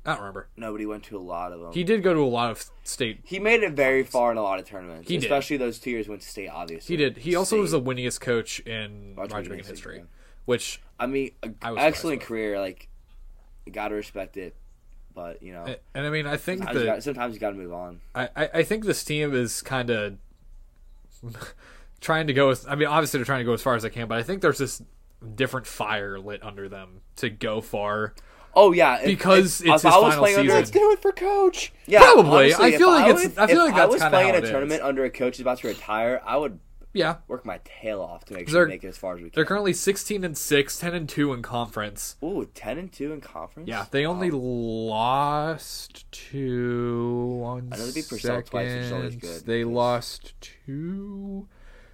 Speaker 2: I don't remember.
Speaker 4: nobody went to a lot of them.
Speaker 2: He
Speaker 4: He,
Speaker 2: did go to a lot of state
Speaker 4: made it very far in a lot of tournaments,
Speaker 2: He did.
Speaker 4: especially those two years went to state. Obviously,
Speaker 2: He did. He also was
Speaker 4: State.
Speaker 2: the winningest coach in
Speaker 4: Roger
Speaker 2: Roger
Speaker 4: Wiggins
Speaker 2: Wiggins
Speaker 4: State,
Speaker 2: history,
Speaker 4: yeah.
Speaker 2: which
Speaker 4: I mean, a
Speaker 2: I was
Speaker 4: excellent
Speaker 2: surprised by
Speaker 4: career. Like, gotta respect it, but you know,
Speaker 2: and I mean I think
Speaker 4: sometimes, you gotta,
Speaker 2: that
Speaker 4: sometimes you gotta move on.
Speaker 2: I, I I think this team is kind of trying to go. As, I mean, obviously they're trying to go as far as they can, but I think there's this different fire lit under them to go far.
Speaker 4: Oh yeah, if-
Speaker 2: Because
Speaker 4: if- if
Speaker 2: it's his final season.
Speaker 4: Under,
Speaker 2: Let's
Speaker 1: do it for coach.
Speaker 4: yeah,
Speaker 2: Probably.
Speaker 4: honestly,
Speaker 2: I
Speaker 4: if
Speaker 2: feel like it's-
Speaker 4: was-
Speaker 2: I feel
Speaker 4: if
Speaker 2: like
Speaker 4: I
Speaker 2: that's
Speaker 4: was
Speaker 2: kinda
Speaker 4: playing
Speaker 2: how
Speaker 4: a
Speaker 2: it is.
Speaker 4: tournament under a coach who's about to retire. I would
Speaker 2: Yeah,
Speaker 4: work my tail off to make
Speaker 2: They're-
Speaker 4: sure we make it as far as we
Speaker 2: they're
Speaker 4: can.
Speaker 2: currently 16 and 6, 10 and 2 in conference.
Speaker 4: Ooh, ten and two in conference.
Speaker 2: Yeah, they only lost to one
Speaker 4: I know they beat Purcell twice, which is always
Speaker 2: second.
Speaker 4: good,
Speaker 2: They
Speaker 4: because-
Speaker 2: lost to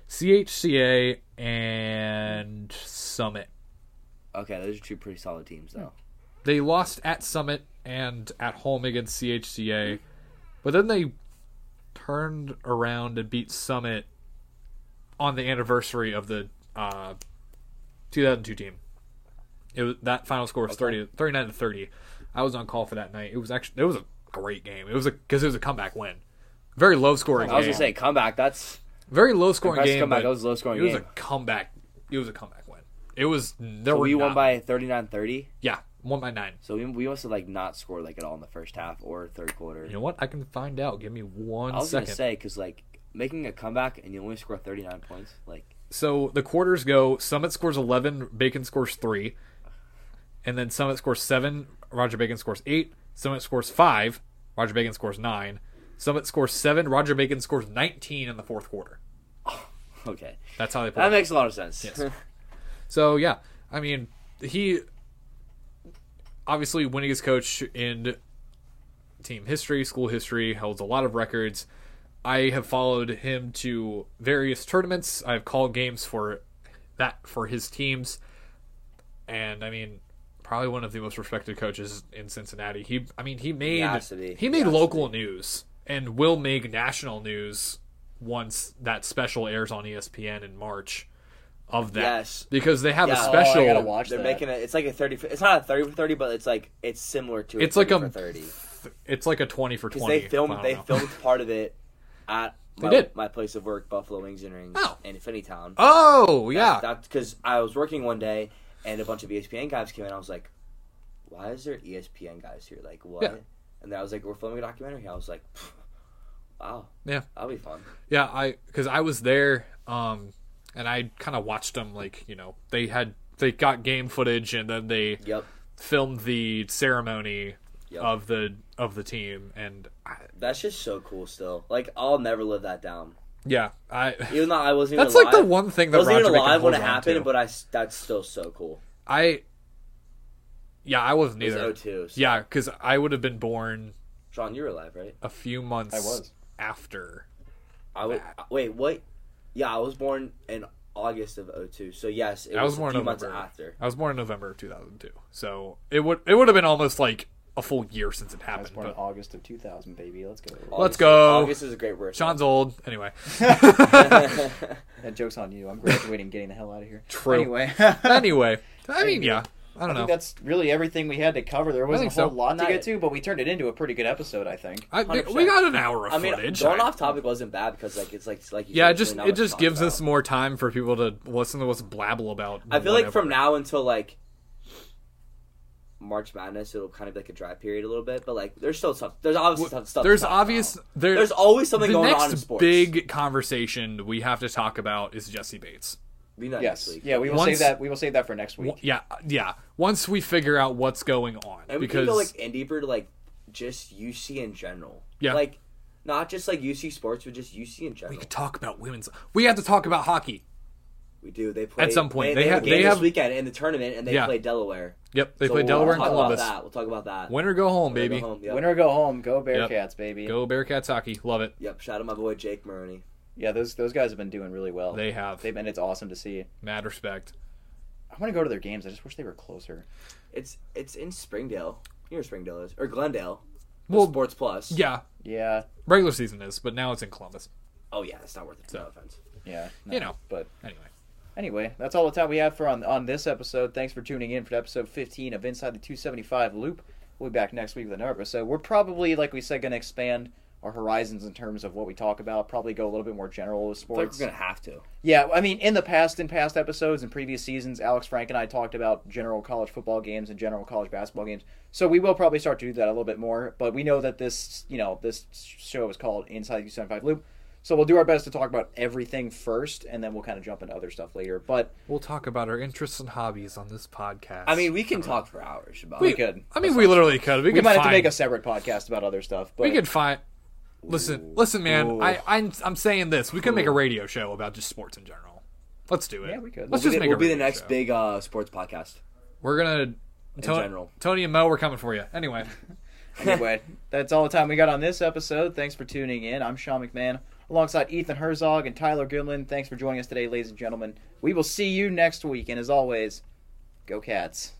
Speaker 2: CHCA and Summit.
Speaker 4: Okay, those are two pretty solid teams though.
Speaker 2: They lost at Summit and at home against CHCA, but then they turned around and beat Summit on the anniversary of the uh, 2002 team. It was that final score was 30, 39 to 30. I was on call for that night. It was actually it was a great game. It was a because it was a comeback win. Very low scoring.
Speaker 4: I was
Speaker 2: game.
Speaker 4: gonna say comeback. That's
Speaker 2: very low scoring
Speaker 4: impressive
Speaker 2: game.
Speaker 4: comeback.
Speaker 2: but
Speaker 4: That was a low-scoring
Speaker 2: It was
Speaker 4: game.
Speaker 2: a comeback. It was a comeback win. It was there
Speaker 4: so
Speaker 2: were
Speaker 4: we won
Speaker 2: not-
Speaker 4: by 39-30.
Speaker 2: yeah one by nine.
Speaker 4: So we, we must have like not scored like at all in the first half or third quarter.
Speaker 2: You know what? I can find out. Give me one
Speaker 4: I was
Speaker 2: second.
Speaker 4: gonna say because like making a comeback and you only score 39 points, like
Speaker 2: so the quarters go Summit scores 11, Bacon scores 3, and then Summit scores 7, Roger Bacon scores 8, Summit scores 5, Roger Bacon scores 9, Summit scores 7, Roger Bacon scores 19 in the fourth quarter.
Speaker 4: okay,
Speaker 2: That's how they play.
Speaker 4: that makes a lot of sense.
Speaker 2: Yes. So yeah, I mean, he obviously winning his coach in team history, school history, holds a lot of records. I have followed him to various tournaments. I've called games for that for his teams, and I mean, probably one of the most respected coaches in Cincinnati. He, I mean, he made
Speaker 3: has to be.
Speaker 2: he made local news and will make national news once that special airs on E ESPN in March of that
Speaker 3: Yes.
Speaker 2: because they have a
Speaker 3: Yeah. Oh,
Speaker 2: special
Speaker 1: I gotta watch
Speaker 3: They're
Speaker 1: that.
Speaker 3: making it. It's like a thirty. for- It's not a thirty for thirty, but it's like it's similar to. A
Speaker 2: It's like
Speaker 3: 30
Speaker 2: a-
Speaker 3: for thirty.
Speaker 2: it's like a 20 for 20
Speaker 3: They
Speaker 2: I
Speaker 3: filmed.
Speaker 2: don't
Speaker 3: They
Speaker 2: know.
Speaker 3: filmed part of it at my,
Speaker 2: did.
Speaker 3: my place of work, Buffalo Wings and Rings,
Speaker 2: Oh.
Speaker 3: in Finneytown.
Speaker 2: oh yeah
Speaker 3: That's because I was working one day and a bunch of E ESPN guys came in. I was like, why is there E ESPN guys here? Like, what?
Speaker 2: Yeah.
Speaker 3: And then I was like, we're filming a documentary. I was like, "Pfft, wow.
Speaker 2: Yeah.
Speaker 3: That'll be fun.
Speaker 2: yeah i because i was there um and i kind of watched them like you know they had they got game footage and then they
Speaker 3: Yep.
Speaker 2: filmed the ceremony
Speaker 3: Yep.
Speaker 2: of the of the team and I,
Speaker 3: That's just so cool still. Like, I'll never live that down.
Speaker 2: yeah i
Speaker 3: Even though I wasn't even
Speaker 2: that's
Speaker 3: alive.
Speaker 2: like the one thing
Speaker 3: I
Speaker 2: that
Speaker 3: wasn't
Speaker 2: Roger
Speaker 3: even
Speaker 2: Bacon
Speaker 3: alive when it
Speaker 2: holds on
Speaker 3: happened,
Speaker 2: to.
Speaker 3: but I, s- that's still so cool.
Speaker 2: i yeah i wasn't
Speaker 3: It
Speaker 2: either
Speaker 3: was 02. So.
Speaker 2: yeah because i would have been born
Speaker 3: Sean, you were alive, right?
Speaker 2: a few months
Speaker 1: was.
Speaker 2: after
Speaker 3: I w- wait, what? Yeah, I was born in August of 02. So, yes, it
Speaker 2: I
Speaker 3: was,
Speaker 2: was born
Speaker 3: a few
Speaker 2: in
Speaker 3: months
Speaker 2: November.
Speaker 3: after.
Speaker 2: I was born in November of 2002, so it would it would have been almost like a full year since
Speaker 1: I
Speaker 2: it
Speaker 1: was
Speaker 2: happened.
Speaker 1: born in
Speaker 2: But
Speaker 1: August of 2000, baby. Let's go.
Speaker 2: Let's
Speaker 3: August-
Speaker 2: go.
Speaker 3: August is a great word.
Speaker 2: Sean's old, anyway.
Speaker 1: That joke's on you. I'm graduating, and getting the hell out of here.
Speaker 2: True.
Speaker 1: Anyway,
Speaker 2: anyway, I mean, yeah, I
Speaker 1: I
Speaker 2: don't
Speaker 1: think
Speaker 2: know.
Speaker 1: that's really everything we had to cover. There wasn't a
Speaker 2: think
Speaker 1: whole
Speaker 2: so.
Speaker 1: lot to
Speaker 3: Not-
Speaker 1: get to, but we turned it into a pretty good episode, I think.
Speaker 2: I, we
Speaker 3: 100%.
Speaker 2: we got an hour of
Speaker 3: I mean,
Speaker 2: footage.
Speaker 3: going off topic wasn't bad because like it's like it's like you
Speaker 2: yeah,
Speaker 3: said, it's
Speaker 2: it just
Speaker 3: really not
Speaker 2: it
Speaker 3: much to
Speaker 2: just
Speaker 3: talk
Speaker 2: gives
Speaker 3: about.
Speaker 2: us more time for people to listen to us blabble about.
Speaker 3: I feel like
Speaker 2: whatever.
Speaker 3: from now until like March Madness, it'll kind of be like a dry period a little bit, but like there's still stuff. There's obviously stuff. stuff to
Speaker 2: there's
Speaker 3: talk
Speaker 2: obvious
Speaker 3: about.
Speaker 2: there,
Speaker 3: There's always something
Speaker 2: the
Speaker 3: going
Speaker 2: next
Speaker 3: on in sports.
Speaker 2: big conversation we have to talk about is Jesse Bates.
Speaker 3: We know next
Speaker 1: Yes.
Speaker 3: week.
Speaker 1: Yeah, we will
Speaker 2: Once-
Speaker 1: save that. We will save that for next week.
Speaker 2: Yeah, uh, yeah. Once we figure out what's going on,
Speaker 3: and we
Speaker 2: because
Speaker 3: can go like in deeper to like just UC in general.
Speaker 2: Yeah.
Speaker 3: like not just like UC sports, but just UC in general.
Speaker 2: we could talk about women's. We have to talk about hockey.
Speaker 3: We do. They play
Speaker 2: At some point,
Speaker 3: They,
Speaker 2: they
Speaker 3: have
Speaker 2: have-
Speaker 3: a game
Speaker 2: they
Speaker 3: this
Speaker 2: have-
Speaker 3: weekend in the tournament, and they
Speaker 2: Yeah.
Speaker 3: play Delaware.
Speaker 2: Yep, they
Speaker 3: So
Speaker 2: play
Speaker 3: we'll
Speaker 2: Delaware and
Speaker 3: talk
Speaker 2: Columbus.
Speaker 3: About that. We'll talk about that.
Speaker 2: Winner go home,
Speaker 3: We'll go
Speaker 2: baby.
Speaker 3: home, yep.
Speaker 1: Winner go home. Go Bearcats, baby.
Speaker 2: Go Bearcats hockey. Love it.
Speaker 3: Yep, shout out my boy Jake Maroney.
Speaker 1: Yeah, those those guys have been doing really well.
Speaker 2: They have
Speaker 1: They've been. It's awesome to see.
Speaker 2: mad respect.
Speaker 1: I want to go to their games. I just wish they were closer.
Speaker 3: It's it's in Springdale. You know Springdale is or Glendale.
Speaker 2: Well,
Speaker 3: Well, Sports Plus.
Speaker 2: Yeah,
Speaker 1: Yeah,
Speaker 2: regular season is, but now it's in Columbus.
Speaker 3: Oh yeah, it's not worth it. No offense.
Speaker 1: yeah.
Speaker 2: You know.
Speaker 1: but
Speaker 2: Anyway,
Speaker 1: anyway, that's all the time we have for on on this episode. Thanks for tuning in for episode 15 of Inside the 275 Loop. We'll be back next week with another episode. We're probably, like we said, going to expand our horizons in terms of what we talk about. Probably go a little bit more general with
Speaker 3: I feel like
Speaker 1: sports.
Speaker 3: we're gonna have to.
Speaker 1: Yeah, I mean, in the past, in past episodes and previous seasons, Alex Frank and I talked about general college football games and general college basketball games. So we will probably start to do that a little bit more. But we know that this, you know, this show is called Inside the 75 Loop. So we'll do our best to talk about everything first, and then we'll kind of jump into other stuff later. But
Speaker 2: we'll talk about our interests and hobbies on this podcast.
Speaker 3: I mean, we can talk for hours about.
Speaker 2: Uh-huh. we
Speaker 3: it.
Speaker 1: could.
Speaker 2: I mean, we literally could. We,
Speaker 1: we
Speaker 2: could
Speaker 1: might
Speaker 2: find,
Speaker 1: have to make a separate podcast about other stuff. But
Speaker 2: We could find. Listen, listen, man. I, I'm I'm saying this. We could make a radio show about just sports in general. Let's do it.
Speaker 1: Yeah, we could.
Speaker 2: Let's
Speaker 1: We'll
Speaker 3: We'll be the-
Speaker 2: just make.
Speaker 3: we'll
Speaker 2: a
Speaker 3: be the
Speaker 2: radio
Speaker 3: next
Speaker 2: show.
Speaker 3: big uh, sports podcast.
Speaker 2: We're gonna. Tony,
Speaker 3: general.
Speaker 2: Tony and Mo, we're coming for you. Anyway,
Speaker 1: anyway, that's all the time we got on this episode. Thanks for tuning in. I'm Sean McMahon alongside Ethan Herzog and Tyler Gimlin. Thanks for joining us today, ladies and gentlemen. We will see you next week. And as always, go Cats.